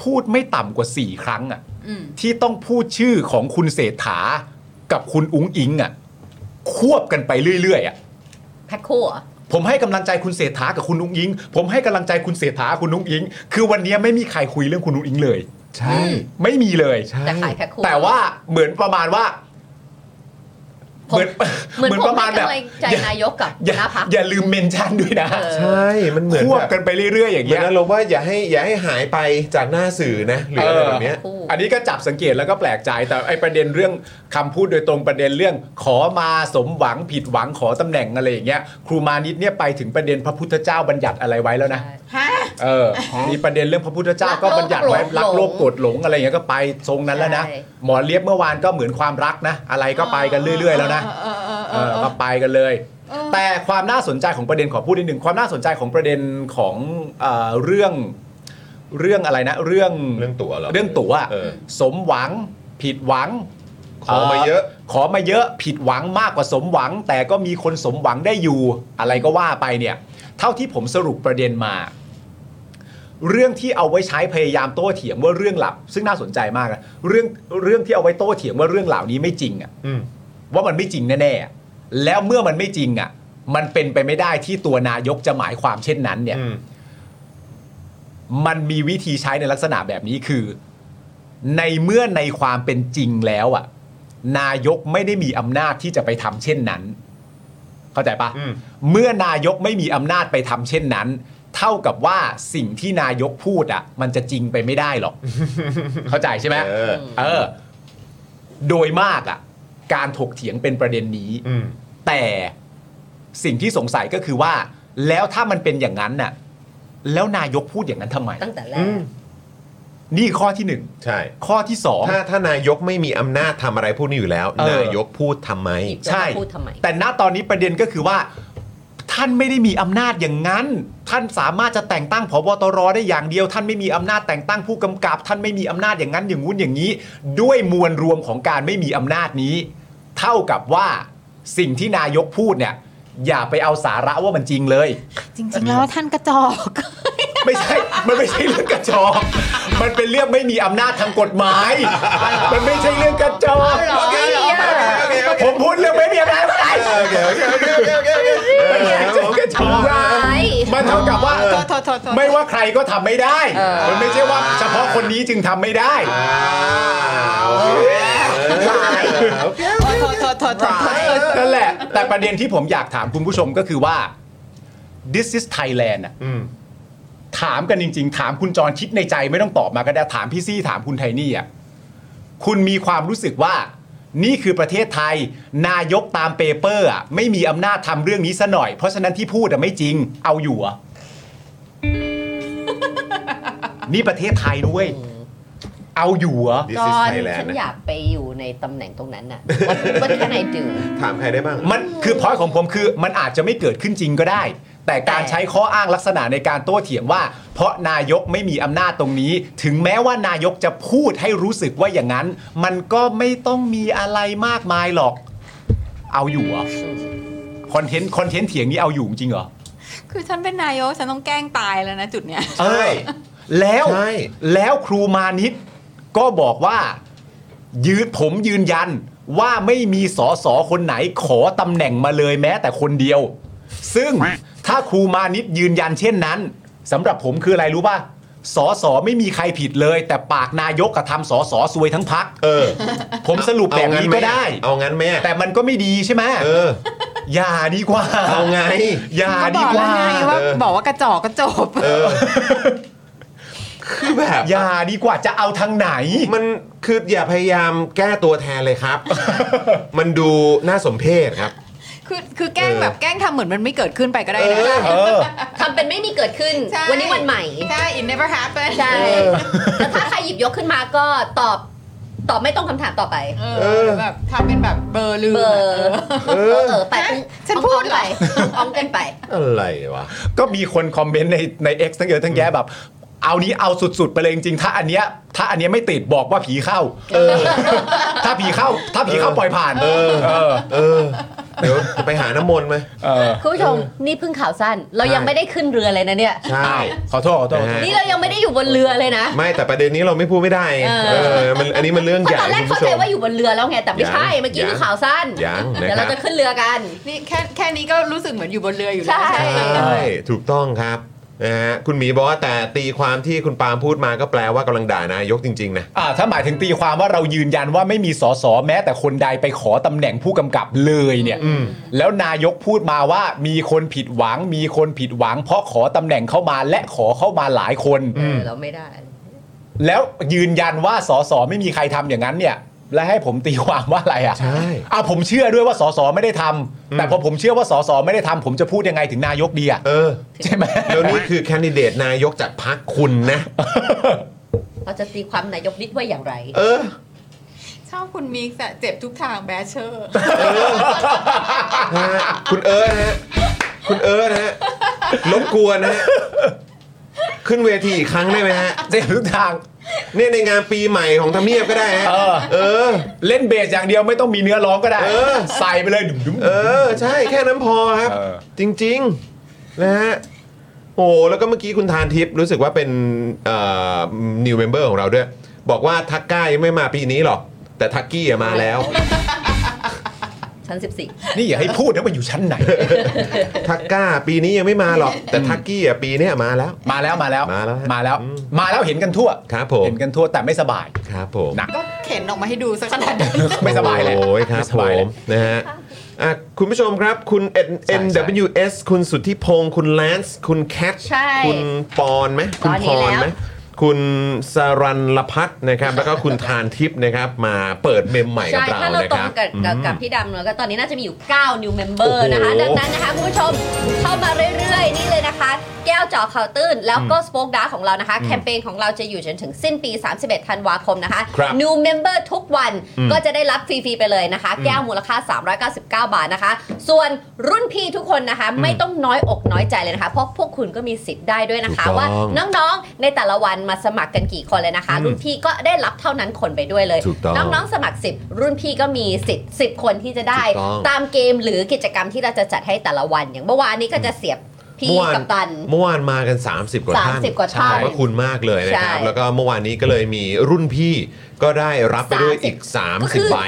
B: พูดไม่ต่ำกว่า 4 ครั้งอะ
D: อืม
B: ที่ต้องพูดชื่อของคุณเศรษฐากับคุณอุ้งอิงอะควบกันไปเรื่อยๆอะ
C: แพ็คคู่เหรอ
B: ผมให้กำลังใจคุณเศรษฐากับคุณอุ้งอิง ผมให้กำลังใจคุณเศรษฐาคุณอุ้งอิง คือวันนี้ไม่มีใครคุยเรื่องคุณอุ้งอิงเลย
A: ใช่
B: ไม่มีเลย
A: ใช่
C: แต่ขายแพ็คคู่
B: แต่ว่าเหมือนประมาณว่า
C: ผม เหมือน
B: เหมือน
C: ผม
B: ประมา
C: ให้
B: ณแบบ
C: กำลังใจนายกกับ
B: อย่า
C: หัวหน้าพัก
B: อย่าลืมเมนชั่นด้วยนะ
C: เออ
A: ใช่มันเหมือน
B: ควบ
A: แบ
B: กับ นไปเรื่อยๆอย่าง
A: เหมือน
B: เงี้ย
A: อารมณ์ว่าอย่าให้อย่าให้หายไปจากหน้าสื่อนะหรืออะไรแบบเนี้ย
C: คู่
B: อันนี้ก็จับสังเกตแล้วก็แปลกใจแต่ไอประเด็นเรื่องคำพูดโดยตรงประเด็นเรื่อง ขอมาสมหวังผิดหวังขอตำแหน่งอะไรอย่างเงี้ยครูมานิดเนี่ยไปถึงประเด็นพระพุทธเจ้าบัญญัติอะไรไว้แล้วนะ
C: ใช่
D: ฮะ
B: เออมีประเด็นเรื่องพระพุทธเจ้า
C: รักโลก
B: ก็บัญญัติไว้
C: หลง
B: รักโลกโกรธหลงอะไรอย่างเงี้ยก็ไปทรงนั้นแล้วนะ
C: ใช่
B: หมอเลียบเมื่อวานก็เหมือนความรักนะ อะไรก็ไปกันเรื่อย ๆ แล้วนะ
D: เออเออเอ
B: เอ
D: อ
B: อ
D: เออ
B: ก็ไปกันเลย
D: เออ
B: แต่ความน่าสนใจของประเด็นขอพูดนิดหนึ่งความน่าสนใจของประเด็นของเอ่อเรื่องเรื่องอะไรนะ เรื่อง
A: เรื่องตั๋วเหรอ
B: เรื่องตั๋ว
A: เออ
B: สมหวังผิดหวัง
A: ขอมาเยอะ
B: ขอมาเยอะผิดหวังมากกว่าสมหวัง แต่ก็มีคนสมหวังได้อยู่ อะไรก็ว่าไปเนี่ย เท่าที่ผมสรุปประเด็นมา เรื่องที่เอาไว้ใช้พยายามโต้เถียงว่าเรื่องเหลับ ซึ่งน่าสนใจมากนะเรื่องเรื่องที่เอาไว้โต้เถียงว่าเรื่องเหล่านี้ไม่จริงอ่ะ
A: อืม
B: ว่ามันไม่จริงแน่ๆ แล้วเมื่อมันไม่จริงอ่ะ มันเป็นไปไม่ได้ที่ตัวนายกจะหมายความเช่นนั้น เนี่ย
A: อืม
B: มันมีวิธีใช้ในลักษณะแบบนี้คือ ในเมื่อในความเป็นจริงแล้วอ่ะ นายกไม่ได้มีอำนาจที่จะไปทำเช่นนั้น เข้าใจปะ
A: อืม
B: เมื่อนายกไม่มีอำนาจไปทำเช่นนั้น เท่ากับว่าสิ่งที่นายกพูดอ่ะ มันจะจริงไปไม่ได้ หรอก เข้าใจใช่ไหม
A: เออ
B: เออ โดยมากอ่ะ การถกเถียงเป็นประเด็นนี้
A: อืม
B: แต่สิ่งที่สงสัยก็คือว่า แล้วถ้ามันเป็นอย่างนั้นน่ะ แล้วนายกพูดอย่างนั้นทำไม
C: ตั้งแต่แร
A: อื
C: ก
A: ม
B: นี่ข้อที่หนึ่ง
A: ใช่
B: ข้อที่สอง
A: ถ้าถ้านายกไม่มีอำนาจทำอะไรพวกนี้อยู่แล้ว
B: เออ
A: นายกพูดทำไม
C: จะมาพูดทำไม
B: แต่ณตอนนี้ประเด็นก็คือว่า ท่านไม่ได้มีอำนาจอย่างนั้น ท่านสามารถจะแต่งตั้งผบตรได้อย่างเดียว ท่านไม่มีอำนาจแต่งตั้งผู้กำกับ ท่านไม่มีอำนาจอย่างนั้นอย่างงู้นอย่างนี้ ด้วยมวลรวมของการไม่มีอำนาจนี้ เท่ากับว่าสิ่งที่นายกพูดเนี่ย อย่าไปเอาสาระว่ามันจริงเลย
D: จริงๆ แล้วท่านกระจอก
B: ไม่ใช่ มันไม่ใช่เรื่องกระจอก มันเป็นเรื่องไม่มีอำนาจทางกฎหมาย มันไม่ใช่เรื่องกระจอ
D: อ๋อ
B: ก
D: เหรอ
A: โอเคโอเค
B: ผมพูดเรื่องไม่มีอำนาจอะไร
A: โอเคโอเคโอเคโอเคโอเค
B: มันไม่ใช่เรื่องกระจอกมันเท่ากับว่า
D: โทษโทษโทษโทษ
B: ไม่ว่าใครก็ทำไม่ได้ มันไม่ใช่ว่าเฉพาะคนนี้จึงทำไม่ได้
A: อ่าโอเคโอเค
D: โทษโทษโทษโทษโทษ
B: นั่นแหละ แต่ประเด็นที่ผมอยากถามคุณผู้ชมก็คือว่า this is Thailand อะ
A: อืม
B: ถามกันจริง ๆ ถามคุณจรคิดในใจไม่ต้องตอบมาก็ได้ถามพี่ซี่ถามคุณไทนี่อ่ะคุณมีความรู้สึกว่า นี่คือประเทศไทย นายกตามเปเปอร์อะไม่มีอำนาจทำเรื่องนี้ซะหน่อย เพราะฉะนั้นที่พูดอะไม่จริง เอาอยู่เหรอะนี่ประเทศไทยด้วย เอาอยู่เหรอ
A: This
C: ก่
A: is
C: อน
A: Thailand
C: ฉัน
A: นะ
C: อยากไปอยู่ในตำแหน่งตรงนั้นน่ะ What What can I do
A: ถามใครได้บ้าง
B: มันคือพอยของผมคือมันอาจจะไม่เกิดขึ้นจริงก็ได้ แต่การ
C: แต่
B: ใช้ข้ออ้างลักษณะในการโต้เถียงว่า เพราะนายกไม่มีอำนาจตรงนี้ ถึงแม้ว่านายกจะพูดให้รู้สึกว่าอย่างนั้น มันก็ไม่ต้องมีอะไรมากมายหรอก เอาอยู่เหรอคอนเทนต์คอนเทนต์เถียงนี้เอาอยู่จริงเหรอ
D: คือฉันเป็นนายกฉันต้องแกล้งตายแล้วนะจุดเนี้ย
B: เออแล้ว
A: ใช่
B: แล้วครูมานิดก็บอกว่า ยืดผมยืนยันว่าไม่มีสอสอคนไหนขอตำแหน่งมาเลยแม้แต่คนเดียว ซึ่งถ้าครูมานิดยืนยันเช่นนั้นสำหรับผมคืออะไรรู้ป่ะสอสอไม่มีใครผิดเลย แต่ปากนายกกระทำสอสอซวยทั้งพัก
A: เออ
B: ผมสรุปแบบนี้ก็ได้
A: เอางั้นไหมอะ
B: แต่มันก็ไม่ดีใช่ไหม
A: เออ
B: อย่าดีกว่า
A: เอาไง
B: อย่า
D: ก็บ
B: ดี
D: อก
B: ก
D: แล้ว
B: ว่า
D: ไงว่าบอกว่ากระจอกก็จบ
A: เออ คือแบบ
B: อย่าดีกว่าจะเอาทางไหน
A: มันคืออย่าพยายามแก้ตัวแทนเลยครับ มันดูน่าสมเพชครับ
D: คือคือแกล้ง
A: เออ
D: แบบแกล้งทำเหมือนมันไม่เกิดขึ้นไปก็ได้นะ
B: เออ
C: ทำเป็นไม่มีเกิดขึ้น
D: ใช่
C: วันนี้วันใหม่
D: ใช่ it never happened
C: ใช่ แล้วถ้าใครหยิบยกขึ้นมาก็ตอบ ตอบไม่ต้องคำถามต่อไป
D: เออแบบทำเป็นแบบเบอร์ลืม
C: เบอ
D: อะ
C: ร์
D: เออ
C: เออเออไป
D: ฮะฉันพูดเหรอ
C: ไปอ้อมกันไป
A: อะไรวะ
B: ก็มีคนคอมเมนต์ในใน X ทั้งเยอะทั้งแย่แบบ เอานี้เอาสุดๆ ไปเลยจริงๆ ถ้าอันเนี้ยถ้าอันเนี้ยไม่ติดบอกว่าผีเข้า เออ ถ้าผีเข้า ถ้าผีเข้าปล่อยผ่าน เออ เออ
A: เออ เดี๋ยวจะไปหาน้ำมนต์ไหม
B: เออ
C: คุณผู้ชมนี่เพิ่งข่าวสั้น เรายัง
A: ใช่
C: ไม่ได้ขึ้นเรือเลยนะเนี่ย
A: ใช่
B: ขอโทษขอโทษ
A: นะฮะ
C: นี่เรายังไม่ได้อยู่บนเรือเลยนะ
A: ไม่แต่ประเด็นนี้เราไม่พูดไม่ได้
C: เออ
A: เออมันอันนี้มันเรื่อง
C: เพราะ
A: ใหญ่
C: ตอนแรก
A: คุณ
C: เข้า
A: ผู้ช
C: ใจ
A: ม
C: ว่าอยู่บนเรือแล้วไง แต่ไม่ใช่
A: ยัง
C: เมื่อกี้
A: ยัง
C: คือข่าวสั้น
A: ยังนะครับ
C: เดี๋ยวเราจะขึ้นเรือกัน
D: นี่แค่แค่นี้ก็รู้สึกเหมือนอยู่บนเรืออยู่
C: ใช่
D: แล้วใช่ไหม
A: ใช่ถูกต้องครับนะฮะคุณหมีบอกว่าแต่ตีความที่คุณปาล์มพูดมาก็แปลว่ากำลังด่านายกจริง ๆ นะ
B: อ่าถ้าหมายถึงตีความว่าเรายืนยันว่าไม่มีสสแม้แต่คนใดไปขอตำแหน่งผู้กำกับเลยเนี่ย
A: อืม
B: แล้วนายกพูดมาว่ามีคนผิดหวัง มีคนผิดหวัง เพราะขอตำแหน่งเข้ามาและขอเข้ามาหลายคน
C: เออเราไม่ได้
B: แล้วยืนยันว่าสสไม่มีใครทำอย่างนั้นเนี่ย และให้ผมตีความว่าอะไรอ่ะ
A: ใช่
B: อ่ะผมเชื่อด้วยว่าสสไม่ได้ทำแต่พอผมเชื่อว่าสสไม่ได้ทำผมจะพูดยังไงถึงนายกดีอ่ะ
A: เออ
B: ใช่ไหม
A: แล้วนี่คือแคนดิเดตนายกจากพรรคคุณนะ
C: เราจะตีความนายกนิดว่าอย่างไร
A: เออ
D: ชอบคุณมิกซ์อะเจ็บทุกทางแบชเชอร์
A: ฮะคุณเอิร์ธฮะ คุณเอิร์ธฮะรบกวนฮะ ขึ้นเวทีอีกครั้งได้ไหมฮะ
B: เจ็บทุกทาง
A: เนี่ยในงานปีใหม่ของทำเนียบก็ได้ฮะ
B: เออ
A: เออ
B: เล่นเบสอย่างเดียวไม่ต้องมีเนื้อร้องก็ได้
A: เออ
B: ใส่ไปเลยดุมดุม
A: เออ ใช่แค่นั้นพอครับ
B: เออ
A: จริง ๆ นะฮะ โอ้แล้วก็เมื่อกี้คุณทานทิพย์รู้สึกว่าเป็นเอ่อ new member ของเราด้วย บอกว่าทักก้ายังไม่มาปีนี้หรอก แต่ทักกี้อะมาแล้ว
C: ชั้น 14
B: นี่อย่าให้พูดนะมันอยู่ชั้นไหน
A: ทักก้าปีนี้ยังไม่มาหรอก แต่ทักกี้อะปีเนี้ยมาแล้ว
B: มาแล้วมาแล้ว
A: มาแล้วฮะ
B: มาแล้ว
A: อืม
B: มาแล้วเห็นกันทั่ว
A: ครับผม
B: เห็นกันทั่วแต่ไม่สบาย
A: ครับผม
B: หนัก
D: ก็เข็นออกมาให้ดูสักขนาดนั้น
B: ไม่สบายเลย
A: โอ้ยครับ
B: ไม่ส
A: ผ
B: บายเลย
A: มนะฮะอ่ะคุณผู้ชมครับ คุณ N-
B: ใช่
A: NWS คุณสุทธิพงศ์คุณแลนซ์คุณแคท
C: ใช่
A: คุณปอนไหมคุณ
C: ต
A: ป
C: อน
A: อ
C: นี้
A: น
C: แล้ว
A: ไหมคุณสรันลพัฒน์นะครับ แล้วก็คุณทานทิพย์นะครับ มาเปิดเมมใหม่กับ
C: ใช่
A: เรา
C: ถ้าเรา
A: นะค
C: ตรง
A: รับ
C: กับกับ
A: อืม
C: กับพี่ดำเนอะก็ตอนนี้น่าจะมีอยู่ 9 new member
A: โอ้โห
C: นะคะ ดังนั้นนะคะคุณผู้ชมเข้ามาเรื่อยๆ นี่เลยนะคะ แก้วเจอข่าวตื้น แล้วก็ Spoke Dark ของเรานะคะ แคมเปญของเราจะอยู่จนถึงสิ้นปี 31 ธันวาคมนะคะ
A: ครับ
C: new member ทุกวันก็จะได้รับฟรีๆ ไปเลยนะคะ แก้วมูลค่า 399 บาทนะคะ ส่วนรุ่นพี่ทุกคนนะคะ ไม่ต้องน้อยอกน้อยใจเลยนะคะ เพราะพวกคุณก็มีสิทธิ์ได้ด้วยนะคะ
A: ถูกต้อง
C: ว่าน้องๆ ในแต่ละวันมาสมัครกันกี่คนเลยนะคะ
A: อืม
C: รุ่นพี่ก็ได้รับเท่านั้นคนไปด้วยเลย
A: ถูกต้อง
C: น้องๆ สมัคร 10 รุ่นพี่ก็มีสิทธิ์10 คนที่จะได้
A: ถูกต้อง
C: ตามเกมหรือกิจกรรมที่เราจะจัดให้แต่ละวัน อย่างเมื่อวานนี้ก็จะเสียบพี่
A: เมื่อวาน
C: กับตัน
A: เมื่อวานมากัน 30 กว่าท่าน
C: 30กว่าท่าน
A: ขอบพระคุณมากเลยนะครับ
C: ใช่
A: แล้วก็เมื่อวานนี้ก็เลยมีรุ่นพี่ก็ได้รับไปด้วยอีก
C: ก็คือ
A: 30ใบ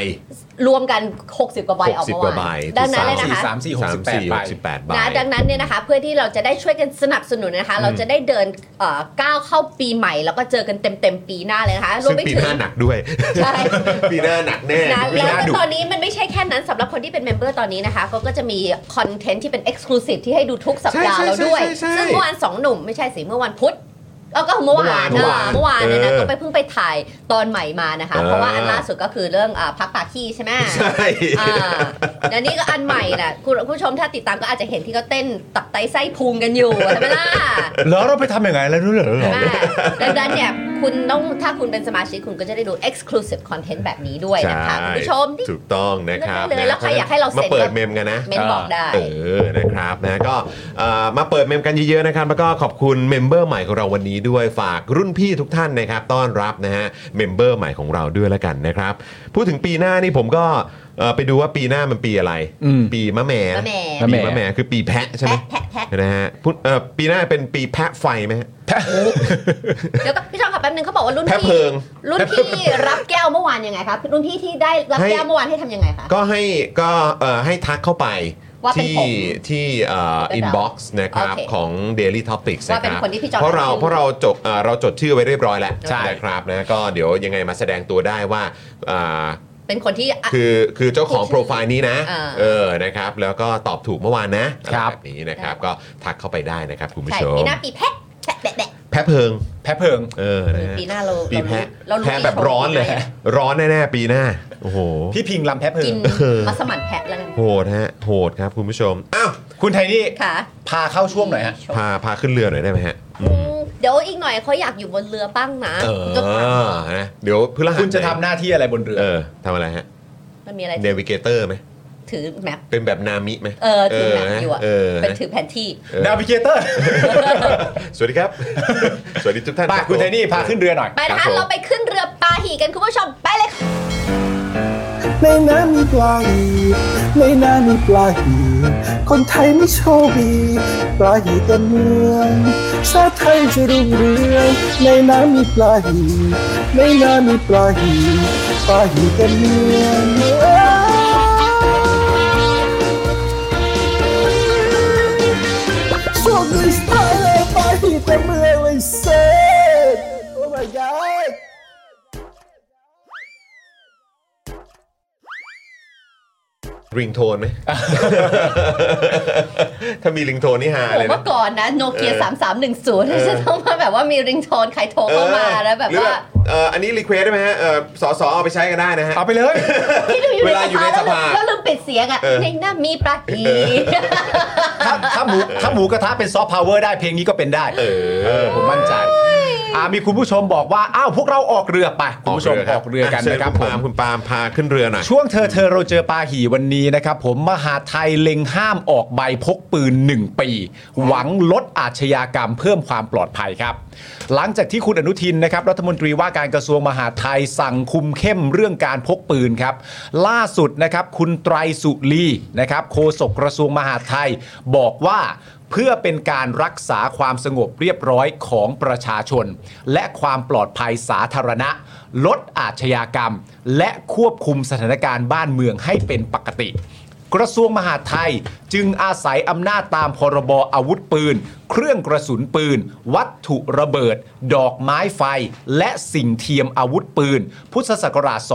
C: รวมกัน 60 กว่าใบออก
A: 60
C: มาก
A: ว่าใบ
C: วานดังนั้นเลยนะ
B: สี่
C: คะ
B: สามสี่หกสิบแปด
A: 34
B: ใบ
A: 68ใบ
C: นะดังนั้นเนี่ยนะคะเพื่อที่เราจะได้ช่วยกันสนับสนุนนะคะ เราจะได้เดินเอ่อก้าวเข้าปีใหม่ แล้วก็เจอกันเต็มๆปีหน้าเลยนะคะรว
A: ซึ่
C: ม
A: ง
C: ไป
A: ปี
C: ถึ
A: ห
C: ง
A: น้าหนักด้วย
C: ใช่
A: ปีหน้าหนักแน่
C: นะ
B: ปี
C: แล้
B: ห
C: ว
B: น้าดุ
C: ก็ตอนนี้มันไม่ใช่แค่นั้นสำหรับคนที่เป็นเมมเบอร์ตอนนี้นะคะเขาก็จะมีคอนเทนต์ที่เป็นเอ็กซ์คลูซีฟที่ให้ดูทุกสัปดาห์
A: ใช่ใช่
C: เราด้วย
A: ใช่ใช่
C: ซึ่งเมื่อวานสองหนุ่มไม่ใช่สิเมื่อวานพุธแล้วก็เมื่อวาน
A: เมื่อวาน
C: อ่ะเมื่อวานเนี่ยนะ
A: เออ
C: ก็ไปเพิ่งไปถ่ายตอนใหม่มานะคะ
A: เออ
C: เพราะว่าอันล่าสุดก็คือเรื่องอ่าพักปากขี้ใช่ไหม
A: ใช่
C: อ่าอันนี้ก็อันใหม่แหละคุณคุณผู้ชมถ้าติดตามก็อาจจะเห็นที่เขาเต้นตับไตไส้พุงกันอยู่ ใช่ไหมล่ะ
B: แล้วเราไปทำอย่างไรแล้วด้วยเหรอ
C: ใช่ไหมดังนั้นเนี่ยคุณต้องถ้าคุณเป็นสมาชิกคุณก็จะได้ดู exclusive content แบบนี้ด้วยนะคะคุณผู้ชมที่
A: ถูกต้องนะครับ
C: เลือกได้เลย
A: นะ
C: แล้วใครอยากให้เราเซ็น
A: มาเปิดเมมกันนะ
C: เมนบอกได้
A: เออ นะครับนะก็เอ่อมาเปิดเมมกันเยอะๆนะครับ แล้วก็ขอบคุณเมมเบอร์ใหม่ของเราวันนี้ด้วยฝากรุ่นพี่ทุกท่านนะครับ ต้อนรับนะฮะเมมเบอร์ใหม่ของเราด้วยแล้วกันนะครับ พูดถึงปีหน้านี่ผมก็เอ่อไปดูว่าปีหน้ามันปีอะไร
B: อืม
A: ปีมะแม่
C: มะแม่
A: ปีมะแม่คือปีแพะใช่ไหม
C: แพะแพะแพะ
A: นะฮะพูดเอ่อปีหน้าเป็นปีแพะไฟไหมฮะ
C: เดี๋ยวก็พี่ชองค่ะแป๊บนึงเขาบอกว่ารุ่น
A: แพะ
C: พี่
A: เพิง
C: รุ่นพี่รับแก้วเมื่อวานยังไงคะรุ่นพี่ที่ได้รับ
A: ให้
C: แก้วเมื่อวานให้ทำยังไงคะ
A: ก็ให้ก็เอ่อให้ทักเข้าไป
C: ว่าเป็น
A: ที่
C: ผม
A: ที่เอินบ็อกซ์นะครับ
C: โอเค
A: ของ Daily Topics
C: ว่า
A: นะค
C: เป็
A: น รับ
C: คนที่พี่จอห์น
A: เพราะเรา
C: ให้ชื่อ
A: เพราะเราจบเอ่อเราจดชื่อไว้เรียบร้อยแล้ว
C: ใช่
A: นะครับนะก็เดี๋ยวยังไงมาแสดงตัวได้ว่าอ่า
C: เป็นคนที่อ่ะ
A: คือคือเจ้าของโปรไฟล์นี้นะ
C: เออ
A: เออนะครับแล้วก็ตอบถูกเมื่อวานนะครับ แบบนี้นะครับก็ทักเข้าไปได้นะครับคุณผู้
C: ใช่
A: ชม
C: ปีหน้าปีแพะแพะแพะแพะ
A: แพ้เพิง
B: แพ้เพิง
A: เออนะฮะ
C: ปีหน้าเรา
A: ปีแพ้
C: เรารู้
A: แพ้แบบร้อนเลย
C: เรารู้
A: ร้อนแน่ๆปีหน้า โอ้โห
B: พี่พิงลำแพ้เพิ
C: กิ
B: ง
C: นมัสมั่นแพะแล้วกัน
A: โหดฮะ โหดครับคุณผู้ชม อ้าว
B: คุณไทนี่
C: ค่ะ
B: พาเข้าช่วงหน่อยฮะ
A: พาพาขึ้นเรือหน่อยได้ไหมฮะอื
C: อื
A: ม
C: มเดี๋ยวอีกหน่อยเขาอยากอยู่บนเรือบ้างนะ
A: เอ
C: จนกว่า
A: อนะเดี๋ยวพฤหัส
B: คุณจะทำหน้าที่อะไรบนเรือ
A: เออทำอะไรฮะ
C: มันมีอะไร
A: เนวิเกเตอร์ไหม
C: ถือแมป
A: เป็นแบบนามิไหม
C: เออถือแมปอยู่อะ
A: เออ
C: เป็น
A: นะ
C: ถือแผนที่
A: เออ
B: ดาวิเกเตอร์
A: สวัสดี ครับ สวัสดีทุกท่าน
B: ไป
A: รับ
B: คุณไทนี่พาขึ้นเรือหน่อย
C: ไปนะคะเราไปขึ้นเรือปาหีกันคุณผู้ชมไปเลยค่ะ
E: ในน้ำมีปลาหีในน้ำมีปลาหีคนไทยไม่โชคดีปลาหีเต็มเมืองชาติไทยจะรุ่งเรืองในน้ำมีปลาหีในน้ำมีปลาหีปลาหีเต็มเมืองเอ้ยโชคดีสไตล์เลยปลาหีเต็มเมืองเลยเซ่โอ้ my god
A: ริงโท นไหม ถ้ามีริงโทนนี่ฮา
C: ผ
A: เล
C: ม
A: ยนะ
C: ว่าก่อนนะโนเกีย
A: เออ
C: สามสามหนึ่งศูนย์
A: เออ
C: จะต้องมาแบบว่ามีริงโทนใครโทรเข้ามาแล้วแบบ
A: หรือ
C: ว่า
A: เอ่ออันนี้รีเควสได้ไหมฮะเอ่อสอสอเอาไปใช้กันได้นะฮะ
B: เอาไปเลย
A: เวลาอยู่ในสภา
C: แล้วลืมปิดเสียงอ่ะ
A: เออ
C: ในหน้ามีปลาอี
B: ถ้าถ้าหมูถ้าหมูกระทะเป็นซอฟต์พาวเวอร์ได้เพลงนี้ก็เป็นได้
A: เออ
B: ผมมั่นใจอ่ามีคุณผู้ชมบอกว่า อ้าว พวกเราออกเรือไป คุณผู้ชมออกเรือกันนะครับ
A: เชิญ
B: ผ
A: คุณปาล์ม
B: ม
A: คุณปาล์มพาขึ้นเรือหน่อย
B: ช่วงเธอเธอเราเจอปาหีวันนี้นะครับ ผมมหาไทยเล็งห้ามออกใบพกปืน 1 ปี หวังลดอาชญากรรมเพิ่มความปลอดภัยครับ หลังจากที่คุณอนุทินนะครับรัฐมนตรีว่าการกระทรวงมหาดไทยสั่งคุมเข้มเรื่องการพกปืนครับ ล่าสุดนะครับคุณไตรสุรีนะครับโฆษกกระทรวงมหาดไทย บอกว่า เพื่อเป็นการรักษาความสงบเรียบร้อยของประชาชน และความปลอดภัยสาธารณะ ลดอาชญากรรม และควบคุมสถานการณ์บ้านเมืองให้เป็นปกติ กระทรวงมหาดไทยจึงอาศัยอำนาจตามพรบอาวุธปืน เครื่องกระสุนปืน วัตถุระเบิด ดอกไม้ไฟ และสิ่งเทียมอาวุธปืน พุทธศักราช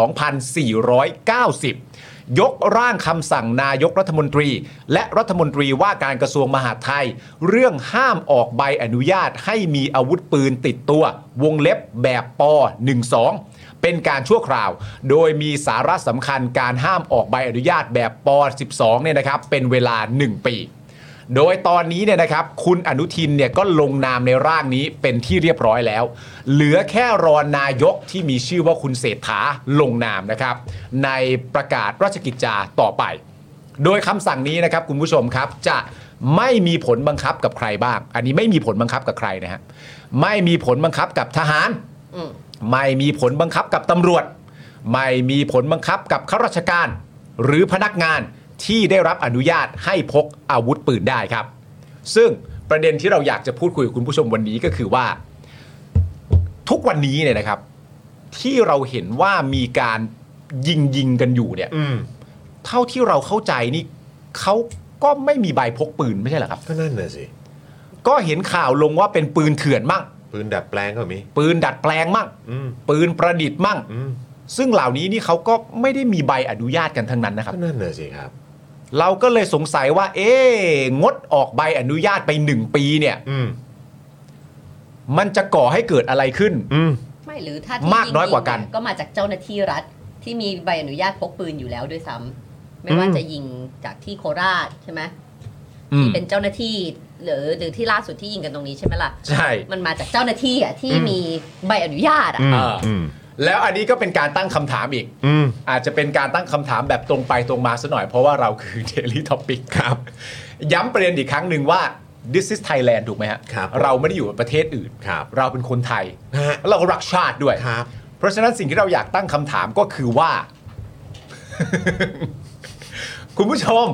B: 2490 ยกร่างคำสั่งนายกรัฐมนตรี และรัฐมนตรีว่าการกระทรวงมหาดไทย เรื่องห้ามออกใบอนุญาตให้มีอาวุธปืนติดตัว วงเล็บแบบป .12 เป็นการชั่วคราว โดยมีสาระสำคัญการห้ามออกใบอนุญาตแบบป .12 เนี่ยนะครับ เป็นเวลา 1 ปี โดยตอนนี้เนี่ยนะครับ คุณอนุทินเนี่ยก็ลงนามในร่างนี้เป็นที่เรียบร้อยแล้ว เหลือแค่รอนายกที่มีชื่อว่าคุณเศรษฐาลงนามนะครับ ในประกาศราชกิจจาต่อไป โดยคำสั่งนี้นะครับคุณผู้ชมครับจะไม่มีผลบังคับกับใครบ้าง อันนี้ไม่มีผลบังคับกับใครนะฮะไม่มีผลบังคับกับทหาร ไม่มีผลบังคับกับตำรวจ ไม่มีผลบังคับกับข้าราชการ หรือพนักงานที่ได้รับอนุญาตให้พกอาวุธปืนได้ครับ ซึ่งประเด็นที่เราอยากจะพูดคุยกับคุณผู้ชมวันนี้ก็คือว่า ทุกวันนี้เนี่ยนะครับ ที่เราเห็นว่ามีการยิงยิงๆกันอยู่เนี่ย
A: อืม
B: เท่าที่เราเข้าใจนี่เขาก็ไม่มีใบพกปืนไม่ใช่เหรอครับ
A: ก็นั่นน่ะสิ
B: ก็เห็นข่าวลงว่าเป็นปืนเถื่อนมั่ง
A: ปืนดัดแปลงก็มี
B: ปืนดัดแปลงมั่ง
A: อืม
B: ปืนประดิษฐ์มั่ง
A: อืม
B: ซึ่งเหล่านี้นี่เขาก็ไม่ได้มีใบอนุญาตกันทั้งนั้นนะครับ
A: ก็นั่นน่ะสิครับ
B: เราก็เลยสงสัยว่า เอ๊ะงดออกใบอนุญาตไปหนึ่งปีเนี่ย
A: อืม
B: มันจะก่อให้เกิดอะไรขึ้น
A: อืม
C: ไม่หรือถ้าที่
B: มากน้อยกว่ากัน
C: งๆเก็มาจากเจ้าหน้าที่รัฐที่มีใบอนุญาตพกปืนอยู่แล้วด้วยซ้ำไม่ว่าจะยิงจากที่โคราชใช่ไหม
B: อืม
C: เป็นเจ้าหน้าที่หรือหรือที่ล่าสุดที่ยิงกันตรงนี้ใช่ไหมล่ะ
B: ใช่
C: มันมาจากเจ้าหน้าที่อ่ะที่มีใบอนุญาตอ่ะ
A: อืม
B: เออ
A: อื
B: อื
A: ม
B: แล้วอันนี้ก็เป็นการตั้งคำถามอีก
A: อืม
B: อาจจะเป็นการตั้งคำถามแบบตรงไปตรงมาซะหน่อยเพราะว่าเราคือ Daily Topic ครับ ย้ำประเด็นอีกครั้งหนึ่งว่า this is Thailand ถูกไหมฮะ
A: ครับ
B: เราไม่ได้อยู่ประเทศอื่น
A: ครับ
B: เราเป็นคนไทย
A: ฮะ
B: เราก็รักชาติด้วย
A: ครับ
B: เพราะฉะนั้นสิ่งที่เราอยากตั้งคำถามก็คือว่า คุณผู้ชม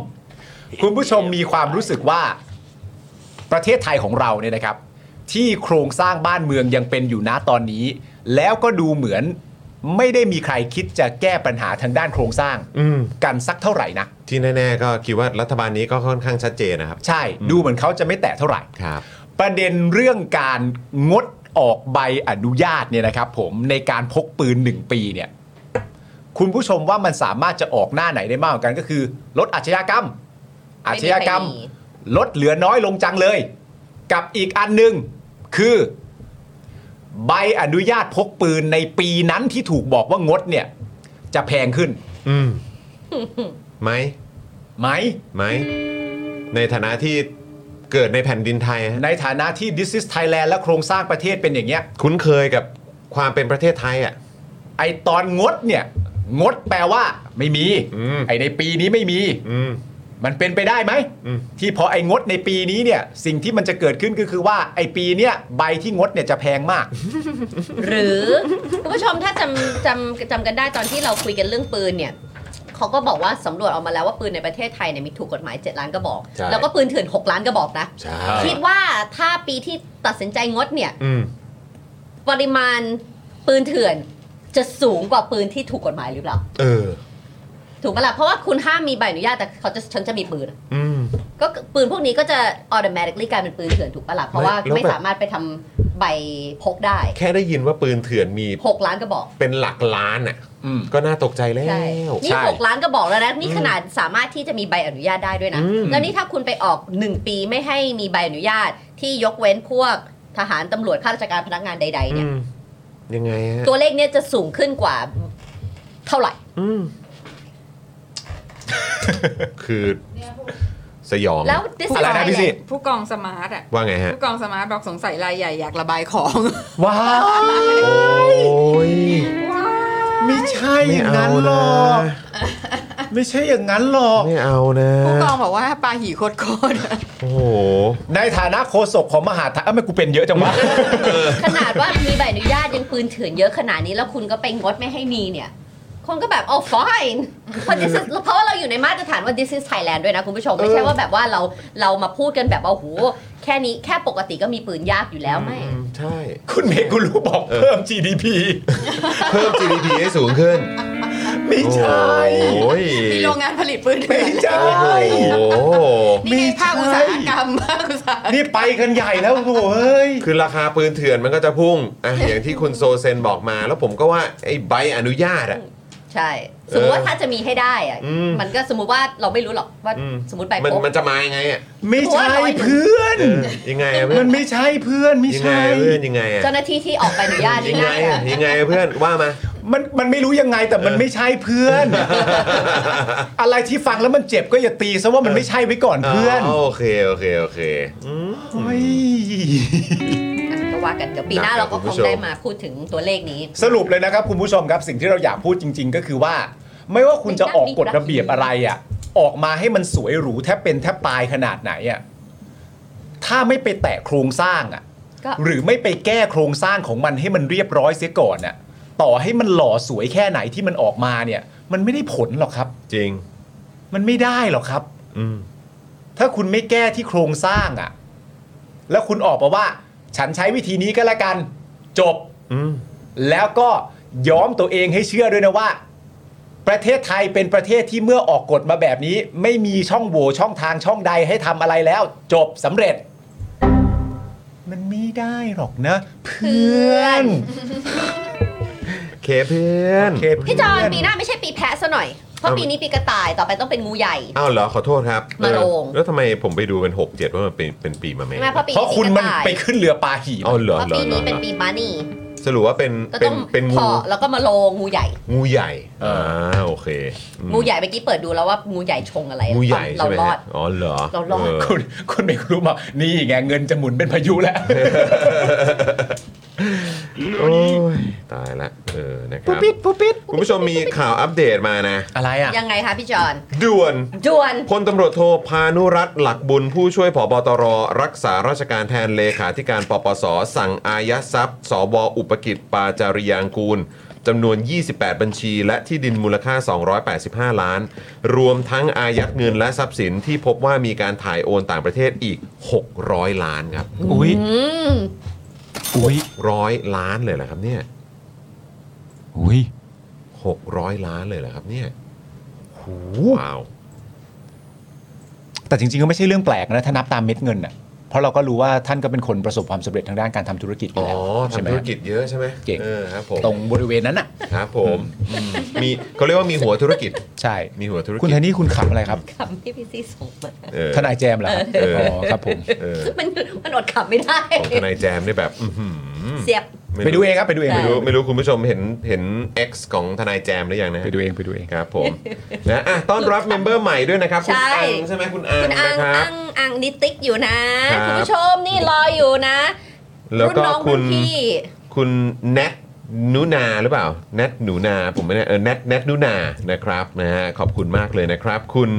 B: คุณผู้ชมมีความรู้สึกว่า ประเทศไทยของเราเนี่ยนะครับ ที่โครงสร้างบ้านเมืองยังเป็นอยู่นะตอนนี้ แล้วก็ดูเหมือนไม่ได้มีใครคิดจะแก้ปัญหาทางด้านโครงสร้าง
A: อืม
B: กันสักเท่าไหร่นะ
A: ที่แน่ๆก็คิดว่ารัฐบาลนี้ก็ค่อนข้างชัดเจนนะครับ
B: ใช่ ดูเหมือนเขาจะไม่แตะเท่าไหร่
A: ครับ
B: ประเด็นเรื่องการงดออกใบอนุญาตเนี่ยนะครับ ผมในการพกปืน 1 ปีเนี่ย คุณผู้ชมว่ามันสามารถจะออกหน้าไหนได้มากกว่ากันก็คือ ลดอาชญากรรม อาชญากรรม
C: ไม่มีใครหนี
B: ลดเหลือน้อยลงจังเลย กับอีกอันหนึ่งคือ ใบอนุญาตพกปืนในปีนั้นที่ถูกบอกว่างดเนี่ย จะแพงขึ้น
A: อืมไหม
B: ไหม
A: ไหม ในฐานะที่เกิดในแผ่นดินไทยฮะ
B: ในฐานะที่ This is Thailand และโครงสร้างประเทศเป็นอย่างเงี้ย
A: คุ้นเคยกับความเป็นประเทศไทยอ่ะ
B: ไอตอนงดเนี่ย งดแปลว่า ไม่มี
A: อืม
B: ไอในปีนี้ไม่มี
A: อืม
B: มันเป็นไปได้ไหม
A: อืม
B: ที่พอไอ้งดในปีนี้เนี่ย สิ่งที่มันจะเกิดขึ้นก็คือว่าไอ้ปีเนี้ยใบที่งดเนี่ยจะแพงมาก
C: หรือคุณผู้ชมถ้าจำจำจำกันได้ตอนที่เราคุยกันเรื่องปืนเนี่ยเขาก็บอกว่าสำรวจออกมาแล้วว่าปืนในประเทศไทยเนี่ยมีถูกกฎหมาย 7 ล้านกระบอก
A: ใช่
C: แล้วก็ปืนเถื่อน 6 ล้านกระบอกนะ
A: ใช่
C: คิดว่าถ้าปีที่ตัดสินใจงดเนี่ย
A: อืม
C: ปริมาณปืนเถื่อนจะสูงกว่าปืนที่ถูกกฎหมายหรือเปล่า
A: เออ
C: ถูกปะล่ะเพราะว่าคุณห้ามมีใบอนุญาตแต่เขาจะฉันจะมีปืน
A: อืม
C: ก็ปืนพวกนี้ก็จะ automatically กลายเป็นปืนเถื่อนถูกปะล่ะเพราะว่า
A: แล้วแบบ
C: ไม่สามารถไปทำใบพกได้
A: แค่ได้ยินว่าปืนเถื่อนมี
C: หกล้านกระบอก
A: เป็นหลักล้านอ่ะ
B: อืม
A: ก็น่าตกใจแล้ว
C: ใช่นี่
B: ใช่
C: หกล้านกระบอกแล้วนะ นี่ขนาดสามารถที่จะมีใบอนุญาตได้ด้วยนะ
A: อืม
C: แล้วนี่ถ้าคุณไปออกหนึ่งปีไม่ให้มีใบอนุญาตที่ยกเว้นพวกทหารตำรวจข้าราชการพนักงานใด ๆ เนี่ย
A: อืมยังไงฮะ
C: ตัวเลขเนี่ยจะสูงขึ้นกว่าเท่าไหร่
A: อืม คือสยอง
C: แล้ว this is
B: อะไรนะ
C: Thailand
B: พี่สิ
D: ผู้กองสมาร์ทอ่ะ
A: ว่าไงฮะ
D: ผู้กองสมาร์ทบอกสงสัยรายใหญ่อยากระบายของ
B: ว้าย
A: โอ้ย
B: ไม่ใช่
A: ไม่
B: อย่าง
A: เอา
B: นั้นหร
A: นะ
B: อก ไม่ใช่อย่างนั้นหรอก
A: ไม่เอานะ
D: ผู้กองบอกว่าปลาหีโคตร
A: โอ้โห
B: ในฐานะโฆษกของมหาดไทยเอ้าไม่กูเป็นเยอะจังวะ
C: ขนาดว่ามีใบอนุญาตยังปืนเถื่อนเยอะขนาดนี้แล้วคุณก็ไปงดไม่ให้มีเนี่ย คนก็แบบโอ้ fine เพราะ this is เพราะว่าเราอยู่ในมาตรฐานว่า this is Thailand ด้วยนะคุณผู้ชม ไม่ใช่ว่าแบบว่าเราเรามาพูดกันแบบว่าโอ้โหแค่นี้แค่ปกติก็มีปืนยากอยู่แล้วไม่
A: ใช่
B: คุณเมกุรู้บอกเพิ่ม GDP
A: เพิ่ม GDP ให้สูงขึ้น
B: ไม่ใช่
A: โอ้ย
D: ๆมีโรงงานผลิตปืนเถื่
B: ไม่
D: อน
B: ใช่
A: โอ้โห
D: นี่ไง
B: ไม่ใช่
D: ภาคอุตสาหกรรมภาคอุตสาหกรรม
B: นี่ไปกันใหญ่แล้วโว้ย
A: คือราคาปืนเถื่อนมันก็จะพุ่ง อ่ะอย่างที่คุณโซเซนบอกมา แล้วผมก็ว่าไอ้ใบอนุญาตอ่ะ
C: ใช่ สมมติว่า
A: เออ
C: ถ้าจะมีให้ได้อะ
A: อืม
C: มันก็สมมติว่าเราไม่รู้หรอกว่า
A: อืม
C: สมมติใบ
A: มัน
C: พก
A: มันจะมายังไงอ่ะ
B: ไม่ใช่เพื่อน
A: เออ ยังไงอะเพื่
B: มั
A: อน
B: นไม่ใช่เพื่อนไม่
A: ยังไง
B: ใช่
A: อะเพื่อนยังไงอ่ะ
C: เจ้าหน้าที่ที่ออกใบอนุญาต
A: ยั
C: นี่
A: งไง
C: น่าจะ
A: อะยังไงอะเพื่อนว่ามา
B: มันมันไม่รู้ยังไงแต่มันไม่ใช่เพื่อน อะไรที่ฟังแล้วมันเจ็บก็อย่าตีซะว่ามันไม่ใช่ไว้ก่อนเพื่อน
A: โอเค โอเค โอเคอืม
B: โอ้ย
C: ก็ว่ากันเดี๋ยวปีหน้าเราก็
A: คุณ
C: ค
A: ผู้
C: ง
A: ชม
C: ได้มาพูดถึงตัวเลขนี้
B: สรุปเลยนะครับ คุณผู้ชมครับสิ่งที่เราอยากพูดจริง ๆ ก็คือว่า ไม่ว่าคุณจะออกกฎระเบียบอะไรอ่ะ ออกมาให้มันสวยหรูแทบเป็นแทบตายขนาดไหนอ่ะถ้าไม่ไปแตะโครงสร้างอ่ะ
C: ก็
B: หรือไม่ไปแก้โครงสร้างของมันให้มันเรียบร้อยเสียก่อนน่ะต่อให้มันหล่อสวยแค่ไหนที่มันออกมาเนี่ย มันไม่ได้ผลหรอกครับ
A: จริง
B: มันไม่ได้หรอกครับ
A: อืม
B: ถ้าคุณไม่แก้ที่โครงสร้างอะ่ะ แล้วคุณออกมาว่า ฉันใช้วิธีนี้ก็แล้วกัน จบ
A: อืม
B: แล้วก็ย้อมตัวเองให้เชื่อด้วยนะว่า ประเทศไทยเป็นประเทศที่เมื่อออกกฎมาแบบนี้ ไม่มีช่องโหว่ช่องทางช่องใดให้ทำอะไรแล้ว จบสำเร็จ มันไม่ได้หรอกนะ เพื่อน
A: เคเพื่อน
B: โอเค
C: พี่จอนปีห
B: นะ
C: น้าไม่ใช่ปีแพะซะหน่อย เพราะ
A: เออ
C: ปีนี้ปีกระต่ายต่อไปต้องเป็นงูใหญ่
A: อ้าวเหรอ ขอโทษครับ
C: มาโรง
A: เออแล้วทำไมผมไปดูเป็น 6 7 ว่ามันเป็นเป็นปีมาแม่
C: ใช่ไหมเพราะปี
B: เพราะคุณมัน
C: กระต่าย
B: ไปขึ้นเรือปลาหี
A: อ้าวเหรอ
C: เพราะ
A: เหรอ
C: ปี
A: เหรอ
C: นี้เป็น
A: เหรอ
C: ปีมานี่
A: สรุปว่าเป็น
C: ก็
A: เป็
C: ต้
A: น
C: อง
A: เป็นงู
C: พอแล้วก็มาโลงงูใหญ่
A: งูใหญ่อ่าโอเคอืม
C: งูใหญ่เมื่อกี้เปิดดูแล้วว่างูใหญ่ชงอะไร
A: งูใหญ่
C: เรา
A: ใช่ไหม
C: รอด
A: ฮะอ๋อเหรอ
C: เรารอด
A: เ
B: คุณคุณไม่รู้มานี่ไงเงินจะหมุนเป็นพายุแล้ว
A: โอ้ยตายละเออนะครับปุ๊บปิดปุ๊บปิดคุณผู้ชมมีข่าวอัปเดตมานะ
B: อะไรอ่ะ
C: ยังไงคะพี่จอน
A: ด่วน
C: จวน
A: พลตำรวจโทพานุรัตน์หลักบุญผู้ช่วยผบตร รักษาราชการแทนเลขาธิการปปส สั่งอายัดทรัพย์ สวอุปกิจปาจาริยางกูลจำนวน 28 บัญชี และที่ดินมูลค่า 285 ล้าน รวมทั้งอายัดเงินและทรัพย์สินที่พบว่ามีการถ่ายโอนต่างประเทศอีก 600 ล้านครับ
B: อุ้ย
C: อืม
B: อุ้ย
A: 100 ล้านเลยเหรอครับเนี่ย
B: อุ้ย
A: 600 ล้านเลยเหรอครับเนี่ย
B: หู
A: ว้าว
B: แต่จริงๆก็ไม่ใช่เรื่องแปลกนะถ้านับตามเม็ดเงินอ่ะเพราะเราก็รู้ว่าท่านก็เป็นคนประสบความสำเร็จทางด้านการทำธุรกิจอ
A: อ๋
B: ยู่
A: อ
B: แล้วใช่ไหม
A: ทำธุรกิจเยอะใช่ไหม
B: เก่ง
A: ออครับผม
B: ตรงบริเวณนั้นอ่ะ
A: ครับผมอืมมีเขาเรียกว่ามีหัวธุรกิจ
B: ใช่
A: มีหัวธุรกิจ
B: คุณธนี่คุณขำอะไรครับ
C: คำที่พี่ซีส่งมา
A: เออ
B: ทนายแจมเหรอครับ
A: เอออ๋
B: อครับผม
A: เออ
C: มันมันอดขำไม่ได้
A: ของทนายแจมได้แบบอื้อหือ
C: เสียบ
A: ม่
B: ไปดูเองครับไปดูเอง
C: ใช่
B: ไป
A: ไม่
B: ดู
A: รู้ไม่รู้คุณผู้ชมเห็นเห็น X ของทนายแจมหรือยังนะฮะ
B: ไปดูเองไปดูเอง
A: ครับผมนะอ่ะต้อนรับเมมเบอร์ใหม่ด้วยนะครับคุณ
C: ใช่
A: อังใช่ไหมคุณอัง
C: คุณอั
A: นะ
C: ง
A: ครับ
C: อังอังนิติกอยู่นะ
A: ครับ
C: คุณผู้ชมนี่รออยู่นะ
A: แล้ว
C: รุ่น
A: ก็
C: น้อง
A: คุ
C: รุ่
A: ณ
C: นพี่
A: คุณแนทหนูนาหรือเปล่าแนทหนูนาผมไม่แน่เออแนทแนทหนูนานะครับนะฮะขอบคุณมากเลยนะครับ คุณ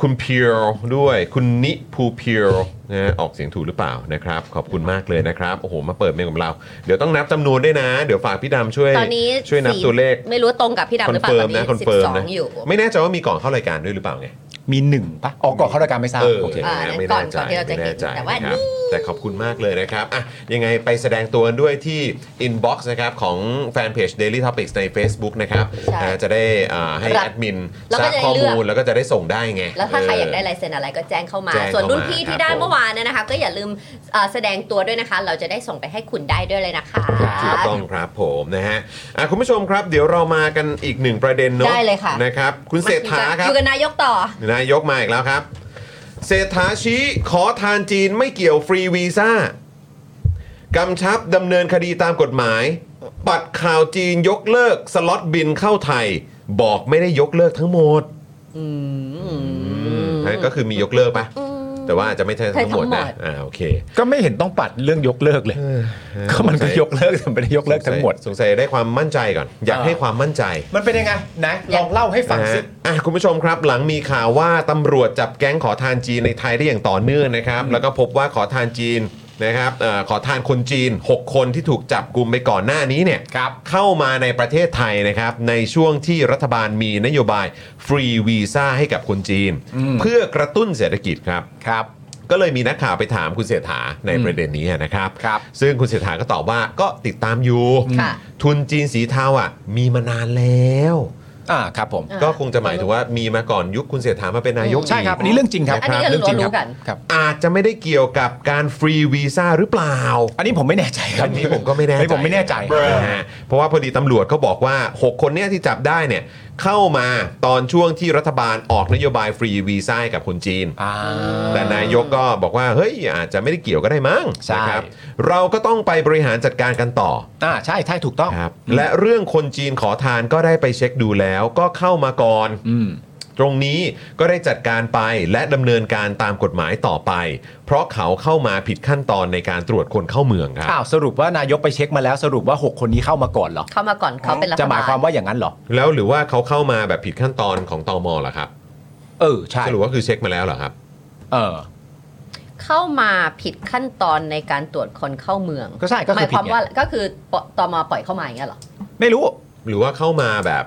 A: คุณเพียวด้วย คุณนิภูเพียวนะฮะออกเสียงถูกหรือเปล่านะครับ ขอบคุณมากเลยนะครับโอ้โหมาเปิดเมลกับเรา เดี๋ยวต้องนับจำนวนด้วยนะ เดี๋ยวฝากพี่ดำช่วย
C: ตอนนี้
A: ช่วยนับ
C: สี่
A: ตัวเลข
C: ไม่รู้ตรงกับพี่ดำ
A: คอ
C: หรื
A: น
C: อเปล่า
A: เฟิ
C: ต
A: ร์ม
C: อนนี้
A: นะคอน
C: สิบ
A: เฟิร์ม
C: สอง
A: นะ
C: อยู่
A: ไม่แน่ใจว่ามีก่อนเข้ารายการด้วยหรือเปล่าไง
B: มีหนึ่งปะอ๋อก่อนเข้ารายการไม่ทราบ
A: เออ
B: โอ
A: โอ
B: เค
A: เค
C: อ่า
A: นะ
C: ก่อนก่อนที่เราจะเห็นแต่ว่า
A: ครับแต่ขอบคุณมากเลยนะครับอ่ะยังไงไปแสดงตัวกันด้วยที่ inbox นะครับของแฟนเพจ Daily Topics ใน Facebook นะครับ
C: ใช่
A: อ่าจะได้อ่าให้
C: รับ
A: แอดมิน
C: แล้ว
A: ท
C: ก็
A: ราบ
C: จะได้
A: ข้อ
C: เลือก
A: มูลแล้วก็จะได้ส่งได้ไง
C: แล้วถ้าใครอยาก
A: เล
C: ได้าย ยเซ็นอะไรก็แจ้งเข้ามา
A: แจ้งเข้ามา
C: ส่วนรุ่นพี่ที่ได้
A: ครับผม
C: เมื่อวานเนยนะคะก็อย่าลืมเอ่อแสดงตัวด้วยนะคะ เราจะได้ส่งไปให้คุณได้ด้วยเลยนะคะ
A: ถูกต้องครับผมนะฮะอ่ะคุณผู้ชมครับ เดี๋ยวเรามากันอีกหนึ่งประเด็นเนาะ
C: ได้เลยค่ะ
A: นะครับคุณเศรษฐาครับ
C: อยู่กับนายกต่อ
A: นายกมาอีกแล้วครับ เศรษฐาชี้ขอทานจีนไม่เกี่ยวฟรีวีซ่ากำชับดำเนินคดีตามกฎหมาย ปัดข่าวจีนยกเลิกสล็อตบินเข้าไทย บอกไม่ได้ยกเลิกทั้งหมดนั่นก็คือมียกเลิกปะแต่ว่าอาจจะไม่ใช่ทั้งหมดนะ
C: ใช่ทั้งหมด
A: อ่าโอเค
B: ก็ไม่เห็นต้องปัดเรื่องยกเลิกเลย ก็มันก็ยกเลิกแต่ไม่ได้ยกเลิกทั้งหมด
A: สงสัยได้ความมั่นใจก่อน อยาก
B: อ่า
A: ให้ความมั่นใจ
B: มันเป็นยังไงนะลองเล่าให้ฟัง
A: นะ
B: สิ
A: ฮะอ่ะคุณผู้ชมครับ หลังมีข่าวว่าตำรวจจับแก๊งขอทานจีนในไทยได้อย่างต่อเนื่องนะครับ แล้วก็พบว่าขอทานจีนนะครับเออขอทานคนจีน 6 คนที่ถูกจับกลุ่มไปก่อนหน้านี้เนี่ย
B: ครับ
A: เข้ามาในประเทศไทยนะครับ ในช่วงที่รัฐบาลมีนโยบายฟรีวีซ่าให้กับคนจีน เพื่อกระตุ้นเศรษฐกิจครับ
B: ครับ
A: ก็เลยมีนักข่าวไปถามคุณเศรษฐาใน
B: อืม
A: ประเด็นนี้นะครับ
B: ครับ
A: ซึ่งคุณเศรษฐาก็ตอบว่าก็ติดตามอยู่
C: ค่ะ
A: ทุนจีนสีเทาอ่ะ มีมานานแล้ว
B: อ่าครับผม
C: อ่า
A: ก็คงจะหมายถึงว่ามีมาก่อนยุคคุณเศรษฐามาเป็นนายก
B: ใช่ครับอัน
A: ก
B: นี้เรื่องจริงครับ
C: อันนี้ก็
B: เรื่องจริงครั
C: รู้กัน
B: ครับ
A: อาจจะไม่ได้เกี่ยวกับการฟรีวีซ่าหรือเปล่า
B: อันนี้ผมไม่แน่ใจครับ
A: อันนี้ผมก็ไม่แน่ใจ
B: อัผมไม่แน่ใจ
A: นะฮะเพราะว่าพอดีตำรวจเขาบอกว่า 6 คนเนี้ยที่จับได้เนี่ยเข้ามาตอนช่วงที่รัฐบาลออกนโยบายฟรีวีซ่าให้กับคนจีน
B: อ่า
A: แต่นายกก็บอกว่า เฮ้ย อาจจะไม่ได้เกี่ยวก็ได้มั้ง
B: ใช่
A: นะครับเราก็ต้องไปบริหารจัดการกันต่อ
B: อ่าใช่ใช่ถูกต้อง
A: ครับและเรื่องคนจีนขอทานก็ได้ไปเช็คดูแล้วก็เข้ามาก่อน
B: อืม
A: ตรงนี้ก็ได้จัดการไปและดำเนินการตามกฎหมายต่อไป เพราะเขาเข้ามาผิดขั้นตอนในการตรวจคนเข้าเมืองครับ
B: อ้าวสรุปว่านายกไปเช็คมาแล้วสรุปว่า 6 คนนี้เข้ามาก่อนเหรอ
C: เข้ามาก่อนเขาเป็นรัฐ
B: จะห
C: บาล
B: มายความว่าอย่างนั้นเหรอ
A: แล้วหรือว่าเขาเข้ามาแบบผิดขั้นตอนของตมเหรอครับ
B: เออใช่
A: สรุปว่าคือเช็คมาแล้วเหรอครับ
B: เออ
C: เข้ามาผิดขั้นตอนในการตรวจคนเข้าเมือง
B: ก็ใช่ก็
C: ห
B: คือ
C: มายความ
B: ผิดไง
C: ว่าก็คือปตมปล่อยเข้ามาอย่างเงี้ยเหรอ
B: ไม่รู้
A: หรือว่าเข้ามาแบบ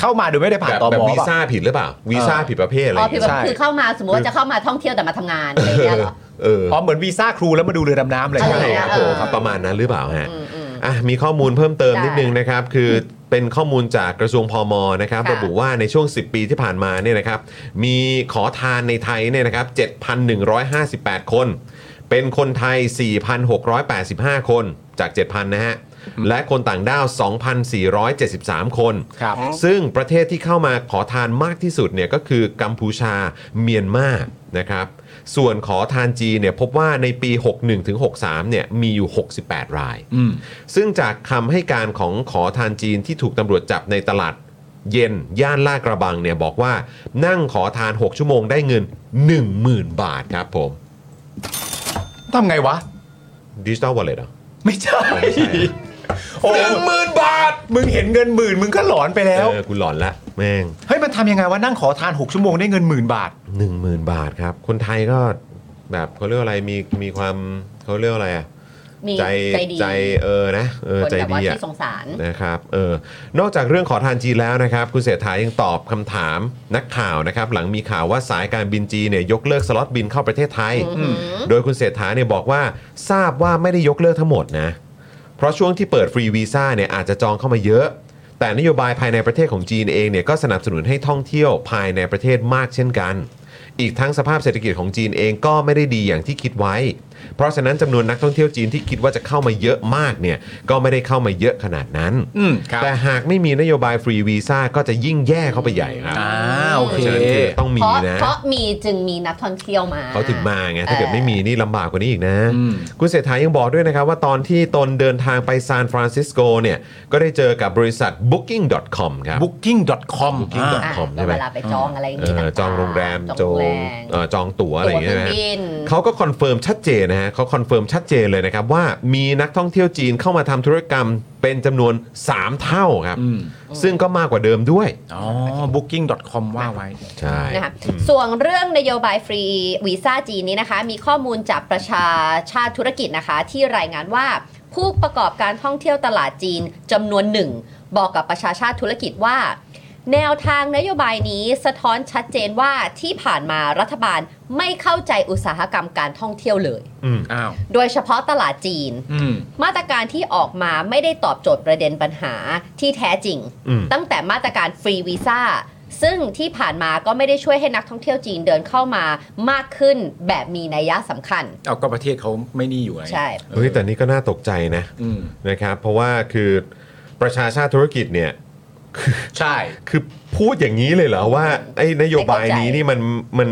B: เข้ามาโดยไม่ได้ผ่า
A: แบ
B: น
A: บ
B: ต
A: แบบ
B: ม
A: วี
B: ป่ะ
A: ซ่าผิดหรือเปล่าวีซ่าผิดประเภทอะไรอ
C: อ๋อย่าง ผิด
A: เงี้ย
C: แบบ
B: ใช่
C: คือเข้ามาสมมติว่าจะเข้ามาท่องเที่ยวแต่มาทำงานอะไรอย่างเงี้ยเหรอ
A: เออ
B: อ๋อเหมือนวีซ่าครูแล้วมาดูเรือดำน้ำอะไรอย่าง
A: ใช่ค
B: เงี้ย
A: รับ
C: เอ
A: ผ
C: อ
A: มประมาณนั้นหรือเปล่าฮะ
C: อืมอืม
A: อ่ะมีข้อมูลเพิ่มเติม
C: ได้
A: นิดนึงนะครับ คือเป็นข้อมูลจากกระทรวงพมนะครับ
C: ค่ะ
A: ระบุว่าในช่วง 10 ปีที่ผ่านมาเนี่ยนะครับ มีขอทานในไทยเนี่ยนะครับ 7,158 คน เป็นคนไทย 4,685 คนจาก 7,000 นะฮะ และคนต่างด้าว 2,473 คน
B: ครับ
A: ซึ่งประเทศที่เข้ามาขอทานมากที่สุดเนี่ยก็คือกัมพูชาเมียนมานะครับ ส่วนขอทานจีนเนี่ยพบว่าในปี 61-63 เนี่ยมีอยู่ 68 ราย
B: อืม
A: ซึ่งจากคำให้การของขอทานจีนที่ถูกตำรวจจับในตลาดเย็นย่านลาดกระบังเนี่ยบอกว่านั่งขอทาน 6 ชั่วโมงได้เงิน 10,000 บาทครับผม
B: ทำไงวะ
A: ดิจิตอลวอลเล็ตเหรอ
B: ไม่ใช่
A: ไม่ใช่
B: โอ้หมื่นบาท มึงเห็นเงินหมื่นมึงก็หลอนไปแล้ว
A: เออกูหลอนละแม่ง
B: เฮ้ยมันทำยังไงวะนั่งขอทาน 6 ชั่วโมงได้เงินหมื่นบาท
A: 10,000 บาทครับ คนไทยก็แบบเขาเรียกว่าอะไรมีมีความเขาเรียกว่าอะไรอะ
C: มี
A: ใจ
C: ใจดี
A: ใจเออนะเออ
C: คน
A: ใจ
C: แบบ
A: ดี
C: ว่า
A: อะ
C: ที่สงสาร
A: นะครับเออนอกจากเรื่องขอทานจีนแล้วนะครับคุณเศรษฐายังตอบคำถามนักข่าวนะครับหลังมีข่าวว่าสายการบินจีนเนี่ยยกเลิกสล็อตบินเข้าประเทศไทย
C: อือหือ
A: โดยคุณเศรษฐาเนี่ยบอกว่าทราบว่าไม่ได้ยกเลิกทั้งหมดนะ เพราะช่วงที่เปิดฟรีวีซ่าเนี่ยอาจจะจองเข้ามาเยอะ แต่นโยบายภายในประเทศของจีนเองเนี่ยก็สนับสนุนให้ท่องเที่ยวภายในประเทศมากเช่นกัน อีกทั้งสภาพเศรษฐกิจของจีนเองก็ไม่ได้ดีอย่างที่คิดไว้ เพราะฉะนั้นจำนวนนักท่องเที่ยวจีนที่คิดว่าจะเข้ามาเยอะมากเนี่ยก็ไม่ได้เข้ามาเยอะขนาดนั้น
B: อืมครับ
A: แต่หากไม่มีนโยบายฟรีวีซ่าก็จะยิ่งแย่เข้าไปใหญ่ครับ
B: อ่าโอ
A: เพ
B: เค
A: ราะฉะนั้นคือต้องมี
C: เพราะ
A: นะ
C: เพราะมีจึงมีนักท่องเที่ยวมา
A: เขาถึงมาไง ถ้าเกิด
C: เออ
A: ไม่มีนี่ลำบากกว่านี้อีกนะ
B: อืม
A: คุณเศรษฐายังบอกด้วยนะครับ ว่าตอนที่ตนเดินทางไปซานฟรานซิสโกเนี่ย ก็ได้เจอกับบริษัท booking.com ครับ
B: booking.com อ่า
C: อ่ะ
A: com ใช่ไหม
C: แล้วเวลาไปจองอะไรอย่าง
A: เอ
C: นี้
A: อ
C: ต่าๆ
A: จองโรงแรมจ
C: จอ
A: อง ง
C: โรงแรม
A: เอ่อจองตั๋วอะไรอย่างเงี้ยนะ
C: ตั๋วเครื่องบิน
A: เขาก็คอนเฟิร์มชัดเจนนะฮะเขาคอนเฟิร์มชัดเจนเลยนะครับว่ามีนักท่องเที่ยวจีนเข้ามาทำธุรกรรมเป็นจำนวน 3 เท่าครับ
B: อืม
A: ซึ่งก็มากกว่าเดิมด้วย
B: อ๋อ booking.com ว่าไว้
A: ใช่
C: นะคะส่วนเรื่องนโยบายฟรีวีซ่าจีนนี้นะคะ มีข้อมูลจากประชาชาติธุรกิจนะคะ ที่รายงานว่าผู้ประกอบการท่องเที่ยวตลาดจีนจำนวนหนึ่ง บอกกับประชาชาติธุรกิจว่า แนวทางนโยบายนี้สะท้อนชัดเจนว่าที่ผ่านมารัฐบาลไม่เข้าใจอุตสาหกรรมการท่องเที่ยวเลย
A: อืม
B: อ้าว
C: โดยเฉพาะตลาดจีน
B: อืม
C: มาตรการที่ออกมาไม่ได้ตอบโจทย์ประเด็นปัญหาที่แท้จริง
A: อืม
C: ตั้งแต่มาตรการฟรีวีซ่าซึ่งที่ผ่านมาก็ไม่ได้ช่วยให้นักท่องเที่ยวจีนเดินเข้ามามากขึ้นแบบมีนัยสำคัญ
B: เอาก็ประเทศเขาไม่นี่อยู่ไง
C: ใช่
A: เฮ้ยแต่นี่ก็น่าตกใจนะ
B: อืม
A: นะครับเพราะว่าคือประชาชาติธุรกิจเนี่ย
B: ใช่
A: คือพูดอย่างนี้เลยเหรอว่าไอ้นโยบายนี้
C: ไม่เข้าใจ
A: นี่มันมัน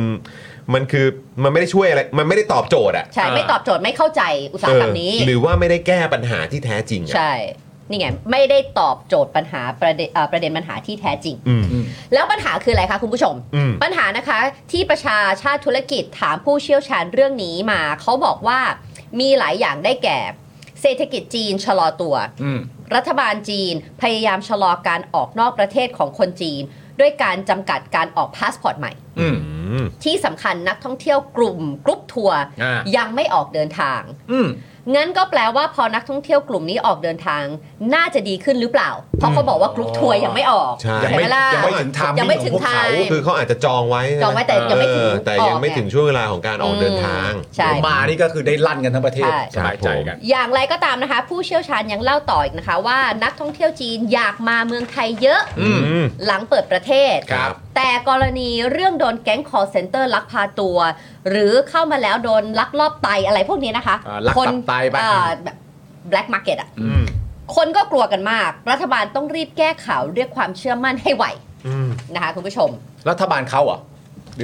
A: มันคือมันไม่ได้ช่วยอะไร มันไม่ได้ตอบโจทย์อะ
C: ใช่
B: อ่า
C: ไม่ตอบโจทย์ไม่เข้าใจอุตสาห
A: เอก
C: ร
A: อ
C: รมนี้
A: หรือว่าไม่ได้แก้ปัญหาที่แท้จริงอะ
C: ใช่ นี่ไง ไม่ได้ตอบโจทย์ปัญหาประเด็นเอ่อประเด็นปัญหาที่แท้จริง
A: อืม
C: แล้วปัญหาคืออะไรคะคุณผู้ชม
A: อืม
C: ปัญหานะคะที่ประชาชาติธุรกิจถามผู้เชี่ยวชาญเรื่องนี้มา เขาบอกว่ามีหลายอย่างได้แก่ เศรษฐกิจจีนชะลอตัว
B: อืม
C: รัฐบาลจีนพยายามชะลอการออกนอกประเทศของคนจีน ด้วยการจำกัดการออกพาสปอร์ตใหม่
B: อืม
A: อืม
C: ที่สำคัญนักท่องเที่ยวกลุ่มกรุ๊ปทัวร์
B: อ่ายั
C: ยังไม่ออกเดินทาง
B: อืม
C: งั้นก็แปลว่าพอนักท่องเที่ยวกลุ่มนี้ออกเดินทาง น่าจะดีขึ้นหรือเปล่า เพราะเขาบอกว่ากรุ๊ปทัวร์ยังไม่ออก
A: ใช่
C: เห็นหล่ะ
B: ยังไม่ถึง timing
C: ยังไม่ถึง
B: ของ
C: ทา
B: พวกเขา
C: ย
A: คือเขาอาจจะจองไว้
C: จองไว้แต่
A: นะ
C: ยังไม่ถึง
A: เออแต่ยังไม่
C: ออกไง
A: ถึงช่วงเวลาของการออกเดินทาง
C: ใช่
B: มานี่ก็คือได้ลั่นกันทั้งประเทศ
C: ใช่
B: สบายใจกัน
C: อย่างไรก็ตามนะคะ ผู้เชี่ยวชาญยังเล่าต่ออีกนะคะ ว่านักท่องเที่ยวจีนอยากมาเมืองไทยเยอะ
B: อืม
A: อืม
C: หลังเปิดประเทศ
B: ครับ
C: แต่กรณีเรื่องโดนแก๊ง call center ลักพาตัว หรือเข้ามาแล้วโดนลักลอบไตอะไรพวกนี้นะคะ
B: อ่าลักตับ
C: คน
B: ไตไป
C: แบล็กมาร์เก็ตอ่ะ
B: อืม
C: คนก็กลัวกันมาก รัฐบาลต้องรีบแก้ข่าวเรียกความเชื่อมั่นให้ไหว
A: อืม
C: นะคะคุณผู้ชม
B: รัฐบาลเขาเหรอ่ะ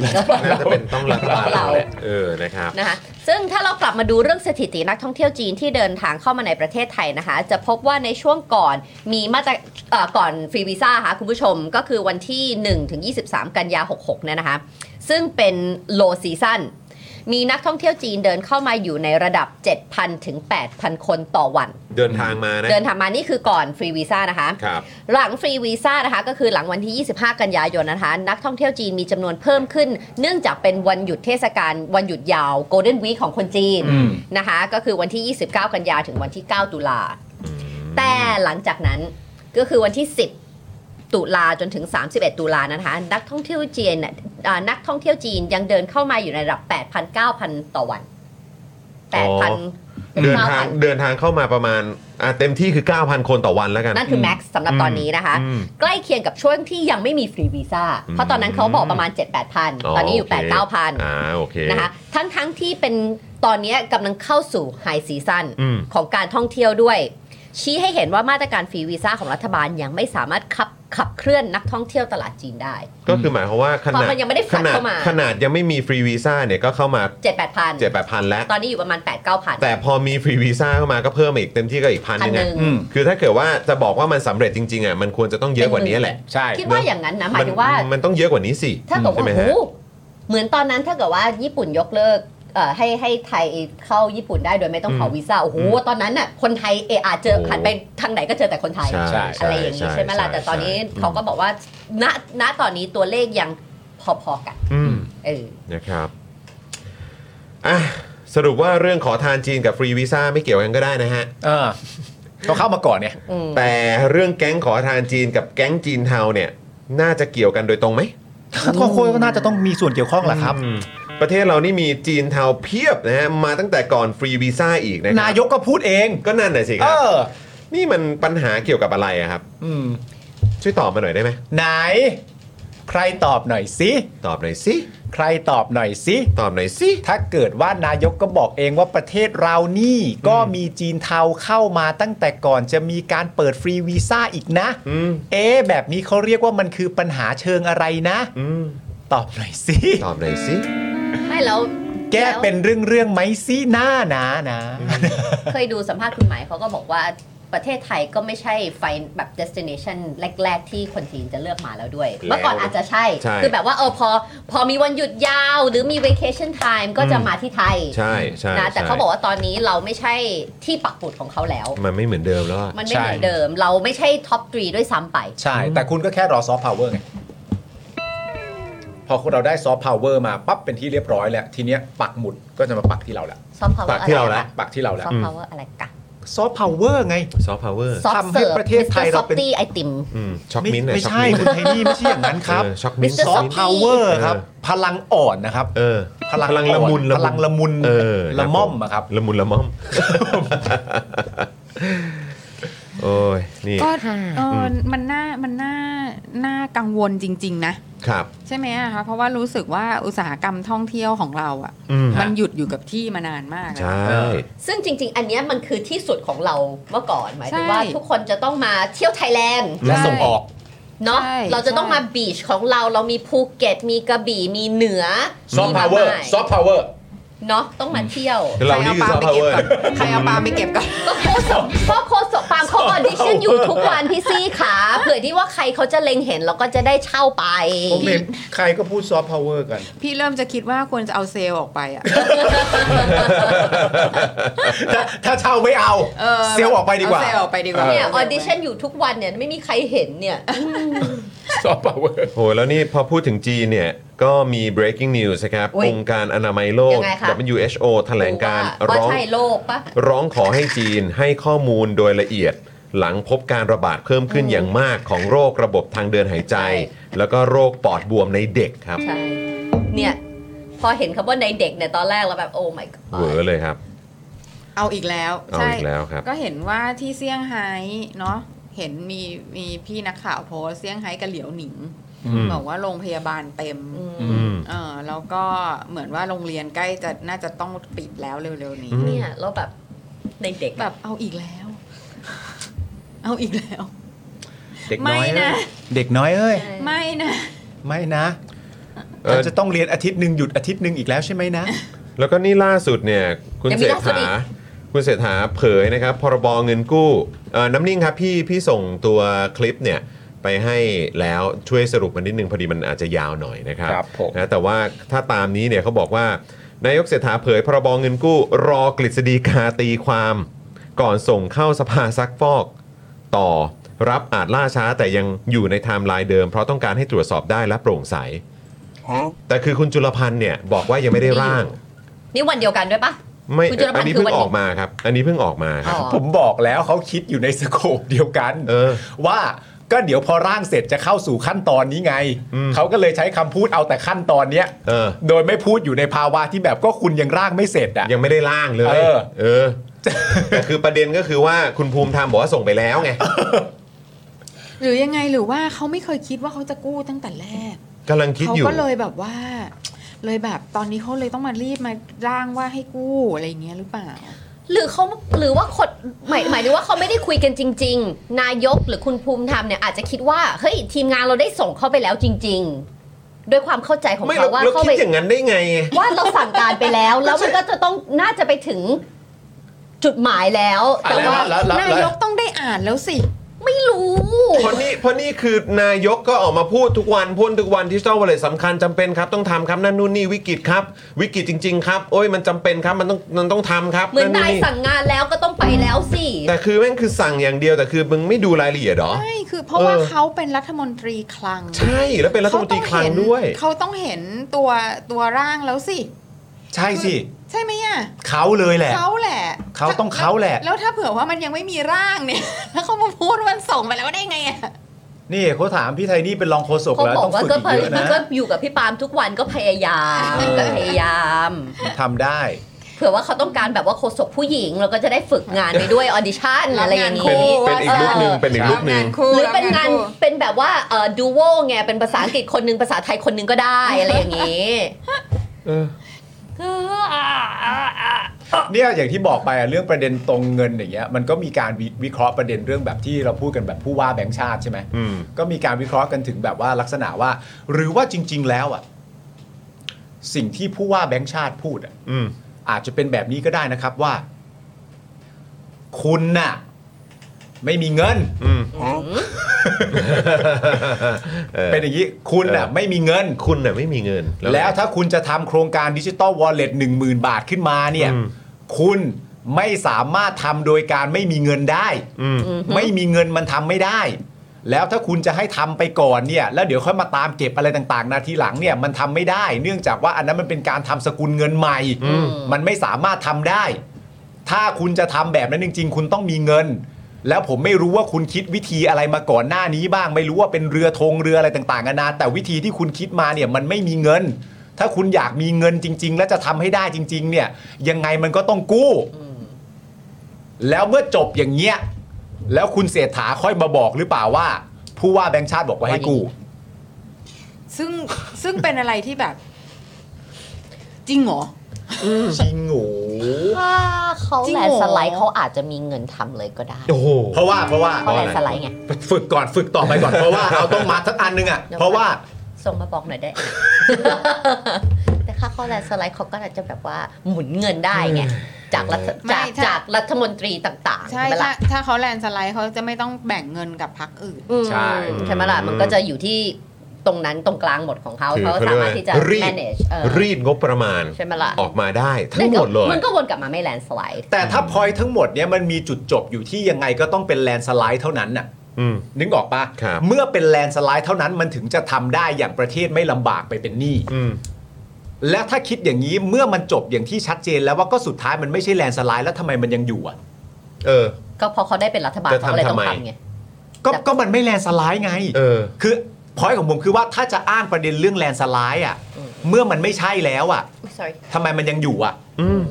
A: น่าจะเป็นต้องรัฐบาล
C: เรา
A: แหละเออนะครับ
C: นะคะซึ่งถ้าเรากลับมาดูเรื่องสถิตินักท่องเที่ยวจีนที่เดินทางเข้ามาในประเทศไทยนะคะ จะพบว่าในช่วงก่อนมีมาตราเอ่อก่อนฟรีวีซ่าค่ะคุณผู้ชมก็คือวันที่1ถึง23 กันยา 66เนี่ยนะคะ ซึ่งเป็น low season มีนักท่องเที่ยวจีนเดินเข้ามาอยู่ในระดับ 7,000 ถึง 8,000 คนต่อวัน
A: เดินทางมานะ
C: เดินทางมานี่คือก่อนฟรีวีซ่านะคะ
A: ครับ
C: หลังฟรีวีซ่านะคะก็คือหลังวันที่ 25 กันยายนนะคะ นักท่องเที่ยวจีนมีจำนวนเพิ่มขึ้น เนื่องจากเป็นวันหยุดเทศกาลวันหยุดยาวโกลเด้นวีคของคนจีน
B: อืม
C: นะคะ ก็คือวันที่ 29 กันยาถึงวันที่ 9 ตุลา แต่หลังจากนั้นก็คือวันที่ 10 ตุลาจนถึง 31 ตุลานะคะ นักท่องเที่ยวจีนน่ะอ่านักท่องเที่ยวจีนยังเดินเข้ามาอยู่ในระดับ 8,000-9,000 ต่อวัน8,000ถึง
A: เดินทาง
C: 9,000
A: เดินทางเข้ามาประมาณอ่ะเต็มที่คือ 9,000 คนต่อวันแล้วกัน
C: นั่นคือแม็กซ์สำหรับตอนนี้นะคะ
A: อืม
C: ใกล้เคียงกับช่วงที่ยังไม่มีฟรีวีซ่า
A: อืม
C: เพราะตอนนั้นเขาบอกประมาณ 7 8 0 0 0 ตอนนี้อยู่ 8 9 0 0
A: อ่าโอเค
C: 0 นะคะ ทั้งทั้งๆที่เป็นตอนนี้กำลังเข้าสู่ไฮซีซั่น
A: อืม
C: ของการท่องเที่ยวด้วย ชี้ให้เห็นว่ามาตรการฟรีวีซ่าของรัฐบาลยังไม่สามารถขับขับเคลื่อนนักท่องเที่ยวตลาดจีนได้
A: ก็คือหมายความว่าข
C: เพ
A: นาด
C: ราะมันยังไม่ได้
A: ข
C: ฝัง
A: นาด
C: เข้ามา
A: ขนาดยังไม่มีฟรีวีซ่าเนี่ยก็เข้ามา
C: 7 8 0 0
A: เจ็ดแปดพันแล้ว
C: 0 ตอนนี้อยู่ประมาณ 8 9 0 0 0
A: แต่พอมีฟรีวีซ่าเข้ามาก็เพิ่มมาอีกเต็มที่ก็อีกพันหนึง
C: พันหนึ่
A: อะ
C: ง
B: อืม
A: คือถ้าเกิดว่าจะบอกว่ามันสำเร็จจริงๆอ่ะมันควรจะต้องเยอะกว่านี้แหละ
B: ใช่
C: คิดว่าอย่างนั้นนะหมายถึงว่า
A: นมันต้องเยอะกว่านี้สิ
C: ถ้าเกิดว่า
A: ใช่ไหม
C: โอ้
A: ฮะ
C: โหเหมือนตอนนั้นถ้าเกิดว่าญี่ปุ่นยกเลิกเอ่อให้ให้ไทยเข้าญี่ปุ่นได้โดยไม่ต้องขอวีซ่าโอ้โหตอนนั้นน่ะคนไทยเออาเจอ
A: โอ้โห
C: หันไปทางไหนก็เจอแต่คนไทย
B: ใช่
C: อะไรอย่างนี้ใช่ไหมล่ะแต่ตอนนี้
A: ใช่
C: เขาก็บอกว่าณณตอนนี้ตัวเลขยังพอๆกัน
A: อืม
C: เออ
A: นะครับ อ่ะ สรุปว่าเรื่องขอทานจีนกับฟรีวีซ่าไม่เกี่ยวกันก็ได้นะฮะ
B: เออเขาเข้ามาก่อนเนี่ย
C: อืม
A: แต่เรื่องแก๊งขอทานจีนกับแก๊งจีนเทาเนี่ย น่าจะเกี่ยวกันโดยตรงไหม
B: ข้อโคยก็น่าจะต้องมีส่วนเกี่ยวข้องแหละครับ
A: อืมประเทศเรานี่มีจีนเทาเพียบนะฮะมาตั้งแต่ก่อนฟรีวีซ่าอีกนะครั
B: นายกก็พูดเอง
A: ก็นั่นน่ะสิค
B: เอ
A: รับ
B: อ
A: นี่มันปัญหาเกี่ยวกับอะไรอะครับ
B: อืม
A: ช่วยตอบมาหน่อยได้ไหม
B: ไหน ใครตอบหน่อยสิ
A: ตอบหน่อยสิ
B: ใครตอบหน่อยสิ
A: ตอบหน่อยสิ
B: ถ้าเกิดว่านายกก็บอกเองว่าประเทศเรานี่ก็มีจีนเทาเข้ามาตั้งแต่ก่อนจะมีการเปิดฟรีวีซ่าอีกนะ
A: อืม
B: เอ๊ะแบบนี้เขาเรียกว่ามันคือปัญหาเชิงอะไรนะ
A: อืม
B: ตอบหน่อย สิ
A: ตอบหน่อยสิ
C: ไม่แล้ว
B: แก้เป็นเรื่องเรื่องๆไหมสิหน้านะนะ
C: เคยดูสัมภาษณ์คุณหมายเขาก็บอกว่าประเทศไทยก็ไม่ใช่ไฟแบบ destination แรก ๆ ที่คนจีนจะเลือกมาแล้วด้วย
A: แล้ว
C: เมื่อก่อนอาจจะใช่
A: ใช่
C: คือแบบว่าเออพอพอมีวันหยุดยาว หรือมี vacation time ก็จะมาที่ไทย
A: ใช่ใช่
C: นะแต่
A: ใช่
C: เขาบอกว่าตอนนี้เราไม่ใช่ที่ปักปุดของเขาแล้ว
A: มันไม่เหมือนเดิมแล้วอะ
C: มันไม่เหมือน
B: ใช่
C: เดิม เราไม่ใช่ท็อปทรีด้วยซ้ำไป
B: ใช่ แต่คุณก็แค่รอซอฟต์พาวเวอร์ไง พอเราได้ซอฟต์พาวเวอร์มาปั๊บเป็นที่เรียบร้อยแล้ว ทีเนี้ยปักหมุดก็จะมาปักที่เราแหละ
C: ซอฟต์พาวเวอ
A: ปัก
C: ร์อะไร
A: ที่เราละ
B: ปักที่เราแหละ
C: ซอฟต์พาวเวอร์อะไรกะ
B: ซอฟต์พาวเวอร์ไง
A: ซอฟต์พาวเวอร์
C: ซอฟ
B: ทำ
C: ต์
B: ให้
C: เสิร์ฟ
B: ประเทศไทยเราเป็น
C: ตี้ไอติม
A: ช็อก
B: ไม่
A: มิ้นท์อะ
B: ไม่
A: ช็อก
B: ใช่
A: มิ้นท์
B: คุณไทนี่ไม่ใช่อย่างนั้นครับ
A: เออช็อกมิ้นท์
C: มิสเตอร์
B: ซ
A: ช็
B: อ
A: อก
B: ฟ
A: มิ้น
B: ต์
A: ท์
B: พาวเวอร์ครับ พลังอ่อนนะครับ
A: เออพลัง
B: อ่
A: ละ
B: อน
A: มุน
B: พลังละมุน
A: เออ
B: ละม่อมอะครับ
A: ละมุนละม่อมโอ้ยนี่
D: ก็เออมันน่ามันน่าน่ากังวลจริง ๆ นะ
A: ครับ
D: ใช่ไหมอะคะเพราะว่ารู้สึกว่าอุตสาหกรรมท่องเที่ยวของเราอะ
A: อืม
D: มันหยุดอยู่กับที่มานานมากอะ
A: ใช่
C: ซึ่งจริง ๆ อันเนี้ยมันคือที่สุดของเราเมื่อก่อน หมายถึง
D: ใช่
C: ว่าทุกคนจะต้องมาเที่ยวไทยแลนด์
B: และส่งออก
C: เนาะ
D: ใช่
C: เราจะต้อง
D: ใช่
C: มาบีชของเราเรามีภูเก็ต มีกระบี่มีเหนือ
B: ซอฟต์พาวเวอร์ ซอฟต์พาวเวอร์
C: เนาะต้องมาเที่ยว
A: เรานี่คือซอฟต์พาวเวอร์
D: ใครเอาปลาไปเก็บก่อน
C: ก็โคศกก็โคศกปาล์มเขาออดิชั่นอยู่ทุกวันพี่ซี่ขาเผื่อที่ว่าใครเขาจะเล็งเห็นเราก็จะได้เช่าไป
B: ผมเห็นใครก็พูดซอฟต์พาวเวอร์กัน
D: พี่เริ่มจะคิดว่าควรจะเอาเซลล์ออกไปอะ
B: ถ้าถ้าเช่าไม่เอา
D: เออ
B: เซลล์ออกไปดีกว่า
D: เอเซลล์ออกไปดีกว่า
C: เนี่ยออดิชั่นอยู่ทุกวันเนี่ยไม่มีใครเห็นเนี่ย
B: ซอฟต์พาวเวอร์
A: โหแล้วนี่พอพูดถึงจีนเนี่ย ก็มี breaking news นะครับ
C: อุ๊ย
A: องค์การอนามัยโลก
C: ยังไงคะ
A: WHO แถลงการ
C: ว่า
A: ร้อง
C: ใช่โลกปะ
A: ร้องขอให้จีนให้ข้อมูลโดยละเอียด หลังพบการระบาดเพิ่มขึ้นอย่างมากของโรคระบบทางเดินหายใจ
C: ใช่
A: แล้วก็โรคปอดบวมในเด็กครับ
C: ใช่ เนี่ย พอเห็นคำว่าในเด็กเนี่ยตอนแรกเราแบบโอ้ my
A: เหวอ
C: god
A: เลยครับ
D: เอาอีกแล้ว
A: เอา
D: ใช่
A: อีกแล้วครับ
D: ก็เห็นว่าที่เซี่ยงไฮ้เนาะเห็นมีมีพี่นักข่าวโพสต์เซี่ยงไฮ้กับเหลียวหนิง
A: อืม
D: บอกว่าโรงพยาบาลเต็ม
C: อืม
A: อืม
D: เออแล้วก็เหมือนว่าโรงเรียนใกล้จะน่าจะต้องปิดแล้วเร็วๆนี้
A: อืม
C: เนี่ยแล้วแบบในเด็กอะ
D: แบบเอาอีกแล้ว เอาอีกแล้ว
B: เด็กน้อย
D: ไม่นะ
B: เอ้ยเด็กน้อยเอ้ย
D: ไม่นะ
B: ไม่นะ
A: เออ
B: เราจะต้องเรียนอาทิตย์หนึ่งหยุดอาทิตย์หนึ่งอีกแล้วใช่ไหมนะ
A: แล้วก็นี่ล่าสุดเนี่ย คุณเศรษฐาคุณเศรษฐาเผยนะครับ พรบเงินกู้เอ่อน้ำนิ่งครับพี่พี่ส่งตัวคลิปเนี่ย ไปให้แล้วช่วยสรุปมันนิดนึงพอดีมันอาจจะยาวหน่อยนะครับ
B: ครับผม
A: นะแต่ว่าถ้าตามนี้เนี่ยเขาบอกว่านายกเศรษฐาเผย พรบเงินกู้ รอกฤษฎีกาตีความ ก่อนส่งเข้าสภาซักฟอก ต่อรับอาจล่าช้าแต่ยังอยู่ในไทม์ไลน์เดิม เพราะต้องการให้ตรวจสอบได้และโปร่งใส แต่คือคุณจุลพันธ์เนี่ยบอกว่ายังไม่ได้ร่าง
C: นี่วันเดียวกันด้วยปะ
A: ไม่
C: คุณจุลพันธ์
A: อันนี้เพิ่ง
C: คือวัน
A: ออกมาครับ อันนี้เพิ่งออกมาครับ
C: อ๋อ
B: ผมบอกแล้วเขาคิดอยู่ในสโคปเดียวกัน
A: เออ
B: ว่าก็เดี๋ยวพอร่างเสร็จจะเข้าสู่ขั้นตอนนี้ไง
A: อืม
B: เขาก็เลยใช้คำพูดเอาแต่ขั้นตอนเนี้ย
A: เออ
B: โดยไม่พูดอยู่ในภาวะที่แบบก็คุณยังร่างไม่เสร็จอ่ะ
A: ยังไม่ได้ร่างเลย
B: เออ
A: เออ แต่คือประเด็นก็คือว่าคุณภูมิธรรมบอกว่าส่งไปแล้วไง
D: หรือยังไงหรือว่าเขาไม่เคยคิดว่าเขาจะกู้ตั้งแต่แรก
A: กำลังคิด
D: เขา
A: อยู่
D: ก็เลยแบบว่า เลยแบบตอนนี้เขาเลยต้องมารีบมาร่างว่าให้กู้อะไรอย่างเงี้ยหรือเปล่า
C: หรือเขาหรือว่าคนหมายหมายถึงว่าเขาไม่ได้คุยกันจริง ๆ นายกหรือคุณภูมิธรรมเนี่ยอาจจะคิดว่า เฮ้ย ทีมงานเราได้ส่งเข้าไปแล้วจริง ๆ ด้วยความเข้าใจของ
A: ไม่
C: เขา
A: เรา
C: ว่า
A: เรา
C: เข้า
A: คิ
C: ไป
A: ดอย่างนั้นได้ไง
C: ว่าเราสั่งการไปแล้ว แล้วมันก็จะต้องน่าจะไปถึงจุดหมายแล้ว แต่
B: แล้ว
C: ว่า
B: แล้วแล้ว
D: นา
B: แล้ว
D: ยกต้องได้อ่านแล้วสิ
C: ไม่รู้
A: เพราะนี่เพราะนี่คือนายกก็ออกมาพูดทุกวันพูดทุกวันที่เจ้าวันเลยสำคัญจำเป็นครับ ต้องทำครับนั่นนู่นนี่วิกฤตครับ วิกฤตจริง ๆ ครับ โอ้ยมันจำเป็นครับมันต้องมันต้องทำครับ
C: เหมือนนาย
A: นี่
C: สั่งงานแล้วก็ต้องไปแล้วสิ
A: แต่คือแม่งคือสั่งอย่างเดียวแต่คือมึงไม่ดูรายละเอียดเหรอ
D: ไม่คือเพราะว่า
A: เออ
D: เขาเป็นรัฐมนตรีคลัง
A: ใช่แล้วเป็นรัฐมนตรีคลังด้วย
D: เขาต้องเห็นตัวตัวร่างแล้วสิ
B: ใช่สิ
D: ใช่ไหมอ่ะ
B: เขาเลยแหละ
D: เขาแหละ
B: เขาต้องเขาแหละ
D: แล้วถ้าเผื่อว่ามันยังไม่มีร่างเนี่ย แล้วเขามาพูดว่ามันส่งไปแล้วได้ไงอ่ะ
B: นี่เขาถามพี่ไทยนี่เป็นรองโฆษก
C: เขา
B: แล้ว
C: บอก
B: ต้อง
C: ว่า
B: ฝึก
C: ก็พ
B: อีก
C: ย
B: เยอะนะ
C: ก็อยู่กับพี่ปาล์มทุกวันก็พยายาม
B: เออ
C: ก็พยายาม
B: ทำได้
C: เผื่อว่าเขาต้องการแบบว่าโฆษกผู้หญิงเราก็จะได้ฝึกงานไปด้วย ออดิชั่นอะไรอย่างนี้
F: เป็นเป็นอีกลุกหนึ่งเป็นอีกลุกหนึ่ง
D: คู่
C: หรือ
D: รับ
C: เป็นงาน
D: คู่
C: เป็นแบบว่าเอ่อดูโวไงเป็นภาษาอังกฤษคนหนึงภาษาไทยคนหนึงก็ได้ อะไรอย่างนี้เอออ่ะอ่ะอ่ะ
B: เนี่ยอย่างที่บอกไปอะเรื่องประเด็นตรงเงินอย่างเงี้ยมันก็มีการวิวิเคราะห์ประเด็นเรื่องแบบที่เราพูดกันแบบผู้ว่าแบงค์ชาติใช่ไหม
F: อืม
B: ก็มีการวิเคราะห์กันถึงแบบว่าลักษณะว่า หรือว่าจริง ๆ แล้วอ่ะสิ่งที่ผู้ว่าแบงค์ชาติพูดอ่ะ
F: อืม
B: อาจจะเป็นแบบนี้ก็ได้นะครับว่า คุณน่ะ ไม่มีเงิน
F: อืม
B: เป็นอย่างนี้ คุณน่ะ ไม่มีเงิน
F: คุณน่ะไม่มีเงิน
B: แล้วถ้าคุณจะทำโครงการดิจิตอลวอลเล็ตหนึ่งหมื่นบาทขึ้นมาเนี่ย
F: อืม
B: คุณไม่สามารถทำโดยการไม่มีเงินได้
F: อืม
B: ไม่มีเงินมันทำไม่ได้ แล้วถ้าคุณจะให้ทำไปก่อนเนี่ย แล้วเดี๋ยวค่อยมาตามเก็บอะไรต่างๆนาทีหลังเนี่ยมันทำไม่ได้ เนื่องจากว่าอันนั้นมันเป็นการทำสกุลเงินใหม่ มันไม่สามารถทำได้ ถ้าคุณจะทำแบบนั้นจริง ๆ คุณต้องมีเงิน แล้วผมไม่รู้ว่าคุณคิดวิธีอะไรมาก่อนหน้านี้บ้าง ไม่รู้ว่าเป็นเรือธงเรืออะไรต่างๆนานาแต่วิธีที่คุณคิดมาเนี่ยมันไม่มีเงิน ถ้าคุณอยากมีเงินจริง ๆ และจะทำให้ได้จริง ๆ เนี่ย ยังไงมันก็ต้องกู้ แล้วเมื่อจบอย่างเงี้ย แล้วคุณเศรษฐาค่อยมาบอกหรือเปล่าว่า ผู้ว่าแบงค์ชาติบอกว่าให้กู้
D: ซึ่งซึ่งเป็นอะไรที่แบบ จริงเหรอ
B: จริงโห
C: ถ้าเขา
D: จริง
C: แล
D: เหรอ
C: นด์สไลด์เขาอาจจะมีเงินทำเลยก็ได้
F: โอ้โห
B: เพราะว่าเพราะว่า
C: เขาแลนด์สไลด์ไง
B: ฝึกก่อนฝึกต่อไปก่อนเพราะว่าเอาต้องมาทักอันนึงอ่ะเพราะว่า
C: ส่งมาบอกหน่ อยได้ไหม แต่ค่าข้อแลนด์สไลด์เขาก็อาจจะแบบว่าหมุนเงินได้ไง จากรัฐ
D: ไม่
C: จาก
D: ถ้า
C: จากรัฐมนตรีต่างๆ
D: ใช่
C: ไหม
D: ถ้า
C: ล่ะ
D: ถ้าเขาแลนด์สไลด์เขาจะไม่ต้องแบ่งเงินกับพรรคอื่น
C: อืม
F: ใช่
C: ใช่ไหมล่ะ มันก็จะอยู่ที่ตรงนั้นตรงกลางหมดของเขา
F: คือ
C: เขา
F: เขา
C: สาก มาร
F: เรียว่า
C: ถที่จะ
F: รีด
C: manage เออ
F: รีดงบประมาณ
C: ใช่ไหมล่ะ
F: ออกมาได้ทั้งหมดเลย
C: มันก็วนกลับมาไม่แลนด์สไลด์
B: แต่ถ้าพอยทั้งหมดเนี้ยมันมีจุดจบอยู่ที่ยังไงก็ต้องเป็นแลนสไลด์เท่านั้นน่ะ
F: อืม
B: นึกออกปะ
F: ครับ
B: เมื่อเป็นแลนสไลด์เท่านั้นมันถึงจะทำได้อย่างประเทศไม่ลำบากไปเป็นหนี้
F: อืม
B: และถ้าคิดอย่างนี้เมื่อมันจบอย่างที่ชัดเจนแล้วว่าก็สุดท้ายมันไม่ใช่แลนสไลด์แล้วทำไมมันยังอยู่อ่ะ
F: เออ
C: ก็พอเขาได้เป็นรัฐบาล
F: จะทำ
C: เขาเลยต้อง
F: ทำไม
C: ทำไง
B: ก็
C: แต่
B: ก็มันไม่แลนด์สไลด์ไง
F: เออ
B: คือพอยของผมคือว่าถ้าจะอ้างประเด็นเรื่องแลนด์สไลด์อ่ะ เมื่อมันไม่ใช่แล้วอ่ะ
C: sorry
B: ทำไมมันยังอยู่อ่ะ
F: อืม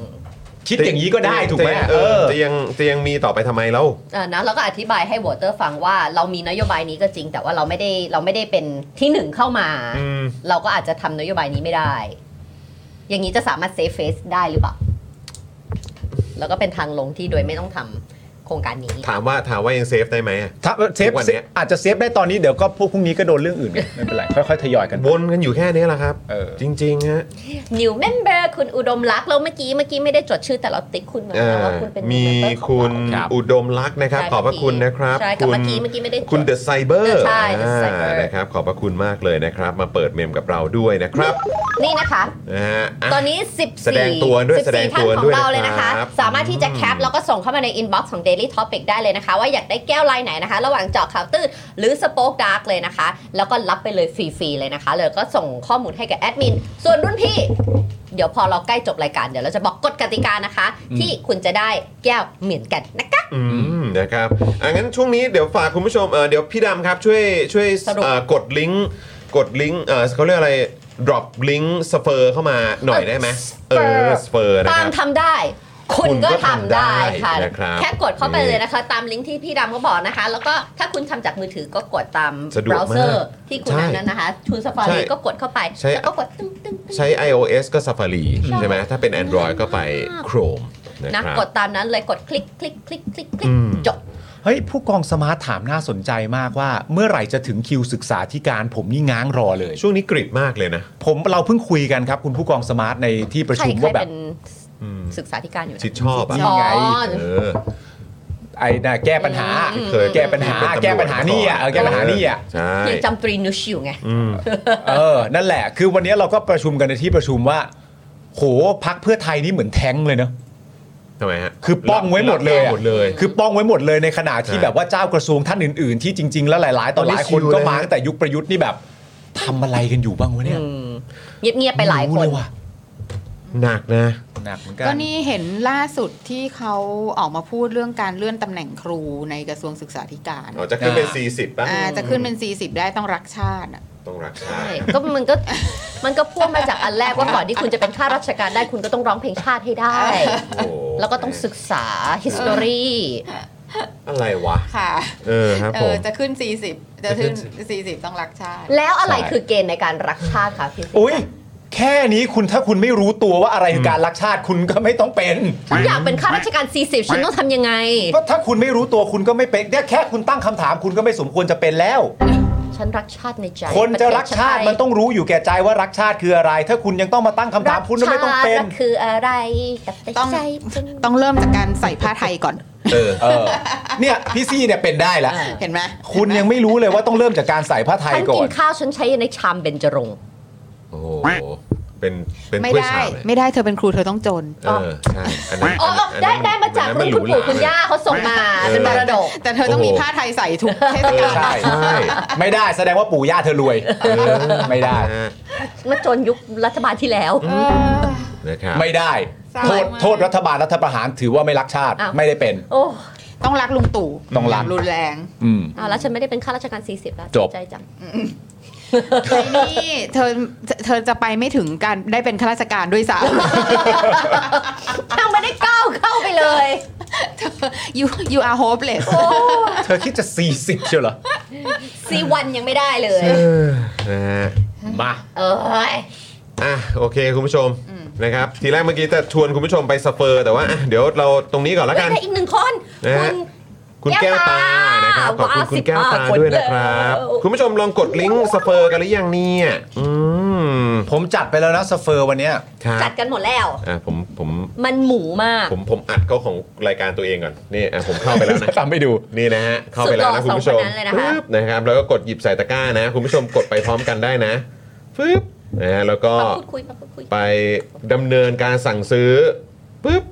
B: คิดอย่างนี้ก็ได้ถูกไหม
F: จะยัง
B: เอ
F: เออ
B: อ
F: จะยังจะยังมีต่อไปทำไมแล้ว
C: เออนะแล้วก็อธิบายให้วอเตอร์ฟังว่าเรามีนโยบายนี้ก็จริง แต่ว่าเราไม่ได้เราไม่ได้เป็นที่หนึ่งเข้ามา
F: อืม
C: เราก็อาจจะทำนโยบายนี้ไม่ได้ อย่างนี้จะสามารถเซฟเฟสได้หรือเปล่า แล้วก็เป็นทางลงที่โดยไม่ต้องทำโครงการนี้
F: ถามว่าถามว่ายังเซฟได้ไหมอะ
B: ถ้าเซฟ
F: ทุกวันเนี้ย
B: อาจจะเซฟได้ตอนนี้เดี๋ยวก็พวกพรุ่งนี้ก็โดนเรื่องอื่นไงไม่เป็นไร ค่อยๆทยอยกันไป
F: วนกันอยู่แค่นี้แหละครับ
B: เออ
F: จริงๆฮะ
C: new member คุณอุดมรักษ์แล้วเมื่อกี้เมื่อกี้ไม่ได้จดชื่อแต่เราติ๊กคุณมา
F: เอ่
C: แล้ว
F: อ
C: ว่าคุณเป็น new
F: มี
C: member ของเรา
F: คุณ
B: ครับ
F: อุดมลักษณ์นะครับ
C: ใช่
F: ขอบพระคุณนะครับ
C: ใช่กับ
F: คุณ
C: เมื่อกี้เมื่อกี้ไม่ได้จด
F: คุณเดอะไซเบอร์
C: ใช่ The Cyber
F: นะครับ ขอบพระคุณมากเลยนะครับ มาเปิดเมมกับเราด้วยนะครับ
C: นี่นะคะ
F: นะฮะะ
C: ตอนนี้ 14
F: แสดงตัวด้วยแสดง
C: 14ท่า
F: ตั
C: นขอ
F: วด้วย
C: งเราเลยนะคะ
F: นะครับ
C: สามารถที่จะแคปแล้วก็ส่งเข้ามาใน inbox ของ Daily Topic ได้เลยนะคะ ว่าอยากได้แก้วลายไหนนะคะ ระหว่างเจาะข่าวตื้นหรือสป o อ e ดาร์กเลยนะคะ แล้วก็รับไปเลยฟรีๆเลยนะคะเลยก็ส่งข้อมูลให้กับแอดมิน ส่วนรุ่นพี่ เดี๋ยวพอเราใกล้จบรายการเดี๋ยวเราจะบอกกฎกติกานะคะ ที่คุณจะได้แก้วเหมือนกันนะคะ
F: อืมนะครับอ่ะงั้นช่วงนี้เดี๋ยวฝากคุณผู้ชมเอ่อเดี๋ยวพี่ดำครับช่วยช่วย
C: สรุป
F: เอ่อกดลิงก์กดลิงก์เอ่อเขาเรียกอะไร drop ลิงก์สเฟอร์เข้ามาหน่อยได้ไหมเออสเฟอร์นะ
C: ตา
F: ค
C: ม
F: รับ
C: ทำได้ คุณ
F: คุณก็
C: ก็ทำได้ค่ะ
F: ทำได้นะครับ
C: แค่กดเข้าไป
F: นี่
C: เลยนะคะ ตามลิงก์ที่พี่ดำเขาบอกนะคะ แล้วก็ถ้าคุณทำจากมือถือก็กดตาม
F: สะด
C: เบ
F: วก
C: ราว์เซอ
F: มา
C: ร์
F: ก
C: ที่คุณ
F: ใช่
C: อันนั้นนะคะทูสฟา
F: ใช่
C: รีก็กดเข้าไป
F: ใช่
C: แล้วก็กดตึ้งตึ้งตึ้ง
F: ใช้ iOS ก็ Safari ใช่ไหมถ้าเป็น Android ก็ไป Chrome นะ
C: นะครับ กดตามนั้นเลยกดคลิกคลิกคลิกคลิกคลิก
F: อืม
C: จบ
B: เฮ้ยผู้กองสมาร์ทถามน่าสนใจมากว่า เมื่อไหร่จะถึงคิวศึกษาธิการผมนี่ง้างรอเลย
F: ช่วงนี้กริดมากเลยนะ
B: ผมเราเพิ่งคุยกันครับ คุณผู้กองสมาร์ทในที่ประ
C: ใคร
B: ชุม
C: ใคร
B: ว่าแบ
C: เป็
B: บ
C: น
F: อืม
C: ศึกษาธิการอยู่นะ
F: ชิดชอบอ่ะ
B: นี่ไง
C: อ๋อ
F: เออ
B: ไอ้น่ะแก้ปัญหา
F: ที่เคย
B: แก้ปัญหา
F: เป็นตำรวจ
B: แก้ปัญหานี่อ่ะเออแก้ปัญหานี่อ่ะ
F: ใช่
C: ยังจำตรีนุชอยู่ไง
F: อืม
B: เออ นั่นแหละ คือวันนี้เราก็ประชุมกันในที่ประชุมว่า โหพักเพื่อไทยนี่เหมือนแท้งก์เลยเนาะ
F: ทำไมฮะ
B: คือป้องไว้หมดเลยอะ
F: หมดเลย
B: คือป้องไว้หมดเลยในขณะที่
F: ใช่
B: แบบว่าเจ้ากระทรวงท่านอื่นๆ ที่จริง ๆ แล้วหลาย ๆ ต่อหลาย
F: ตอนนี้ชิ
B: ค
F: วน
B: ก็
F: เลย
B: มาตั้งแต่ยุคประยุทธ์นี่แบบทำอะไรกันอยู่บ้างวะเนี่ย
C: เงียบ ๆ ไปหลาย
B: ม่
C: ค
B: รู้
C: น
B: เว่ะ
F: หนักนะ
B: หนักเหมือนกัน
D: ก็นี่เห็นล่าสุดที่เขาออกมาพูดเรื่องการเลื่อนตำแหน่งครูในกระทรวงศึกษาธิการ
F: อ๋อจะขึ้นเป็น 40ป่ะ
D: อ่าจะขึ้นเป็น 40 ได้ต้องรักชาติอะ
F: ต้องรักชา
C: ใช่
F: ติ
C: ก็มันก็ มันก็พ่วงมาจากอันแรกว่าก่อนที่คุณจะเป็นข้าราชการได้คุณก็ต้องร้องเพลงชาติให้ได้
F: โอ้
C: แล้วก็ต้องศึกษา history
F: อะไรวะ
D: ค่ะ
F: เออครับ
D: เอ
F: ผ
D: อ
F: ม
D: จะขึ้น 40 จะขึ้น 40 ต้องรักชาติ
C: แล้วอะไรคือเกณฑ์ในการรักชาติคะพี่สิ
B: อุ้ยแค่นี้คุณถ้าคุณไม่รู้ตัวว่าอะไรคือการรักชาติคุณก็ไม่ต้องเป็น
C: ฉันอยากเป็นข้าราชการ 40 ฉันต้องทำยังไง
B: ก็ถ้าคุณไม่รู้ตัวคุณก็ไม่เป็นเนี่ยแค่คุณตั้งคำถามคุณก็ไม่สมควรจะเป็นแล้ว
C: ฉันรักชาติในใจ
B: คนจะ
C: ปเทศ
B: รักชาติมันต้องรู้อยู่แก่ใจว่ารักชาติคืออะไร ถ้าคุณยังต้องมาตั้งคำถามคุณก็ไม่ต้องเป็น
C: รักชาติคืออะไรแต่
D: ต้อง
C: ใจฉัน
D: ต้องเริ่มจากการใส่ผ้าไทยก่อน
F: เออ
B: เออ เนี่ยพี่ซี่เนี่ยเป็นได้ละ
C: เออ
D: เห็นไหม
B: คุณยังไม่รู้เลยว่าต้องเริ่มจากการใส่ผ้าไทย
C: ฉัน
B: ก่อ
C: กิ
B: น
C: นข้าวฉันใช้ในชามเบญจรงค์
F: โอ้โห เป็น เป็น
D: ไม่
F: ถ้วย
D: ได้
F: ชามเลย
D: ไม่ได้เธอเป็นครูเธอต้องจน
F: เออ ใช่ อันนั้น
C: อ๋ออ๋อ
F: อัน
C: ได้
F: นั้น
C: ได้มาจาก
F: อันนั้น
C: รุ่นคุณ
F: หรูห
C: ปู่
F: ร
C: คุณย่า
F: เล
C: เขาส่งมา
F: เออ
C: เป็นมรดก
D: แต่เธอต้องมีผ้าไทยใส่ทุกเทศ
B: เออก
D: าล
B: ใช่
F: ใช่
B: ไม่ได้แสดงว่าปู่ย่าเธอรวยไม่ได้
F: นะฮะ
C: มาจนยุครัฐบาลที่แล้ว
D: เออ
F: นะครับ
B: ไม่ได้
D: เศร้า
B: โทษ
D: มาก
B: โทษรัฐบาลรัฐประหารถือว่าไม่รักชาติ
C: อ้าว
B: ไม่ได้เป็น
C: โอ้
D: ต้องรักลุงตู่
B: ต้องรัก
D: ย่ารุนแรง
B: อืม
C: อ่ะแล้วฉันไม่ได้เป็นข้าราชการ 40 แล้ว
B: จบ
C: ใจจัง
D: ไอ้นี่เธอเธอจะไปไม่ถึงการได้เป็นข้าราชการด้วยซ้
C: ยังไม่ได้ก้าวเข้าไปเลย
D: ำ you you are hopeless
B: เธอคิดจะ 40เชียวเหรอ
C: ซีวันยังไม่ได้เลย
F: เออนะฮะ
B: มา
C: เอ้ย
F: อ่ะโอเค คุณผู้ชมนะครับ ทีแรกเมื่อกี้จะชวนคุณผู้ชมไปสเปอร์ แต่ว่าอ่ะเดี๋ยวเราตตรงนี้ก่อนละ
C: เฮ้ย
F: กัน
C: แต่อีกหนึ่งคน
F: นะ
C: คุ
F: ฮะ
C: ณ
F: คุณ
C: แก้
F: แก้ว
C: ว
F: ตา
C: ตา
F: นะครับขอบคุณ
C: ว้าว
F: คุณแก้วตา
C: สิบห้าคน
F: ด้วยนะครับ
C: แล้ว
F: คุณผู้ชมลองกดลิงก์สเปอร์กันหรือยังเนี่ยอืม
B: ผมจัดไปแล้วนะสเฟอร์วันเนี้ย
F: ครับ
C: จัดกันหมดแล้ว
F: อ่ะผมผม
C: มันหมูมาก
F: ผมผมอัดเข้าของรายการตัวเองก่อนนี่อ่ะผมเข้าไปแล้วนะ
B: ตามไปดู
F: นี่นะฮะเข้าไปแล้วนะ
C: สุ
F: คุณ
C: ดหล่อ
F: ผู้ชม
C: สองคนนั้นเลยนะคะ
F: ปึ๊บนะครับแล้วก็กดหยิบใส่ตะกร้านะ คุณผู้ชมกดไปพร้อมกันได้นะปึ๊บนะฮะแล้วก็
C: มาพูดคุยมาพูดคุย
F: ไปดำเนินการสั่งซื้อปุ๊บ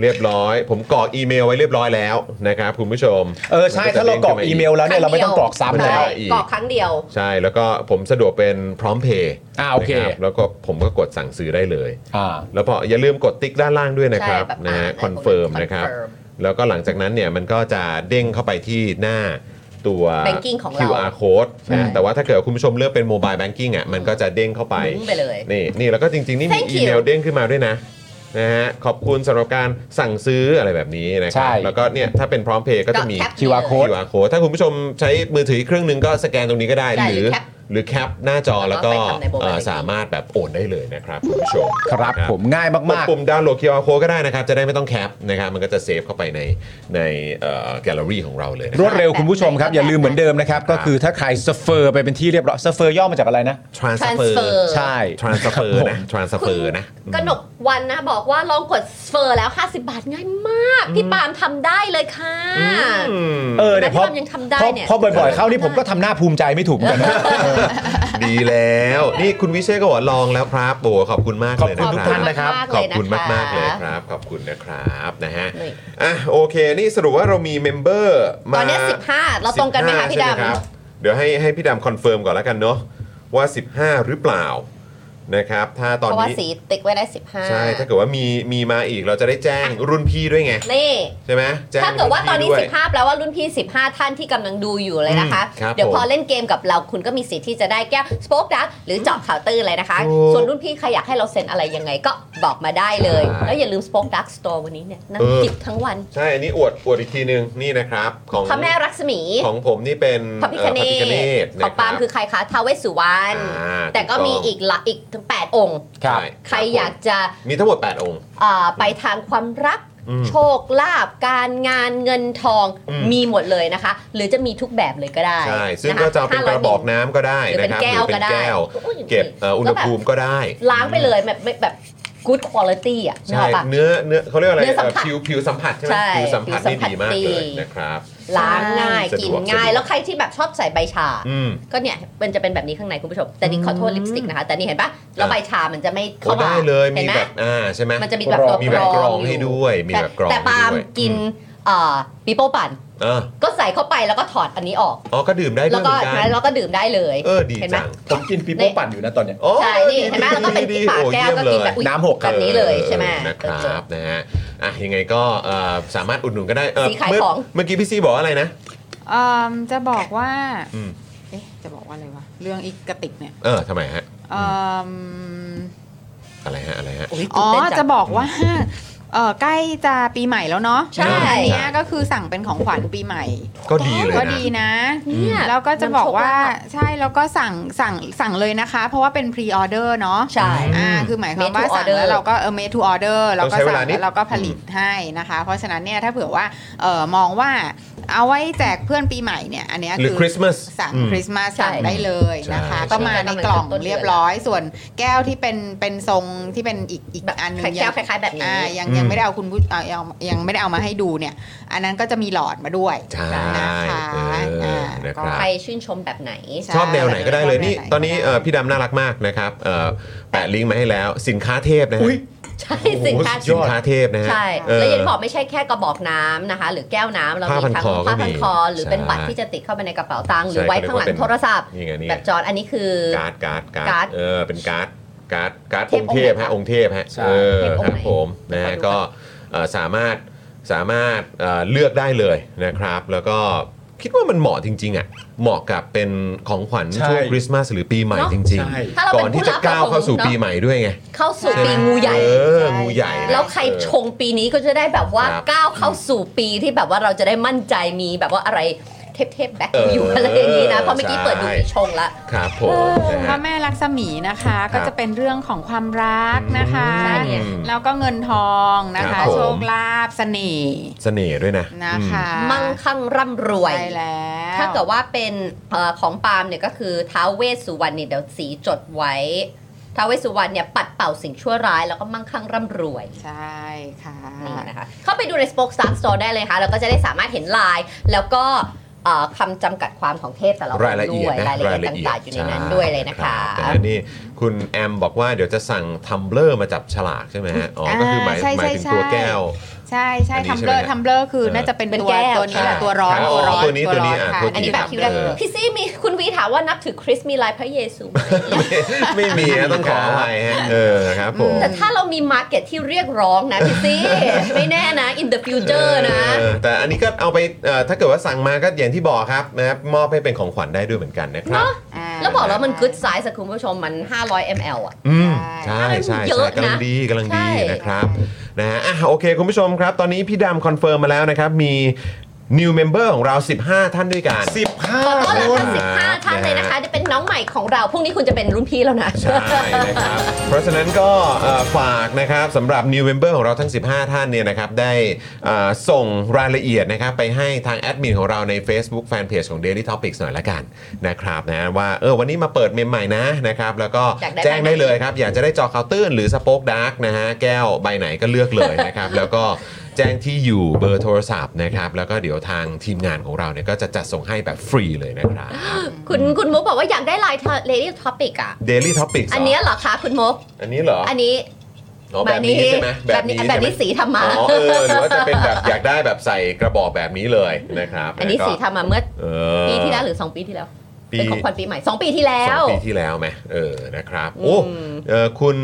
F: เรียบร้อย ผมกรอกอีเมลไว้เรียบร้อยแล้วนะครับคุณผู้ชม
B: เออใช่ถ้าเรากรอกอีเมลแล้วเนี่ยเราไม่ต้องกรอกซ้ำแล้ว
C: ใช่กรอกครั้งเดียว
F: ใช่แล้วก็ผมสะดวกเป็นพร้อมเพย์
B: อ่าโอเค
F: แล้วก็ผมก็กดสั่งซื้อได้เลย
B: อ่า
F: แล้วพออย่าลืมกดติ๊กด้านล่างด้วยนะครับ
C: ใช่แบบ
F: นะฮะ
C: อ่าน
F: คอนเฟิร์ม
C: ให้ผม
F: นะครับ
C: confirm
F: แล้วก็หลังจากนั้นเนี่ยมันก็จะเด้งเข้าไปที่หน้าตัว
C: Banking ของเรา
F: QR code นะแต่ว่าถ้าเกิดคุณผู้ชมเลือกเป็นโมบายแบงกิ้งอ่ะมันก็จะเด้งเข้าไป
C: มุ้งไปเลย
F: นี่นี่แล้วก็จริง ๆ นี่มี
C: Thank
F: อี
C: you
F: เมลเด้งขึ้นมาด้วยนะนะฮะขอบคุณสำหรับการสั่งซื้ออะไรแบบนี้นะค
B: ใช่
F: รับ แล้วก็เนี่ยถ้าเป็นพร้อมเพย์ก็จะมี
C: แคป
B: QR
C: เลย
B: code
F: QR code ถ้าคุณผู้ชมใช้มือถืออีกเครื่องหนึงก็สแกนตรงนี้ก็ได้
C: ใช่
F: หรือ
C: หรือแคป
F: หรือแคปหน้าจอ
C: แล้
F: แล้ว
C: วก็ไป
F: ก็
C: ทำในโมบาย
F: เอ่อ
C: banking
F: สามารถแบบโอนได้เลยนะครับคุณผู้ชม
B: ครับ
F: นะ
B: ผมง่าย
F: กด
B: มาก
F: ปุ่มดาวน์โหลด QR code ก็ได้นะครับ จะได้ไม่ต้องแคปนะครับมันก็จะเซฟเข้าไปในในแกลเลอรี่อ gallery ของเราเลย
B: ๆ
F: นะ
B: ร
F: ครั
B: ว
F: บ
B: ดเร็วคุณผู้ชมครับ อย่าลืมเหมือนเดิมนะครับ ก็คือถ้าใครสเฟอร์ไปเป็นที่เรียบร้อยสเฟอร์ย่อมาจากอะไรนะ
F: transfer
C: transfer
B: ใช่
F: transfer นะ transfer นะ
C: กนกวันนะบอกว่าลองกดเฟอร์แล้ว 50 บาทง่ายมาก พี่ปาล์มทำได้เลยค่ะ
B: เออเนี่ยพอ
C: แล้วพี่บอมยังทำได้
B: พอ
C: เนี่ย
B: พอบ่อยๆเข้านี่ผมก็ทำหน้าภูมิใจไม่ถูกเหมือนกันนะ
F: ดีแล้ว นี่คุณวิเชษก็บอกว่าลองแล้วครับโอ้ขอบคุณมากเลยนะ
B: ขอบคุณทุกท่าน นะครับ
C: มากๆ
F: ขอบ
C: เลยนะะ
F: คุณมาก ๆ เลยครับ ขอบคุณนะครับนะฮะ
C: นี่
F: อ่ะโอเค นี่สรุปว่าเรามีเมมเบอร์มา
C: ตอนเนี้ย15 เราตรงกันไหมคะ
F: 15
C: พี่ด
F: ใช่ครับเดี๋ยวให้ให้พี่ดำคอนเฟิร์มก่อนแล้วกันเนาะว่า 15 หรือเปล่านะครับ ถ้า
C: ำ
F: ตอน
C: เพราะว่า
F: นี้
C: สีติ๊กไว้ได้ 15
F: ใช่ถ้าเกิดว่ามีมีมาอีกเราจะได้แจ้งรุ่นพี่ด้วยไง
C: นี่
F: ใช่ไหมแจ้ง
C: ถ้าเกิดว่าตอนนี้
F: รุ่พี่ด้ย
C: 15แปลว่ารุ่นพี่ 15 ท่านที่กำลังดูอยู่เลยนะคะ
F: อืมครับ
C: เดี๋ยวพอ
F: ผม
C: เล่นเกมกับเราคุณก็มีสิทธิ์ที่จะได้แก้วสป็อกดักหรือเจาะข่าวตื้นเลยนะคะ
F: โอ้
C: ส่วนรุ่นพี่ใครอยากให้เราเซ็นอะไรยังไงก็บอกมาได้เลย
F: ใช่
C: แล้วอย่าลืมสป็อกดักสโตร์วันนี้เนี่ยนั่ง
F: เออ
C: จิบทั้งวัน
F: ใช่อันนี้อวดอวดอีกทีนึงนี่นะครับของ
C: พระแม่รักษมี
F: ของผมนี่เป็น
C: พระพิคเน
F: เอ่อพระพิฆเน
C: ศ
F: ศ
C: ข
F: นะ
C: องปาล์ม
F: รับ
C: คือใครคะท้าวเวสสุวรรณ
F: อ่า
C: แต่ก็
F: ถูกต้อง
C: มีอีกละอีกถึง8องค์
B: ครับ
F: ช่
C: ใครอยากจะ
F: มีทั้งหมด 8 องค์
C: เอ่อไปทางความรัก
F: อืม
C: โชคลาภการงานเงินทอง
F: อืม
C: มีหมดเลยนะคะ หรือจะมีทุกแบบเลยก็ได้
F: ใช่ ซึ่ง
C: ค
F: ก็จะเอาเป็นกระบอกน้ำก็ได้
C: หรือ
F: นะ
C: เป็น
F: ครับ
C: แก้ว
F: หรือ
C: ก็
F: เป็น
C: ได้
F: แก้ว
C: อุ๊ย
F: เก็บเอ่ออุณหภูมิก็ได้
C: ล้างไปเลยแบบแบบแบบ good quality อ่ะนึก
F: ใช่
C: ออกปะ
F: เนื้อเนื้อเขาเรียกว่าอะไร
C: เนื้อสัมผัส
F: ผิวผิวสัมผัสใช่ไหม
C: ใช่
F: ผิวสัมผัสนี่
C: ผิวสัมผัส
F: ดีมาก
C: ดี
F: เลยนะครับ
C: ล้างง่าย
F: สะดวก
C: กินง่าย
F: สะดวก
C: แล้วใครที่แบบชอบใส่ใบชา
F: อืม
C: ก็เนี่ยมันจะเป็นแบบนี้ข้างในคุณผู้ชม แต่นี่ขอโทษลิปสติกนะคะ แต่นี่เห็นปะแล้วใบชามันจะไม่
F: โอ้
C: เข้ามา
F: ได้เลย
C: ห็
F: มี
C: นไห
F: แบบอ่าใช่ไหม
C: มันจะมีแบบตัว
F: มีแบบก
C: ก
F: ร
C: ร
F: อ
C: อง งอ
F: ให้
C: ยู่
F: ด้วยมีแบบกรอง
C: แต่ปาล์ม
F: ให้ด้วย
C: กิน
F: อืม
C: เอ่อปีโป้ปั่น
F: เออ
C: ก็ใส่เข้าไปแล้วก็ถอดอันนี้ออก
F: อ๋อก็ดื่มได้ด้
C: แล้ว
F: ยว
C: ก็
F: เหมือนกัน
C: แล้วก็ดื่มได้เลย
F: เออดี
C: เห็นไหม
F: จั
B: ผ
F: ง
B: มกินปีโป้ปั่นอยู่นะตอนเนี้ย
F: โอ้
C: ใช่นี่เห็นไหมแล้วก็เป็น
F: ดี
C: ปาก
F: โอ้
C: แก้ว
F: เยี่ยม
C: ก็กิน
F: เลย
C: แบบอุ๊ย
B: น้ำหกครับ
C: แบบนี้เลยใช่ไหม
F: นะครับนะฮะอ่ะยังไงก็เอ่อสามารถอุดหนุนก็ได้เ
C: สีขาย
F: เมื่
C: ของ
F: เมื่อกี้พี่ซีบอกว่าอะไรนะ
D: เอิ่มจะบอกว่า
F: อืม
D: เอ๊ะจะบอกว่าอะไรวะเรื่องอีกกระติกเนี่ย
F: เออทำไมฮะ
D: เอิ่ม
F: อะไรฮะ อะไรฮะ
C: โอ้ย
D: อ๋อ
C: ตื่นเต้นง
D: จะบอกว่าเออใกล้จะปีใหม่แล้วเนาะ
C: ใช่
D: อันเนี้ยก็คือสั่งเป็นของขวัญปีใหม่
F: ก็ดีเลย
D: ก็
F: นะ
D: ดีนะ
C: เนี่ย
D: แล้วก็จะบอกว่า
C: น้ำโชคลาภ
D: ใช่แล้วก็สั่งสั่งสั่งเลยนะคะ เพราะว่าเป็นพรีออเดอร์เนาะ
C: ใช่
D: อ่าคือหมายความ
C: Made to
D: ว่าสั่ง
C: order
D: แล้วเราก็เออ made to order แล้วก็
F: ต้องใช้เว
D: สั่
F: ลางนิด
D: แล้วเราก็ผลิตให้นะคะ เพราะฉะนั้นเนี่ยถ้าเผื่อว่าเออมองว่าเอาไว้แจกเพื่อนปีใหม่เนี่ยอันเนี้ย
F: หรือ
D: คือ
F: คริสต์มาส
D: สั่งคริสต์มาสสั่ง
C: ใช่
D: ได้เลยนะคะ
F: ใช่
D: ก็มา
C: ใช่
D: ในกล่อง
C: ต้นเดือน
D: เรียบร้อย ส่วนแก้วที่เป็นเป็นทรงที่เป็นอีกอีก
C: แบบ
D: อันหนึง
C: คล้าย
D: ยั
C: แก้ว
D: ง
C: คล้ายๆแบบนี้
D: อ่ายังยังไม่ได้เอาคุณผู้อ่ายังยังไม่ได้เอามาให้ดูเนี่ย อันนั้นก็จะมีหลอดมาด้วย
F: ใช่
D: นะคะ
F: เออ
D: อ่า
F: นะครับ
C: ใครชื่นชมแบบไหน
D: ใช่
F: ชอบแนวไหนก็ได้เลยนี่
D: ชอบแนวไหน
F: ตอนนี้เอ่อพี่ดำน่ารักมากนะครับเอ่อแปะลิงก์มาให้แล้วสินค้าเทพนะฮะ
B: อุ๊ย
C: ใช่
F: โอ้โห
C: สินค้า
F: สินค้าเทพนะฮะ
C: ใช่
F: เออ
C: แล้วยังบอกไม่ใช่แค่กระบอกน้ำนะคะ หรือแก้วน้ำเรามี
F: ผ้าพัน
C: ทั้ง
F: คอก็
C: ผ้าพัน
F: มี
C: คอ หรือเป็น
F: ใช่
C: บัตรที่จะติดเข้าไปในกระเป๋าตังค์หรือ
F: ใช่
C: ไว้ข้างหลั
F: ก็เรียกว่าเป็
C: ง
F: น
C: โทรศัพท์
F: นี่ไงนี่
C: แบบจอนอันนี้คือ
F: การ์ดการ์ดกา
C: การ์
F: ร์
C: ด
F: ดเออเป็นการ์ดการ์ดการ์ด
C: เท
F: อ
C: พ
F: งค์เทพฮะองค์เทพฮะ
B: ใช่
F: เออ
C: เทพองค์
F: ครับ
C: ไหน
F: ผมนะฮะ
C: ขอดู
F: ก็เอ่อสามารถสามารถเอ่อเลือกได้เลยนะครับ แล้วก็คิดว่ามันเหมาะจริงๆอ่ะเหมาะกับเป็นของขวัญ
B: ใช่
F: ช่วงคริสต์มาสหรือปีใหม่จริง
B: ใช่
C: ถ้าเรา
F: ๆ ก่อน
C: เป็น
F: ที่
C: ผู้
F: จะ
C: รับ
F: ก้าวเข้าสู่
C: รคง
F: ปีใหม่ด้วยไง
C: เข้าสู่
F: ใช่ไม
C: ปีงูใหญ่
F: เอองูใหญ่นะ
C: แล้วใครชงปีนี้ก็จะได้แบบว่า
F: ครับ
C: ก้าวเข้าสู่ปีที่แบบว่าเราจะได้มั่นใจมีแบบว่าอะไรเทพๆแบ็คอยู่อะไรอย่างนี้นะเพราะเมื่อกี้เปิดดูมีชงละ
F: ครับผมนะ
D: พ
F: ฮะ
D: ระแม่ลักษมีนะคะ
F: ครั
D: ก็
F: บ
D: จะเป็นเรื่องของความรักนะคะ
C: ใช่เนี่ย
D: แล้วก็เงินทองนะ
F: ครั
D: คะ
F: บผม
D: โชคลาภเสน่ห์
F: เสน่ห์ด้วยนะ
D: นะคะ
C: มั่งคั่งร่ำรวย
D: ไปแล้ว
C: ถ้าเกิดว่าเป็นเออของปาล์มเนี่ยก็คือท้าวเวสสุวรรณเนี่ยเดี๋ยวสีจดไว้ท้าวเวสสุวรรณเนี่ยปัดเป่าสิ่งชั่วร้ายแล้วก็มั่งคั่งร่ำรวย
D: ใช่ค่ะ
C: นี่นะคะเข้าไปดูใน Spokestar Store ได้เลยค่ะแล้วก็จะได้สามารถเห็นลาย แล้วก็เอ่อคำจำกัดความของเทพแต่ละ
F: รายละเอียด
C: คนด้ว
F: นะ
C: รายละเอียดต่างๆอยู่ในนั้นด้วยเลยนะคะ
F: ใช่รับแต่นี่คุณแอมบอกว่าเดี๋ยวจะสั่งทัมเบลอร์มาจับฉลากใช่ไหมฮะอ๋อก็คือหมาย
D: ใช่
F: ห
D: ใช่
F: มายถึงตัว
D: ใช่
F: แก้ว
D: ใช่ใช่
F: อันนี้
D: ทัม
F: ใช่
D: เบลอ
F: ไหม
D: ร์ทัมเบลอร์คือ
F: เออ
D: น่าจะเป็น
C: เป็น
D: ตัว
C: แก้ว
D: ตัวนี้แหละตัวร้อน
F: ครับ
D: ตัวร้อน
F: ตัวนี้ตัวนี้
D: ร้
F: อ่ะ
D: ค่ะ
F: ตัว
C: อันนี้แบบคิวแรก
F: เออ
C: พี่ซี่มีคุณวีถามว่านับถือคริสต์มีลายพระเยซูไหม
F: ไม่มีนะต้องขออภัยฮะเออครับผม
C: แต่ถ้าเรามีมาร์เก็ตที่เรียกร้องนะพี่ซี่ไม่แน่นะ in the future นะ
F: เออแต่อันนี้ก็เอาไปเอ่อถ้าเกิดว่าสั่งมาก็อย่างที่บอกครับนะครับมอบให้เป็นของขวัญได้ด้วยเหมือนกันนะครับ
D: า
C: แล้วบอกแล้วมันกึดไซส์คุณผู้ชมมัน 500 ml อ่ะ
F: อืมใช่ใช่
C: เย
F: ใช่
C: อะนะ
F: กำลังดีกำลังดี
C: ใช่
F: นะครับนะฮะอ่ะโอเค คุณผู้ชมครับ ตอนนี้พี่ดำคอนเฟิร์มมาแล้วนะครับ มี new member ของเรา 15 ท่านด้วยกัน
B: สิบห้า
C: ขอต้อนรับ
B: คน
C: ทั้ง15 ท่านเลยนะคะ จะเป็นน้องใหม่ของเรา พรุ่งนี้คุณจะเป็นรุ่นพี่แล้วนะ
F: ใช่นะครับ เพราะฉะนั้นก็เอ่อฝากนะครับสำหรับ New Member ของเราทั้ง 15 ท่านเนี่ยนะครับได้เอ่อส่งรายละเอียดนะครับไปให้ทางแอดมินของเราใน Facebook Fanpage ของ Daily Topics หน่อยละกันนะครับนะว่าเออวันนี้มาเปิดเมมใหม่นะนะครับแล้วก็
C: อยากได้
F: แจ้งได้
C: ใบไหน
F: เลยครับ อยากจะได้จอเคาวน์เตอร์หรือสป็อคดาร์กนะฮะแก้วใบไหนก็เลือกเลยนะครับ แล้วก็แจ้งที่อยู่เบอร์โทรศัพท์นะครับแล้วก็เดี๋ยวทางทีมงานของเราเนี่ยก็จะจัดส่งให้แบบฟรีเลย นะครับ
C: คุณคุณมุกบอกว่าอยากได้ลาย Lady Topic อ่ะ
F: Daily Topics
C: อันเนี้ยเหรอคะคุณมุก
F: อันนี้เหรอ
C: อันนี้
F: อ๋อแบบนี้ใช่ไหม
C: แบบนี้
F: ใช่ไหม
C: แบบนี้สีธรรมะ
F: อ๋อเออหรือว่าจะเป็นแบบอยากได้แบบใส่กระบอกแบบนี้เลยนะครับ
C: อันนี้สีธรรมะเมื่อ
F: เออ
C: ปีที่แล้วหรือ 2 ปีที่แล้ว
F: ปี
C: เป็นของขวัญปีใหม่ 2 ปีที่แล้ว
F: สองปีที่แล้วไหมเออนะครับโอ้เออคุณ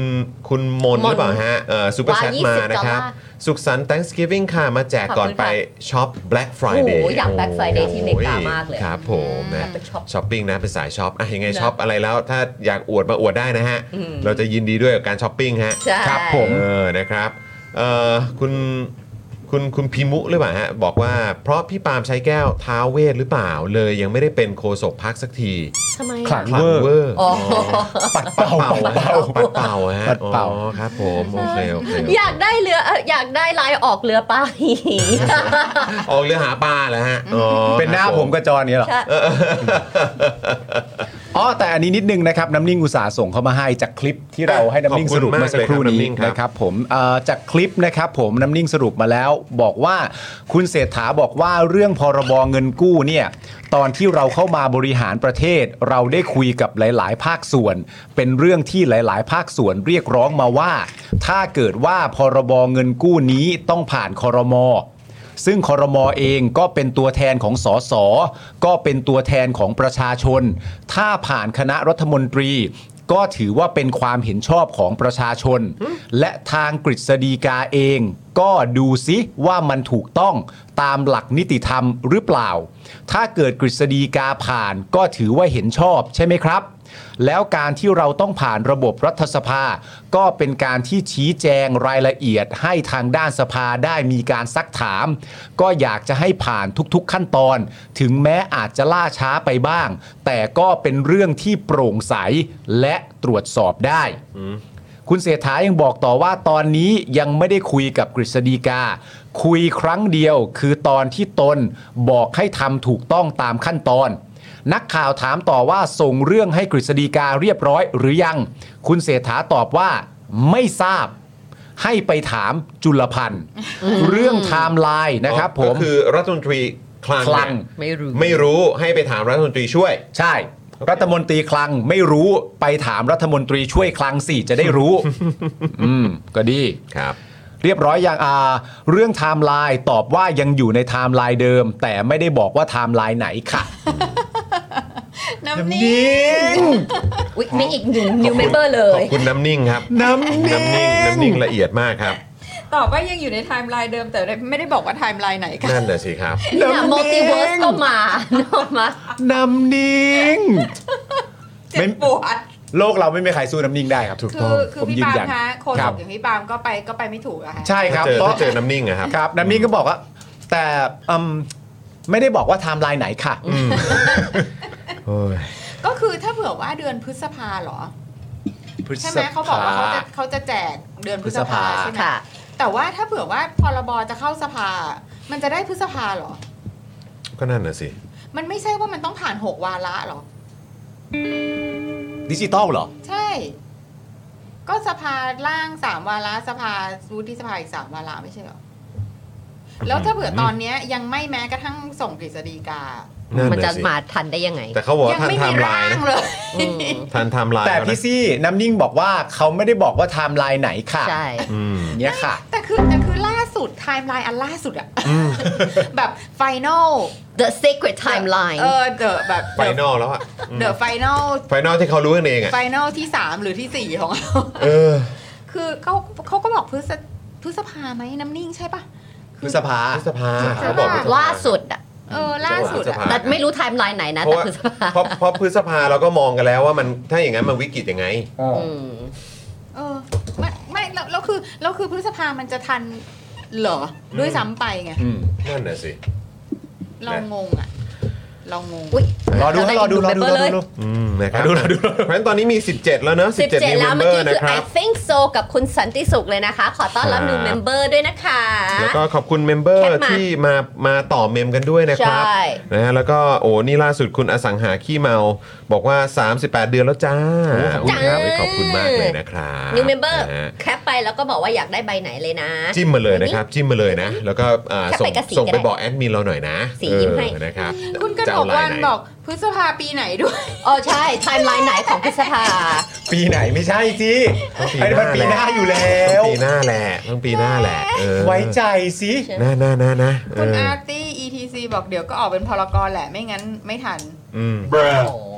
F: คุณมน
C: มน
F: หรือเปล่าฮะเออซูเปอร์แช
C: วาง
F: ทมา
C: ยี่สิบ
F: นะครับ
C: ดอลลาร์
F: สุขสันต์ Thanksgiving ค่ะ มาแจกก่อน
C: ขอบคุณค่ะ
F: ไปช็อป Black Friday
C: โอ้โหอยาก Black Friday ที่อเมริกา
F: โอ้
C: มากเลย
F: ครับผม
C: อยา
F: นะ
C: กไปช็อป
F: ช้อปปิ้งนะเป็นสายช็อปอ่ะยังไง
C: นะ
F: ช็อปอะไรแล้วถ้าอยากอวดมาอวดได้นะฮะ
C: อืม
F: เราจะยินดีด้วยกับการช้อปปิ้งฮะ
C: ใช่
B: ครับผม
F: เออ นะครับเอ่อคุณคุณคุณพิมุหรือเปล่าฮะ บอกว่าเพราะพี่ปาล์มใช้แก้วท้าวเวทหรือเปล่า เลยยังไม่ได้เป็นโคศกพักสักที
C: ทำไม
B: ขลั
C: อะ
B: ง
F: คลั
B: เว
F: ง
B: อร์
F: เวอร์
C: อ๋อ
B: ปัดเป่าปัดเป่า
F: ปัดเป่าฮะ
B: ปัดเป่า
F: อ๋อครับผม โอเค โอเค
C: อยากได้เรือเอ่ออยากได้ลายออกเรือไป
F: ออกเรือหาปลาเหรอฮะอ๋อ
B: เป็นหน้า
F: ครับ
B: ผมกับจอเนี้ยเหรอ
C: ใช่
B: อ๋อแต่อันนี้นิดนึงนะครับน้ำนิ่งอุตสาห์ส่งเข้ามาให้จากคลิปที่เราให้น้ำนิ่งสรุปเมื่อสักครู่นี้นะครับผมเอ่อจากคลิปนะครับผมน้ำนิ่งสรุปมาแล้ว บอกว่าคุณเศรษฐาบอกว่าเรื่องพรบเงินกู้เนี่ยตอนที่เราเข้ามาบริหารประเทศ เราได้คุยกับหลาย ๆ ภาคส่วน เป็นเรื่องที่หลาย ๆ ภาคส่วนเรียกร้องมาว่า ถ้าเกิดว่าพรบเงินกู้นี้ต้องผ่านครม ซึ่งคอรมอเองก็เป็นตัวแทนของสสก็เป็นตัวแทนของประชาชน ถ้าผ่านคณะรัฐมนตรี ก็ถือว่าเป็นความเห็นชอบของประชาชน และทางกฤษฎีกาเอง ก็ดูซิว่ามันถูกต้องตามหลักนิติธรรมหรือเปล่า ถ้าเกิดกฤษฎีกาผ่านก็ถือว่าเห็นชอบใช่ไหมครับ แล้วการที่เราต้องผ่านระบบรัฐสภา ก็เป็นการที่ชี้แจงรายละเอียดให้ทางด้านสภาได้มีการซักถาม ก็อยากจะให้ผ่านทุกๆขั้นตอน ถึงแม้อาจจะล่าช้าไปบ้าง แต่ก็เป็นเรื่องที่โปร่งใสและตรวจสอบได้ คุณเศรษฐายังบอกต่อว่าตอนนี้ยังไม่ได้คุยกับกฤษฎีกา คุยครั้งเดียวคือตอนที่ตนบอกให้ทำถูกต้องตามขั้นตอน นักข่าวถามต่อว่าส่งเรื่องให้กฤษฎีกาเรียบร้อยหรือยัง คุณเศรษฐาตอบว่าไม่ทราบ ให้ไปถามจุลพันธ์เรื่องไทม์ไลน์นะครับผม
F: ก็คือรัฐมนตรีคลัง
B: คลัง
F: เนี่ย
C: ไม่รู้
F: ไม่รู้ให้ไปถามรัฐมนตรีช่วย
B: ใช่ รัฐมนตรีคลังไม่รู้ไปถามรัฐมนตรีช่วยคลังสิจะได้ รู้ อืมก็ดี
F: ครับ
B: เรียบร้อยอย่างอ่าเรื่องไทม์ไลน์ตอบว่ายังอยู่ในไทม์ไลน์เดิม แต่ไม่ได้บอกว่าไทม์ไลน์ไหนค่ะ
D: น้ำนิ่ง
C: อุ๊ยมีอีกหนึ่ง new
F: ขอบคุณ
C: member เล
F: ขอย บคุณน้ำนิ่งครับ
B: น้ำ
F: น้ำนิ่งน้ำนิ่งละเอียดมากครับ
D: ตอบว่ายังอยู่ในไทม์ไลน์เดิมแต่ไม่ได้บอกว่าไทม์ไลน์ไหนค่ะ
F: นั่นแหละสิครับ
C: เนี่ย multiverse ก็มา เนาะมา
B: น้ำนิ่ง
D: เจ็บปวด
B: โลกเราไม่มีใครสู้น้ำนิ่งได้ครับถูก
D: คื
B: ต้อง
D: อคือ
B: ผม
D: พี่
B: ยืน
D: ปาล์
B: ยั
D: ม
B: น
D: คะโคน
B: ครับ
D: อย่างพี่ปาล์มก็ไปก็ไปไม่ถูกอะค่ะ
B: ใช่ครับเพ
F: ถ้าเจอ
B: ราะ
F: ถ้าเจอน้ำนิ่งอะครับ
B: ครับน้ำนิ่งก็บอกว่า แต่อืมไม่ได้บอกว่าไทม์ไลน์ไหนค่ะ
F: โอ้ย
D: ก็คือถ้าเผื่อว่าเดือนพฤษภาเหรอ
B: พฤษ
D: ใช่ไหมเขาบอกว่าเขาจะ
B: ภ
D: เขาจะแจกเดือนพฤษภา
B: พฤษภา
D: ใช่ไหม
C: ค่ะ
D: แต่ว่าถ้าเผื่อว่าพรบจะเข้าสภา มันจะได้พฤษภาเหรอ
F: ก็นั่นน่ะสิ
D: มันไม่ใช่ว่ามันต้องผ่านหกวาระเหรอ
B: ดิจิตอลเหรอ
D: ใช่ ก็สภาล่างสามวาระสภาวุฒิสภาอีกสามวาระไม่ใช่เหรอ แล้วถ้าเผื่อตอนเนี้ยยังไม่แม้กระทั่งส่งกฤษฎีกา
F: นั่น
C: มันจะ
F: น่ะสิ
C: มาทันได้ยังไง
F: แต่เขาบอกว่า
D: ยั
F: ท่าน
D: ไม่
F: ไท
D: มี
F: ม์ไล
D: ร่าง
F: น์นะ
D: เลย
C: อืม
F: ท่านไทม์ไลน์
B: แต่
F: ล้วนะ
B: พี่ซี่น้ำนิ่งบอกว่าเขาไม่ได้บอกว่าไทม์ไลน์ไหนค่ะ
C: ใช่
F: อืม
B: อย่างเงี้ยค่ะ
D: แต่คือแต่คือล่าสุดไทม์ไลน์อันล่าสุดอะแบบไฟแนล
C: the secret timeline
D: เออเดอะแบบ
F: ไฟนอลแล้วอะ
D: เดอะไฟแนล
F: ไฟนอลที่เขารู้กันเองอะ
D: ไฟแนลที่ 3 หรือที่ 4 ของเรา
F: เออ
D: คือเขาเขาก็บอกพฤษพฤษภาไหมน้ำนิ่งใช่ปะ
B: พฤษภา
F: พฤษภา
D: ใช่
F: เขาบอกพฤษภ
C: ล่าสุดอะ
D: เออล่าสุด
F: พฤษ
D: อะ
F: ภา
C: แต่ไม่รู้ไทม์ไลน์ไหนนะ
F: เพราะ
C: แต่คื
F: ว่า
C: อสภา
F: เพราะเพราะพฤษภาเราก็มองกันแล้วว่ามันถ้าอย่างนั้นมันวิกฤตยังไง
C: อืม
D: เออไม่ไม่แล้วแล้วคือแล้วคือพฤษภามันจะทันเหรอด้วยซ้ำไปไง
B: อืม
F: นั่นน่ะสิ
D: เรางงอะเรางง
C: อุ้ย
B: รอดู
C: เา
B: ให้รอดูรอดูรอ
C: เลย
B: ดู
F: อืมนะครับ
B: ดูแล้วดูแล้ว
F: เพราะฉะนั้นตอนนี้มี 17 แล้วเนอะ17
C: 17
F: new
C: แล้วเมื่อ
F: member
C: กี้
F: นะ
C: คือ
F: ครั
C: I
F: บ
C: think so กับคุณสันติสุขเลยนะคะ ขอต้อนรับ new
F: ครับ
C: member ด้วยนะคะ
F: แล้วก็ขอบคุณเมมเบอร์
C: แคทมา
F: ที่มามาต่อเมมกันด้วยนะครับ
C: ใช่
F: นะฮะแล้วก็โอ้นี่ล่าสุดคุณอสังหาขี้เมา บอกว่า 38 เดือนแล้วจ้าอุ๊ยครับขอบคุณมากเลยนะครับ
C: new member
F: นะฮะ
C: แคปไปแล้วก็บอกว่าอยากได้ใบไหนเลยนะ
F: จิ้มมาเลยนะครับ จิ้มมาเลยนะ แล้วก็อ่า
C: แค่
F: ส่ง
C: ไปกับสี
F: ส่ง
C: ก็
F: ไป
C: ได้
F: บอกแอดมินเราหน่อยนะ
C: สียิ้มให้
F: เออนะครับ
D: คุณกระ
F: จะ
D: หน
F: เอา
D: ก
F: ลา
D: วั
F: ย
D: น
F: ไหน
D: บอกพฤษภาปีไหนด้วย
C: อ๋อใช่ไทม์ไลน์ไหนของพฤษภา
B: ปีไหนไม่ใช่สิ
F: ต้อง
B: ไอ้มันปีหน้าอยู่แล้
F: ต้
B: ว
F: องปีหน้าแหละต้องปีหน้าแหละเออ
B: ไว้ใจสิ
F: หน้าหน้าหน้านะเอ
D: คุณ
F: อ
D: อาร์ตี้ ETC บอกเดี๋ยวก็ออกเป็นพรกรแหละไม่งั้นไม่ทัน
F: อืม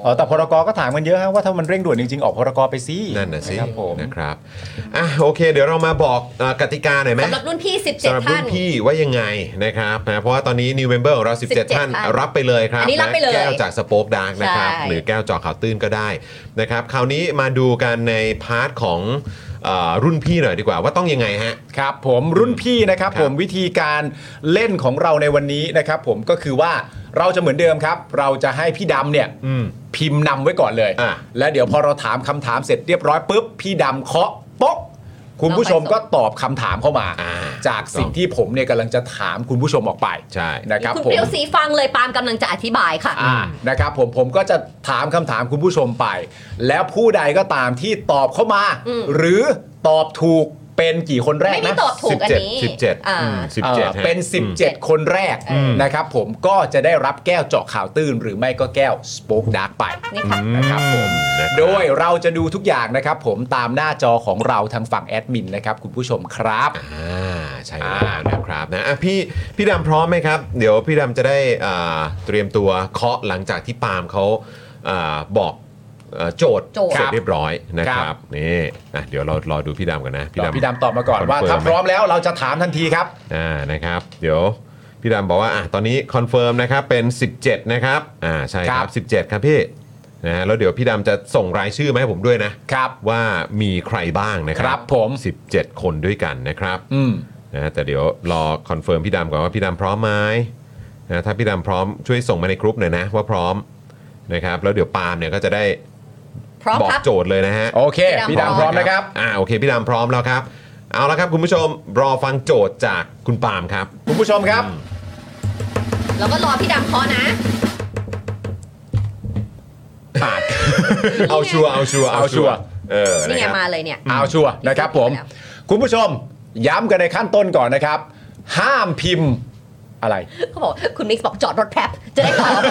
B: อ๋อแต่พรกก็ถามกันเยอะฮะว่าถ้ามันเร่งด่วนจริงๆ ออกพรกไปสิ
F: นั่นน่ะสิ
B: ครับผม
F: นะครับอ่ะโอเค เดี๋ยวเรามาบอกเอ่อกติกาหน่อยไหม
C: สำหรับรุ่นพี่
F: สำห
C: 17
F: รับรุ่
C: ท่าน น
F: พี่ว่ายังไงนะครับนะเพราะว่าตอนนี้ new member ของเรา
C: 17
F: 17ท่าน
C: ท่าน
F: รับไปเลยครับ
C: อันนี้รับไปเลย
F: แก้วจากสโป๊กดาร์กนะครับ
C: ใช่
F: หรือแก้วจอข่าวตื้นก็ได้นะครับคราวนี้มาดูกันในพาร์ทของเอ่อรุ่นพี่หน่อยดีกว่าว่าต้องยังไงฮะ
B: ครับผมรุ่นพี่นะครับ
F: ครับ
B: ผมวิธีการเล่นของเราในวันนี้นะครับผมก็คือว่าเราจะเหมือนเดิมครับ เราจะให้พี่ดำเนี่ย
F: อืม
B: พิมพ์นำไว้ก่อนเลย
F: อ่ะ
B: แล้วเดี๋ยวพอเราถามคำถามเสร็จเรียบร้อยปุ๊บพี่ดำเคาะโป๊กคุณผู้ชมก็ตอบคำถามเข้ามา
F: อ่า
B: จากสิ่งที่ผมเนี่ยกำลังจะถามคุณผู้ชมออกไป
F: ใช่
B: นะครับ
C: คุณ
B: ผม
C: เปรียวสีฟังเลยปาล์มกำลังจะอธิบายค่ะ
B: อ่านะครับผมผมก็จะถามคำถามคุณผู้ชมไป แล้วผู้ใดก็ตามที่ตอบเข้ามา
C: อืม
B: หรือตอบถูกเป็นกี่คนแรก
C: ไม่มี
B: นะ
C: ตอบถูกอันนี้
F: สิบเจ็ด
C: อ่า
F: สิบ
B: เอ่
F: เจ็ด
B: อ
F: ฮะ
B: เป็น
F: อืม
B: 17 คนแรก
C: อืม
B: นะครับผมก็จะได้รับแก้วเจาะข่าวตื้น หรือไม่ก็แก้วสป o อ e ดาร์กไป
C: นี่ค่ะ
B: นะครับผม
F: นะครับ
B: โดยเราจะดูทุกอย่างนะครับผมตามหน้าจอของเราทางฝั่งแอดมินนะครับคุณผู้ชมครับ
F: อ่าใช่แล้วนะครับนะอ่ะพี่พี่ดำพร้อมไหมครับ เดี๋ยวพี่ดำจะได้อ่าเตรียมตัวเคาะหลังจากที่ปาล์มเขาอ่าบอก เอ่อโจทย์
C: โจทย์
F: เสร็จเรียบร้อยนะ
B: ค
F: ค
B: รั
F: รับบ นี่อ่ะเดี๋ยวเรารอดูพี่ดำกันนะ
B: พี่ดำพี่ดำตอบมาก่อนว่า
F: confirm
B: ถ้า
F: ไห
B: พร้อมแล้วเราจะถามทันทีครับ
F: อ่านะครับ เดี๋ยวพี่ดำบอกว่าอ่ะตอนนี้คอนเฟิร์มนะครับเป็น 17 นะครับอ่าใช่
B: ค
F: ครั
B: รับ บ
F: 17 ครับพี่นะฮะแล้วเดี๋ยวพี่ดำจะส่งรายชื่อมาให้ผมด้วยนะครับ ว่ามีใครบ้างนะค
B: ค
F: รั
B: รั
F: บบ
B: ผม
F: 17 คนด้วยกันนะครับ
B: อืม
F: นะฮะแต่เดี๋ยวรอคอนเฟิร์มพี่ดำก่อนว่าพี่ดำพร้อมไหมนะถ้าพี่ดำพร้อมช่วยส่งมาในกรุ๊ปหน่อยนะว่าพร้อมนะครับแล้วเดี๋ยวปาล์มเนี่ยก็จะได้
C: พร้อม
F: บอก
C: ครับ
F: โจทย์เลยนะฮะ
B: โอเค
C: พี่
B: พี่
C: ดำ
B: ดำพร้อมนะครับ
F: อ่าโอเค พี่ดำพร้อมแล้วครับ เอาละครับคุณผู้ชมรอฟังโจทย์จากคุณปาล์มครับ
B: คุณผู้ชมครับ
C: แล้วก็รอพี่ดำเคาะนะ
F: เอาชัวร์เอาชัวร์
B: เอาชัวร์
F: เออ
C: นี่ไง
F: ะครับ
C: มาเลยเนี่ย
B: เอาชัวร์นะครับผม
C: ครับ
B: คุณผู้ชมย้ำกันในขั้นต้นก่อนนะครับ ห้ามพิมพ์อะไร
C: เขาบอกคุณมิกซ์บอกจอดรถแป๊บจะได้ต อบ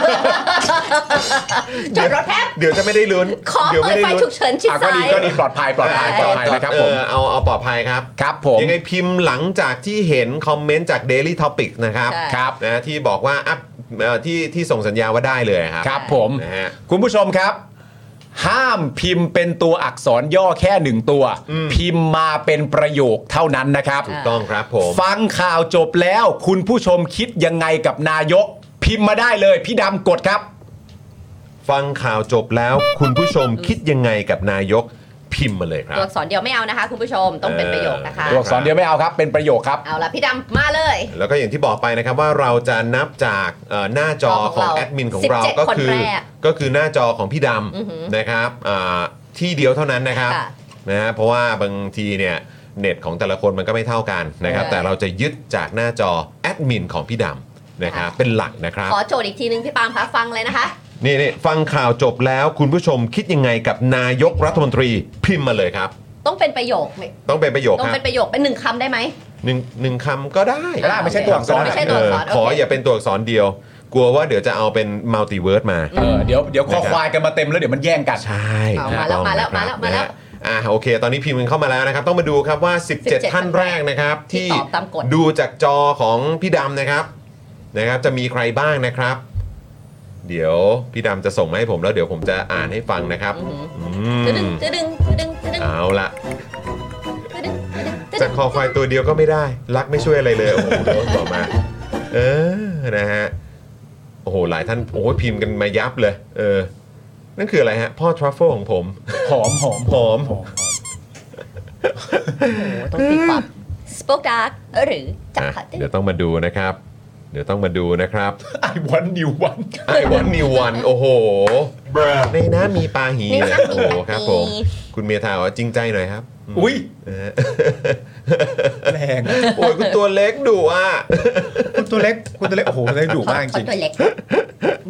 C: จอดรถแป๊บ
F: เดี๋ยวจะไม่ได้ลุ้น
C: ขอ
F: ยว
C: เปิ
F: ม่
C: ดไฟฉุกเฉินชิด
B: อ่ะก็
C: ซ้า
B: ดี
C: ย
B: ก็ดีปลอดภัยปลอดภัยปลอดภัยนะครับผม
F: เออเอาเอาปลอดภัยครับ
B: ครับผม
F: ยังไงพิมพ์หลังจากที่เห็นคอมเมนต์จาก Daily Topic นะครับ
C: ใช่
B: ครับ
F: นะที่บอกว่าอัพเอ่อที่ที่ส่งสัญญาว่าได้เลยครับ
B: ครับผม
F: นะฮะ
B: คุณผู้ชมครับ ห้ามพิมพ์เป็นตัวอักษรย่อแค่หนึ่งตัว พิมพ์มาเป็นประโยคเท่านั้นนะครับ
F: ถูกต้องครับผม
B: ฟังข่าวจบแล้วคุณผู้ชมคิดยังไงกับนายก พิมพ์มาได้เลย พี่ดำกดครับ
F: ฟังข่าวจบแล้วคุณผู้ชมคิดยังไงกับนายกพิมพ์มาเลยครับ
C: ตัวอักษรเดียวไม่เอานะคะ คุณผู้ชมต้องเป็นประโยคนะคะ
B: ตัวอักษรเดียวไม่เอาครับ เป็นประโยคครับ
C: เอาละพี่ดำมาเลย
F: แล้วก็อย่างที่บอกไปนะครับว่าเราจะนับจากเอ่อหน้าจอ
C: จอ
F: ข
C: ข
F: อ
C: อง งเรา
F: แอดมินของเรา
C: 17
F: ก็คือ
C: คนแรก
F: ก็คือหน้าจอของพี่ด
C: อือหือ
F: ำนะครับอ่าที่เดียวเท่านั้นนะครับ
C: ค่ะ
F: นะฮะเพราะว่าบางทีเนี่ยเน็ตของแต่ละคนมันก็ไม่เท่ากันนะครับ
C: ใช่
F: แต่เราจะยึดจากหน้าจอแอดมินของพี่ดำนะครับเป็นหลักนะครับ
C: ขอโจทย์อีกทีนึงพี่ปาล์มคะฟังเลยนะคะ
F: นี่นี่ฟังข่าวจบแล้วคุณผู้ชมคิดยังไงกับนายกรัฐมนตรีพิมพ์มาเลยครับ
C: ต้องเป็นประโยคไหม
F: ต้องเป็นประโยค
C: ต้อง
F: ครับ
C: เป็นประโยคเป็นหนึ่งคำได้ไหม
F: หนึ่งหนึ่งคำก็ได้
B: ก็ได้ไม่ใช่ตัวอักษร
C: ไม่ใช่ตัวอักษร
F: เออขอ
C: โอเค
F: อย่าเป็นตัวอักษรเดียว กลัวว่าเดี๋ยวจะเอาเป็นมัลติเวิร์ดมา
B: เออเดี๋ยวเดี๋ยวค
F: นะครั
B: อบ ควายกันมาเต็มแล้วเดี๋ยวมันแย่งกัน
F: ใช่
C: เอา
F: ถูก
C: มาแล้ว
F: ต้อง
C: มาแล้ว
F: นะ
C: มา
F: ค
C: แล้
F: รับ
C: วมาแล้ว
F: นะฮะอ่ะโอเค ตอนนี้พิมพ์กันเข้ามาแล้วนะครับ ต้องมาดูครับว่า 17
C: 17
F: ท่านแรกนะครับ
C: ที่
F: ที่
C: ตอบตามกฎ
F: ดูจากจอของพี่ดำนะครับนะครับ จะมีใครบ้างนะครับ เดี๋ยวพี่ดำจะส่งมาให้ผมแล้วเดี๋ยวผมจะอ่านให้ฟังนะครับ
C: จะ
F: อื
C: ดึง
F: ม
C: จะดึงจะดึงจะดึง
F: เอาละ
C: จะดึงจะดึงจะ
F: จะ
C: ดึง
F: คอควายตัวเดียวก็ไม่ได้ รักไม่ช่วยอะไรเลยโอ้โหโดนต่อมา เออนะฮะโอ้โหหลายท่านโอ้โหพิมพ์กันมายับเลย เออ นั่นคืออะไรฮะ พ่อทรัฟเฟิลของผม
B: หอมหอม
F: หอม
B: หอม
C: โอ้โหต้องตีความสปอกดาร์กหรือจับ
F: อ่ะ
C: ขาตึ้ง
F: เดี๋ยวต้องมาดูนะครับ เดี๋ยวต้องมาดูนะครับ
B: ไอวันนิววัน
F: ไอวันนิวันโอ้โหในน้ำมีปลาหี
C: นี่
F: เลย
C: นะ
F: โอ้
C: มี
F: โห
C: ปา
F: ครับผม
C: ตี
F: คุณเมธาบอกว่าจริงใจหน่อยครับม
B: อุ้ย
F: เออ
B: แรง
F: โอ้ยคุณตัวเล็กดุอ่ะ
B: คุณตัวเล็กคุณตัวเล็กโอ้โหคุณตัวเล็กดุมากจ
C: ขอ
B: ริง
C: ตัวเล็ก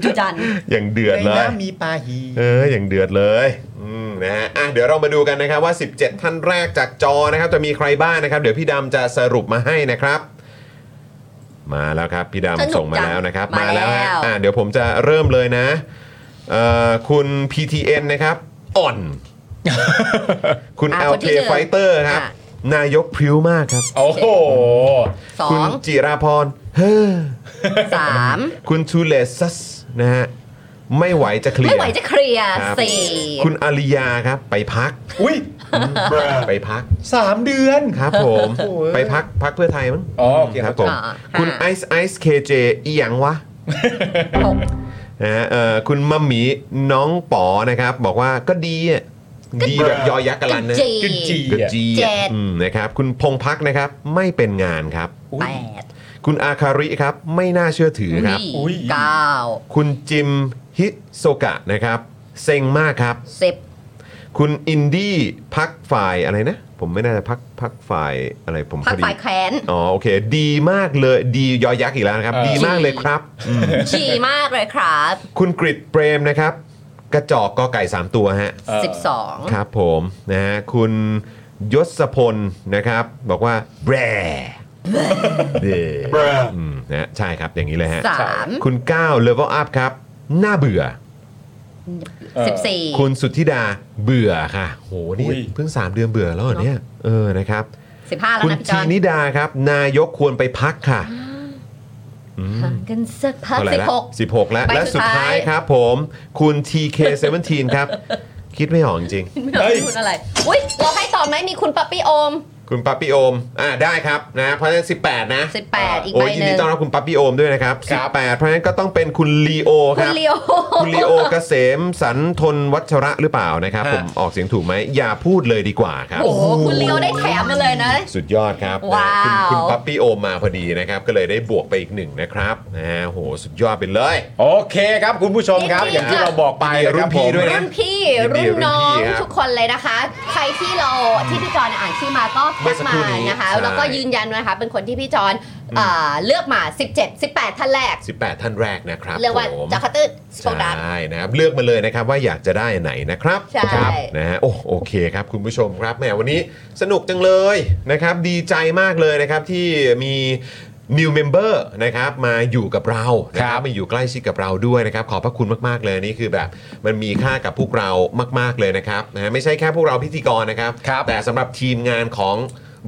C: ดูดัน
F: อย่างเดือดเลย
B: มีปลาฮี
F: เอออย่างเดือดเลยอืมนะฮะอ่ะเดี๋ยวเรามาดูกันนะครับว่า 17 ท่านแรกจากจอนะครับ จะมีใครบ้างนะครับ เดี๋ยวพี่ดำจะสรุปมาให้นะครับ มาแล้วครับ พี่
C: สนุก
F: ดำส่งมา
C: จัง
F: แล้วนะครับ
C: มา
F: ฮะ
C: แล้ว
F: อ่ะเดี๋ยวผมจะเริ่มเลยนะเอ่อคุณ PTN นะครับ อ่ อน คุณ
C: อ่ะคน
F: LK
C: ที่หนึ่ง
F: Fighter ครับ
C: อ่ะ
F: นายกพริ้วมากครับ
B: โอ้โห
C: สอ
F: คุณ
C: ง
F: จิราพรเฮ้อ
C: สาม
F: คุณทูเลซัสนะฮะไม่ไหวจะเคลีย
C: ไม่
F: ร์
C: ไหวจะเคลียร์
F: ครับ
C: สี่
F: คุณอาริยาครับ ไปพัก
B: อุ้ย
F: ไปพัก
B: สามเดือน
F: ครับผม ไปพักพักเพื่อไทยมั้ง
B: อ๋อโอเค
F: ครับผม
C: อ่า
F: คุณไอ
C: ห้า
F: ซ์ไอซ์เคเจอีหยังวะ
C: หก
F: นะฮะเอ่อคุณมัมหมีน้องป๋อนะครับ บอกว่าก็ดีอะดีแบบยอยักษ์กะลันนะ
C: ก็
B: กินจี
F: ก็
B: อ่ะ
F: จี
C: เจ็
F: อะ
C: ด
F: อืมนะครับ คุณพงพักนะครับไม่เป็นงานครับ
B: อุ้
C: แป
B: ย
C: ด
F: คุณอาคาริครับไม่น่าเชื่อถือครับ
B: อุ้ย
C: เก้า
F: คุณจิมฮิโซกะนะครับเซ็งมากครับ
C: สิบ
F: คุณอินดี้พักฝ่ายอะไรนะ ผมไม่แน่ใจพักพักฝ่ายอะไรผม
C: พั
F: พ
C: ก
F: อดี
C: ฝ่ายแค้น
F: อ๋อโอเค ดีมากเลยดียอยักษ์อีกแล้วนะครับ
B: เออ
F: ดีมากเลยครับอืม
C: ฉี่มากเลยครับ
F: คุณกริดเปรมนะครับ กระจอกกอไก่ 3 ตัวฮะ
B: เออ
C: สิบสอง
F: ครับผมนะฮะคุณยศพลนะครับ บอกว่าแบร่เด้อืมนะฮะใช่ครับอย่างนี้เลยฮะ
C: สาม
F: คุณก้าวเลเวลอัพครับน่าเบื่อ
B: เออ
C: สิบสี่
F: คุณสุทธิดาเบื่อค่ะโหนี่
B: อุ้ย
F: เพิ่ง 3 เดือนเบื่อแล้วเหรอเนี่ยเออนะครับ
C: สิบห้าแล้ว
F: คุณ
C: นะพี่จ
F: ที
C: อน
F: นิดาครับ นายกควรไปพักค่ะอืม
C: ห่างกันสักพัก
F: เท่าไหร่
C: สิบ
F: ละ
C: หก
F: 16 แล้ว
C: ใบ
F: และ
C: สุ
F: สุด
C: ดท้าย
F: ท้ายครับผม คุณ TK17 ครับ คิดไม่ออกจริง
C: ไม่เอาพูดอะไร อุ้ยเราให้ต่อไหมมีคุณปั๊ปปี้โอม
F: ๆคุณปั๊ปปี้โอมอ่าได้ครับนะเพราะฉะนั้น18 นะ
C: 18อีก
F: โอ้
C: ใบ
F: ยยิน
C: ห
F: ดี
C: นึ่ง
F: ต้อนรับคุณปั๊ปปี้โอมด้วยนะครับ18 เพราะฉะนั้นก็ต้องเป็นคุณลีโอค
C: คุ
F: รั
C: ณ
F: บ
C: เลียว
F: คุณลีโอเกษมสันทนวัชระหรือเปล่านะครับ
B: ฮะ
F: ผมออกเสียงถูกไหมอย่าพูดเลยดีกว่าครับ
C: โอ้โห คุณเลียวได้แถมมาเลยนะ
F: สุดยอดครับ
C: ว้าว
F: คุณคุณปั๊ปปี้โอมมาพอดีนะครับ ก็เลยได้บวกไปอีกหนึ่งนะครับนะฮะโหสุดยอดไปเลย
B: โอเคครับคุณผู้ชมครับ อย่างที่เราบอกไป
F: ยินดีกับรุ่นพี่
B: ผม
F: ด้วยะ
C: รุ่นพี่
F: ยินดี
C: รุ่นน้อง
F: รุ่นพี่ครับ
C: ทุกคนเลยนะคะ ใครที่เราที่พี่จอนอ่านชื่อมาก็
F: เมื่
C: แพ็ค
F: อสัก
C: มา
F: ครู่นี้
C: นะคะ
F: ใช่
C: แล้วก็ยืนยันนะคะ เป็นคนที่พี่จอนเอ่อเลือกมา 17 18 ท่านแรก
F: 18 ท่านแรกนะครับ
C: เลือกว่า
F: ผม
C: จาคาตื้นสโปดัก
F: ใช่นะครับเลือกมาเลยนะครับว่าอยากจะได้ไหนนะครับ
C: ใช่
F: ครับนะฮะโอ้โอเคครับคุณผู้ชมครับแหมวันนี้สนุกจังเลยนะครับ ดีใจมากเลยนะครับที่มี new member นะครับมาอยู่กับเรานะค
B: ครั
F: รับบ มาอยู่ใกล้ชิดกับเราด้วยนะครับ ขอบพระคุณมากๆเลยนี่คือแบบมันมีค่ากับพวกเรามาก ๆเลยนะครับนะฮะไม่ใช่แค่พวกเราพิธีกรนะครับ
B: ครับ
F: แต่สำหรับทีมงานของ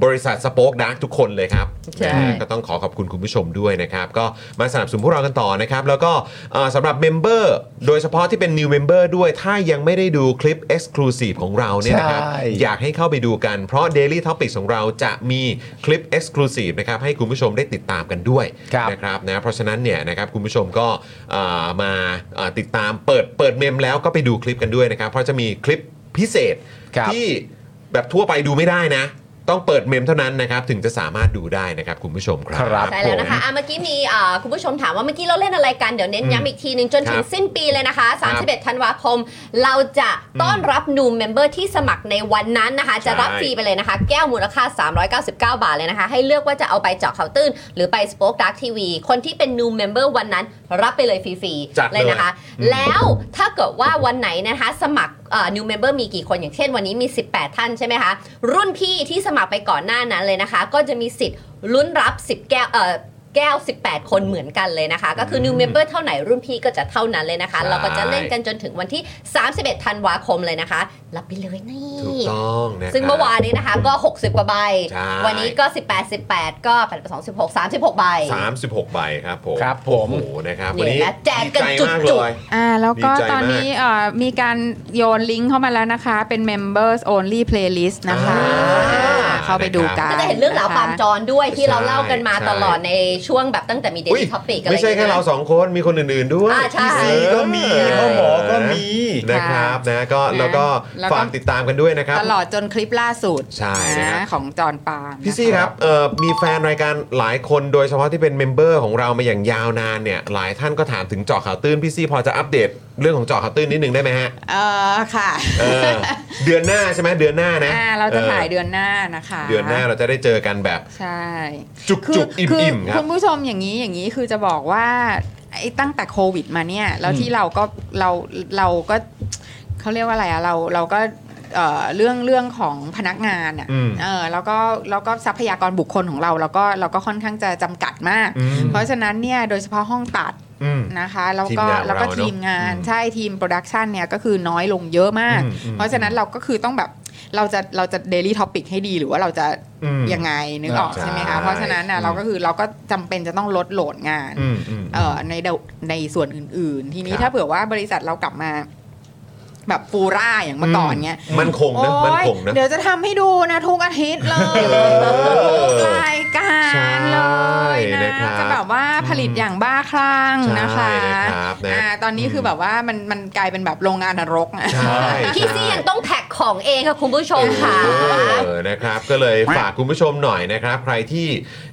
F: บริษัทสป็อคดักทุกคนเลยครับ
C: ใช่
F: นะฮะก็ต้องขอขอบคุณคุณผู้ชมด้วยนะครับ ก็มาสนับสนุนพวกเรากันต่อนะครับ แล้วก็เอ่อสำหรับเมมเบอร์โดยเฉพาะที่เป็น New Member ด้วย ถ้ายังไม่ได้ดูคลิป Exclusive ของเราเนี่ยนะครับ
B: ใช่
F: อยากให้เข้าไปดูกัน เพราะ Daily Topics ของเราจะมีคลิป Exclusive นะครับให้คุณผู้ชมได้ติดตามกันด้วย
B: ครับ
F: นะครับนะเพราะฉะนั้นเนี่ยนะครับคุณผู้ชมก็เอ่อมาเอ่อติดตามเปิดเปิดเมมแล้วก็ไปดูคลิปกันด้วยนะครับ เพราะจะมีคลิปพิเศษ
B: ครับ
F: ที่แบบทั่วไปดูไม่ได้นะ ต้องเปิดเมมเท่านั้นนะครับ ถึงจะสามารถดูได้นะครับ คุณผู้ชมครับ
B: ครับ
C: ใช่แล้วนะคะอ่ะเมื่อกี้มีอ่าคุณผู้ชมถามว่าเมื่อกี้เราเล่นอะไรกัน เดี๋ยวเน้นย้ำอีกทีหนึ่งจนถึ
F: ค
C: ง
F: รับ
C: สิ้นปีเลยนะคะ
F: ครับ
C: 31 ธันวาคม เราจะต้อนรับนูมเมมเบอร์ที่สมัครในวันนั้นนะคะ จะรับ
F: ใช่
C: ฟรีไปเลยนะคะ แก้วมูลค่า 399 บาทเลยนะคะ ให้เลือกว่าจะเอาไปเจาะเขาน์ตื้น หรือไปสป็อคดักทีวี คนที่เป็นนูมเมมเบอร์วันนั้น รับไปเลยฟรี
F: จัด
C: ๆ
F: เลย
C: เลยนะคะ
F: อืม
C: แล้วถ้าเกิดว่าวันไหนนะคะ สมัครเอ่อ new member มีกี่คนอย่างเช่นวันนี้มี 18 ท่านใช่ไหมคะ รุ่นพี่ที่สมัครไปก่อนหน้านั้นเลยนะคะ ก็จะมีสิทธิ์ลุ้นรับ 10 แก้วเอ่อแก้ว 18 คนเหมือนกันเลยนะคะ ก็คือ new member เท่าไหนรุ่นพี่ก็จะเท่านั้นเลยนะคะ
F: ใช่
C: เราก็จะเล่นกันจนถึงวันที่ 31 ธันวาคมเลยนะคะ รับไปเลยนี่
F: ถูกต้องนะ
C: ซึ่งเมื่อวานนี้นะคะก็ 60 กว่าใบ
F: ใช่
C: วันนี้ก็ 18 18 ก็8 2 16 36 ใบ
F: 36 ใบครับผม
B: ครับผม
F: โอ้โหนะครับ
C: เนี่
F: วัน
C: ย
F: นี้
C: นะแจกกัน
F: ดี
C: จุก
F: ใจ
C: ๆ
F: มากเลย
D: อ่าแล้วก็
F: ดีใจมาก
D: ตอนนี้เอ่อมีการโยนลิงก์เข้ามาแล้วนะคะ เป็น members only playlist นะคะ
F: อ่า
D: อ่าเข้าไปดูกัน
C: ก็จะเห็นเรื่องราว
D: ค
C: ปามจรด้วยที่เรา
F: ใช่
C: เล่ากันมา
F: ใช่
C: ตลอดในช่วงแบบตั้งแต่มีเด
F: อุ๊ย
C: ลิทอปิกอะไรอย่าง
F: ไม่ใช่
C: เงี้ย
F: แค่เราสองคนมีคนอื่นๆด้วย
C: อ่าใช่
F: พี่ซี
B: ก็มีพ่อหมอก็มี
F: นะครับนะก็แล้วก็
D: แล้วก็
F: ฝากติดตามกันด้วยนะครับ
D: ตลอดจนคลิปล่าสุด
F: ใช่นะครับ
D: นะของจอห์นปาล์ม
F: พี่ซี่ครับเอ่อมีแฟนรายการหลายคนโดยเฉพาะที่เป็นเมมเบอร์ของเรามาอย่างยาวนานเนี่ยหลายท่านก็ถามถึงเจอข่าวตื้นพี่ซี่พอจะอัปเดตเรื่องของเจอข่าวตื้นนิดนึงได้ไหมฮะ
D: เออค่ะ
F: เออเดือนหน้าใช่ไหมเดือนหน้านะ
D: อ่าเราจะถ่ายเดือนหน้านะคะ
F: เดือนหน้าเราจะได้เจอกันแบบ
D: ใช่
F: จุก
D: คื
F: จุกอิ่มอิ่มๆครั
D: คุ
F: บ
D: ณผู้ชมอย่างนี้อย่างนี้คือจะบอกว่าไอ้ตั้งแต่โควิดมาเนี่ยแล้ว
B: อืม
D: ที่เราก็เราเราก็เขาเรียกว่าอะไรอะเราเราก็เอ่อเรื่องเรื่องของพนักงานอะ
F: อืม
D: เออแล้วก็แล้วก็ทรัพยากรบุคคลของเราเราก็เราก็ค่อนข้างจะจำกัดมาก
F: อืม
D: เพราะฉะนั้นเนี่ยโดยเฉพาะห้องตัด
F: อืม
D: นะคะแล้วก็
F: ทีมงานของเรา
D: แล้วก็
F: เนอะ
D: ทีมงาน
F: อืม
D: ใช่ทีมโปรดักชันเนี่ยก็คือน้อยลงเยอะมาก
F: อืมอืม
D: เพราะฉะนั้นเราก็คือต้องแบบเราจะเราจะเดลี่ท็อปิกให้ดีหรือว่าเราจะ
F: อืม
D: ยังไงนึกออก
F: ใช่
D: ใช่ไหมคะ เพราะฉะนั้นน่ะ
F: อืม
D: เราก็คือเราก็จำเป็นจะต้องลดโหลดงาน
F: อืมอืม
D: เอ่อในเดในส่วนอื่น ๆ ทีนี้
F: ครับ
D: ถ้าเผื่อว่าบริษัทเรากลับมา แบบฟูร่าอย่างเมื่อก่อนเนี้ย
F: มันคงนะ มัน
D: โอ้ย
F: คงนะ
D: เดี๋ยวจะทำให้ดูนะทุกอาทิตย์เลยทุกรายการเลย
F: ใช่
D: นะ
F: นะครับ
D: จะแบบว่าผลิตอย่างบ้าคลั่งนะคะ
F: ใช่นะครับนะ
D: อ่าตอนนี้คือแบบว่ามันมันกลายเป็นแบบโรงงานนรกอะ
F: ใช่
C: พี่ซี่ยังต้องแพ็คของเองค่ะคุณผู้ชมค่ะ
F: เออนะครับ ก็เลยฝากคุณผู้ชมหน่อยนะครับ ใครที่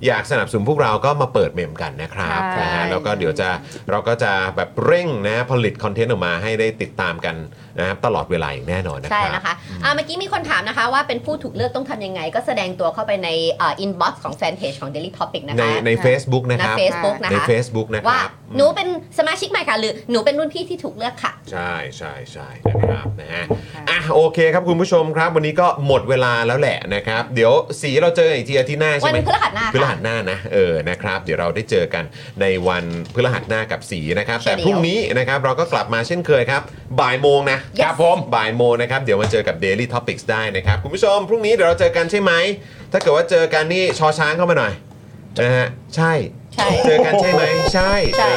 F: อยากสนับสนุนพวกเราก็มาเปิดเมมกันนะครับ
D: ใช่
F: นะฮะแล้วก็เดี๋ยวจะเราก็จะแบบเร่งนะผลิตคอนเทนต์ออกมาให้ได้ติดตามกันนะครับตลอดเวลาอย่างแน่นอนนะค
C: ใช่
F: รับ
C: นะคะอ่าเมื่อกี้มีคนถามนะคะว่าเป็นผู้ถูกเลือกต้องทำยังไง ก็แสดงตัวเข้าไปในเอินบ็อกซ์ของแฟนเพจของ Daily Topic นะ
F: ใน
C: คะ
F: ใน Facebook นะค
C: ใน
F: รับ
C: Facebook นะ
F: ใน
C: คะ
F: Facebook นะค
C: ว่า
F: รับ
C: หนูเป็นสมาชิกใหม่ค่ะ หรือหนูเป็นรุ่นพี่ที่ถูกเลือกค่ะ
F: ใช่ใช่ใช่นะครับนะฮะอ่ะโอเคครับคุณผู้ชมครับ วันนี้ก็หมดเวลาแล้วแหละนะครับ เดี๋ยวสีเราเจออีกทีอาทิตย์หน้า
C: วั
F: ใช่
C: น
F: ไหม
C: พฤหัสหน้า
F: พฤ
C: ค่ะ
F: หัสหน้านะเออนะครับ เดี๋ยวเราได้เจอกันในวันพฤหัสหน้ากับสีนะครับ
C: ใช่
F: แต่พรุ่งนี้นะครับเราก็กลับมาเช่นเคยครับ บ่ายโมงนะ
C: Yes
F: ครับผมบ่ายโมงนะครับ เดี๋ยวมาเจอกับ Daily Topics ได้นะครับ คุณผู้ชมพรุ่งนี้เดี๋ยวเราเจอกันใช่ไหมถ้าเกิดว่าเจอกันนี่ชอช้างเข้ามาหน่อยนะฮะใช่
C: ใช่
F: เจอกันใช่ไหมใช่
C: ใช่
F: เอ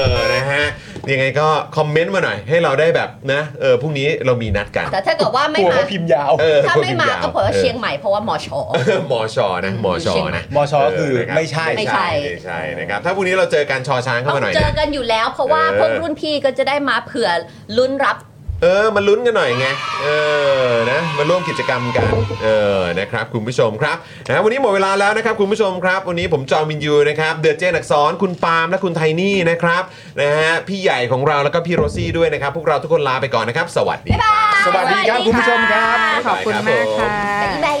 F: อนะฮะ ยังไงก็คอมเมนต์มาหน่อย ให้เราได้แบบนะเออพรุ่งนี้เรามีนัดกัน
C: แต่ถ้าเกิดว่าไม่
B: กลัว
C: มา
B: ว่าพิมพ์ยาว
F: เออ
C: ถ้าไม่มาก็เผลอเชียง
F: อ
C: ใหม่เพราะว่าหมอชอ
F: อ หมอชอนะหมอชอนะ
B: หมอชอคือไม่ใช่
F: ไม่
C: ไม่ใช่
F: ใช่ไม่ใช่นะครับถ้าพรุ่งนี้เราเจอกันชอช้างเข้ามาหน่อย
C: เจอ
F: นะ
C: กันอยู่แล้ว เพราะว่า
F: เออ
C: พวกรุ่นพี่ก็จะได้มาเผื่อลุ้นรับ
F: เออมาลุ้นกันหน่อยไงเออนะมาร่วมกิจกรรมกันเออนะครับคุณผู้ชมครับนะวันนี้หมดเวลาแล้วนะครับคุณผู้ชมครับ วันนี้ผมจอมินยูนะครับเดือดเจนอักษรคุณปาล์มและคุณไทนี่นะครับนะฮะพี่ใหญ่ของเราแล้วก็พี่โรซี่ด้วยนะครับพวกเราทุกคนลาไปก่อนนะครับ สวัสดีครับ
B: สวัสดีครับคุณผู้ชมครับ
G: ขอบคุณมากค่ะ
C: บ๊ายบาย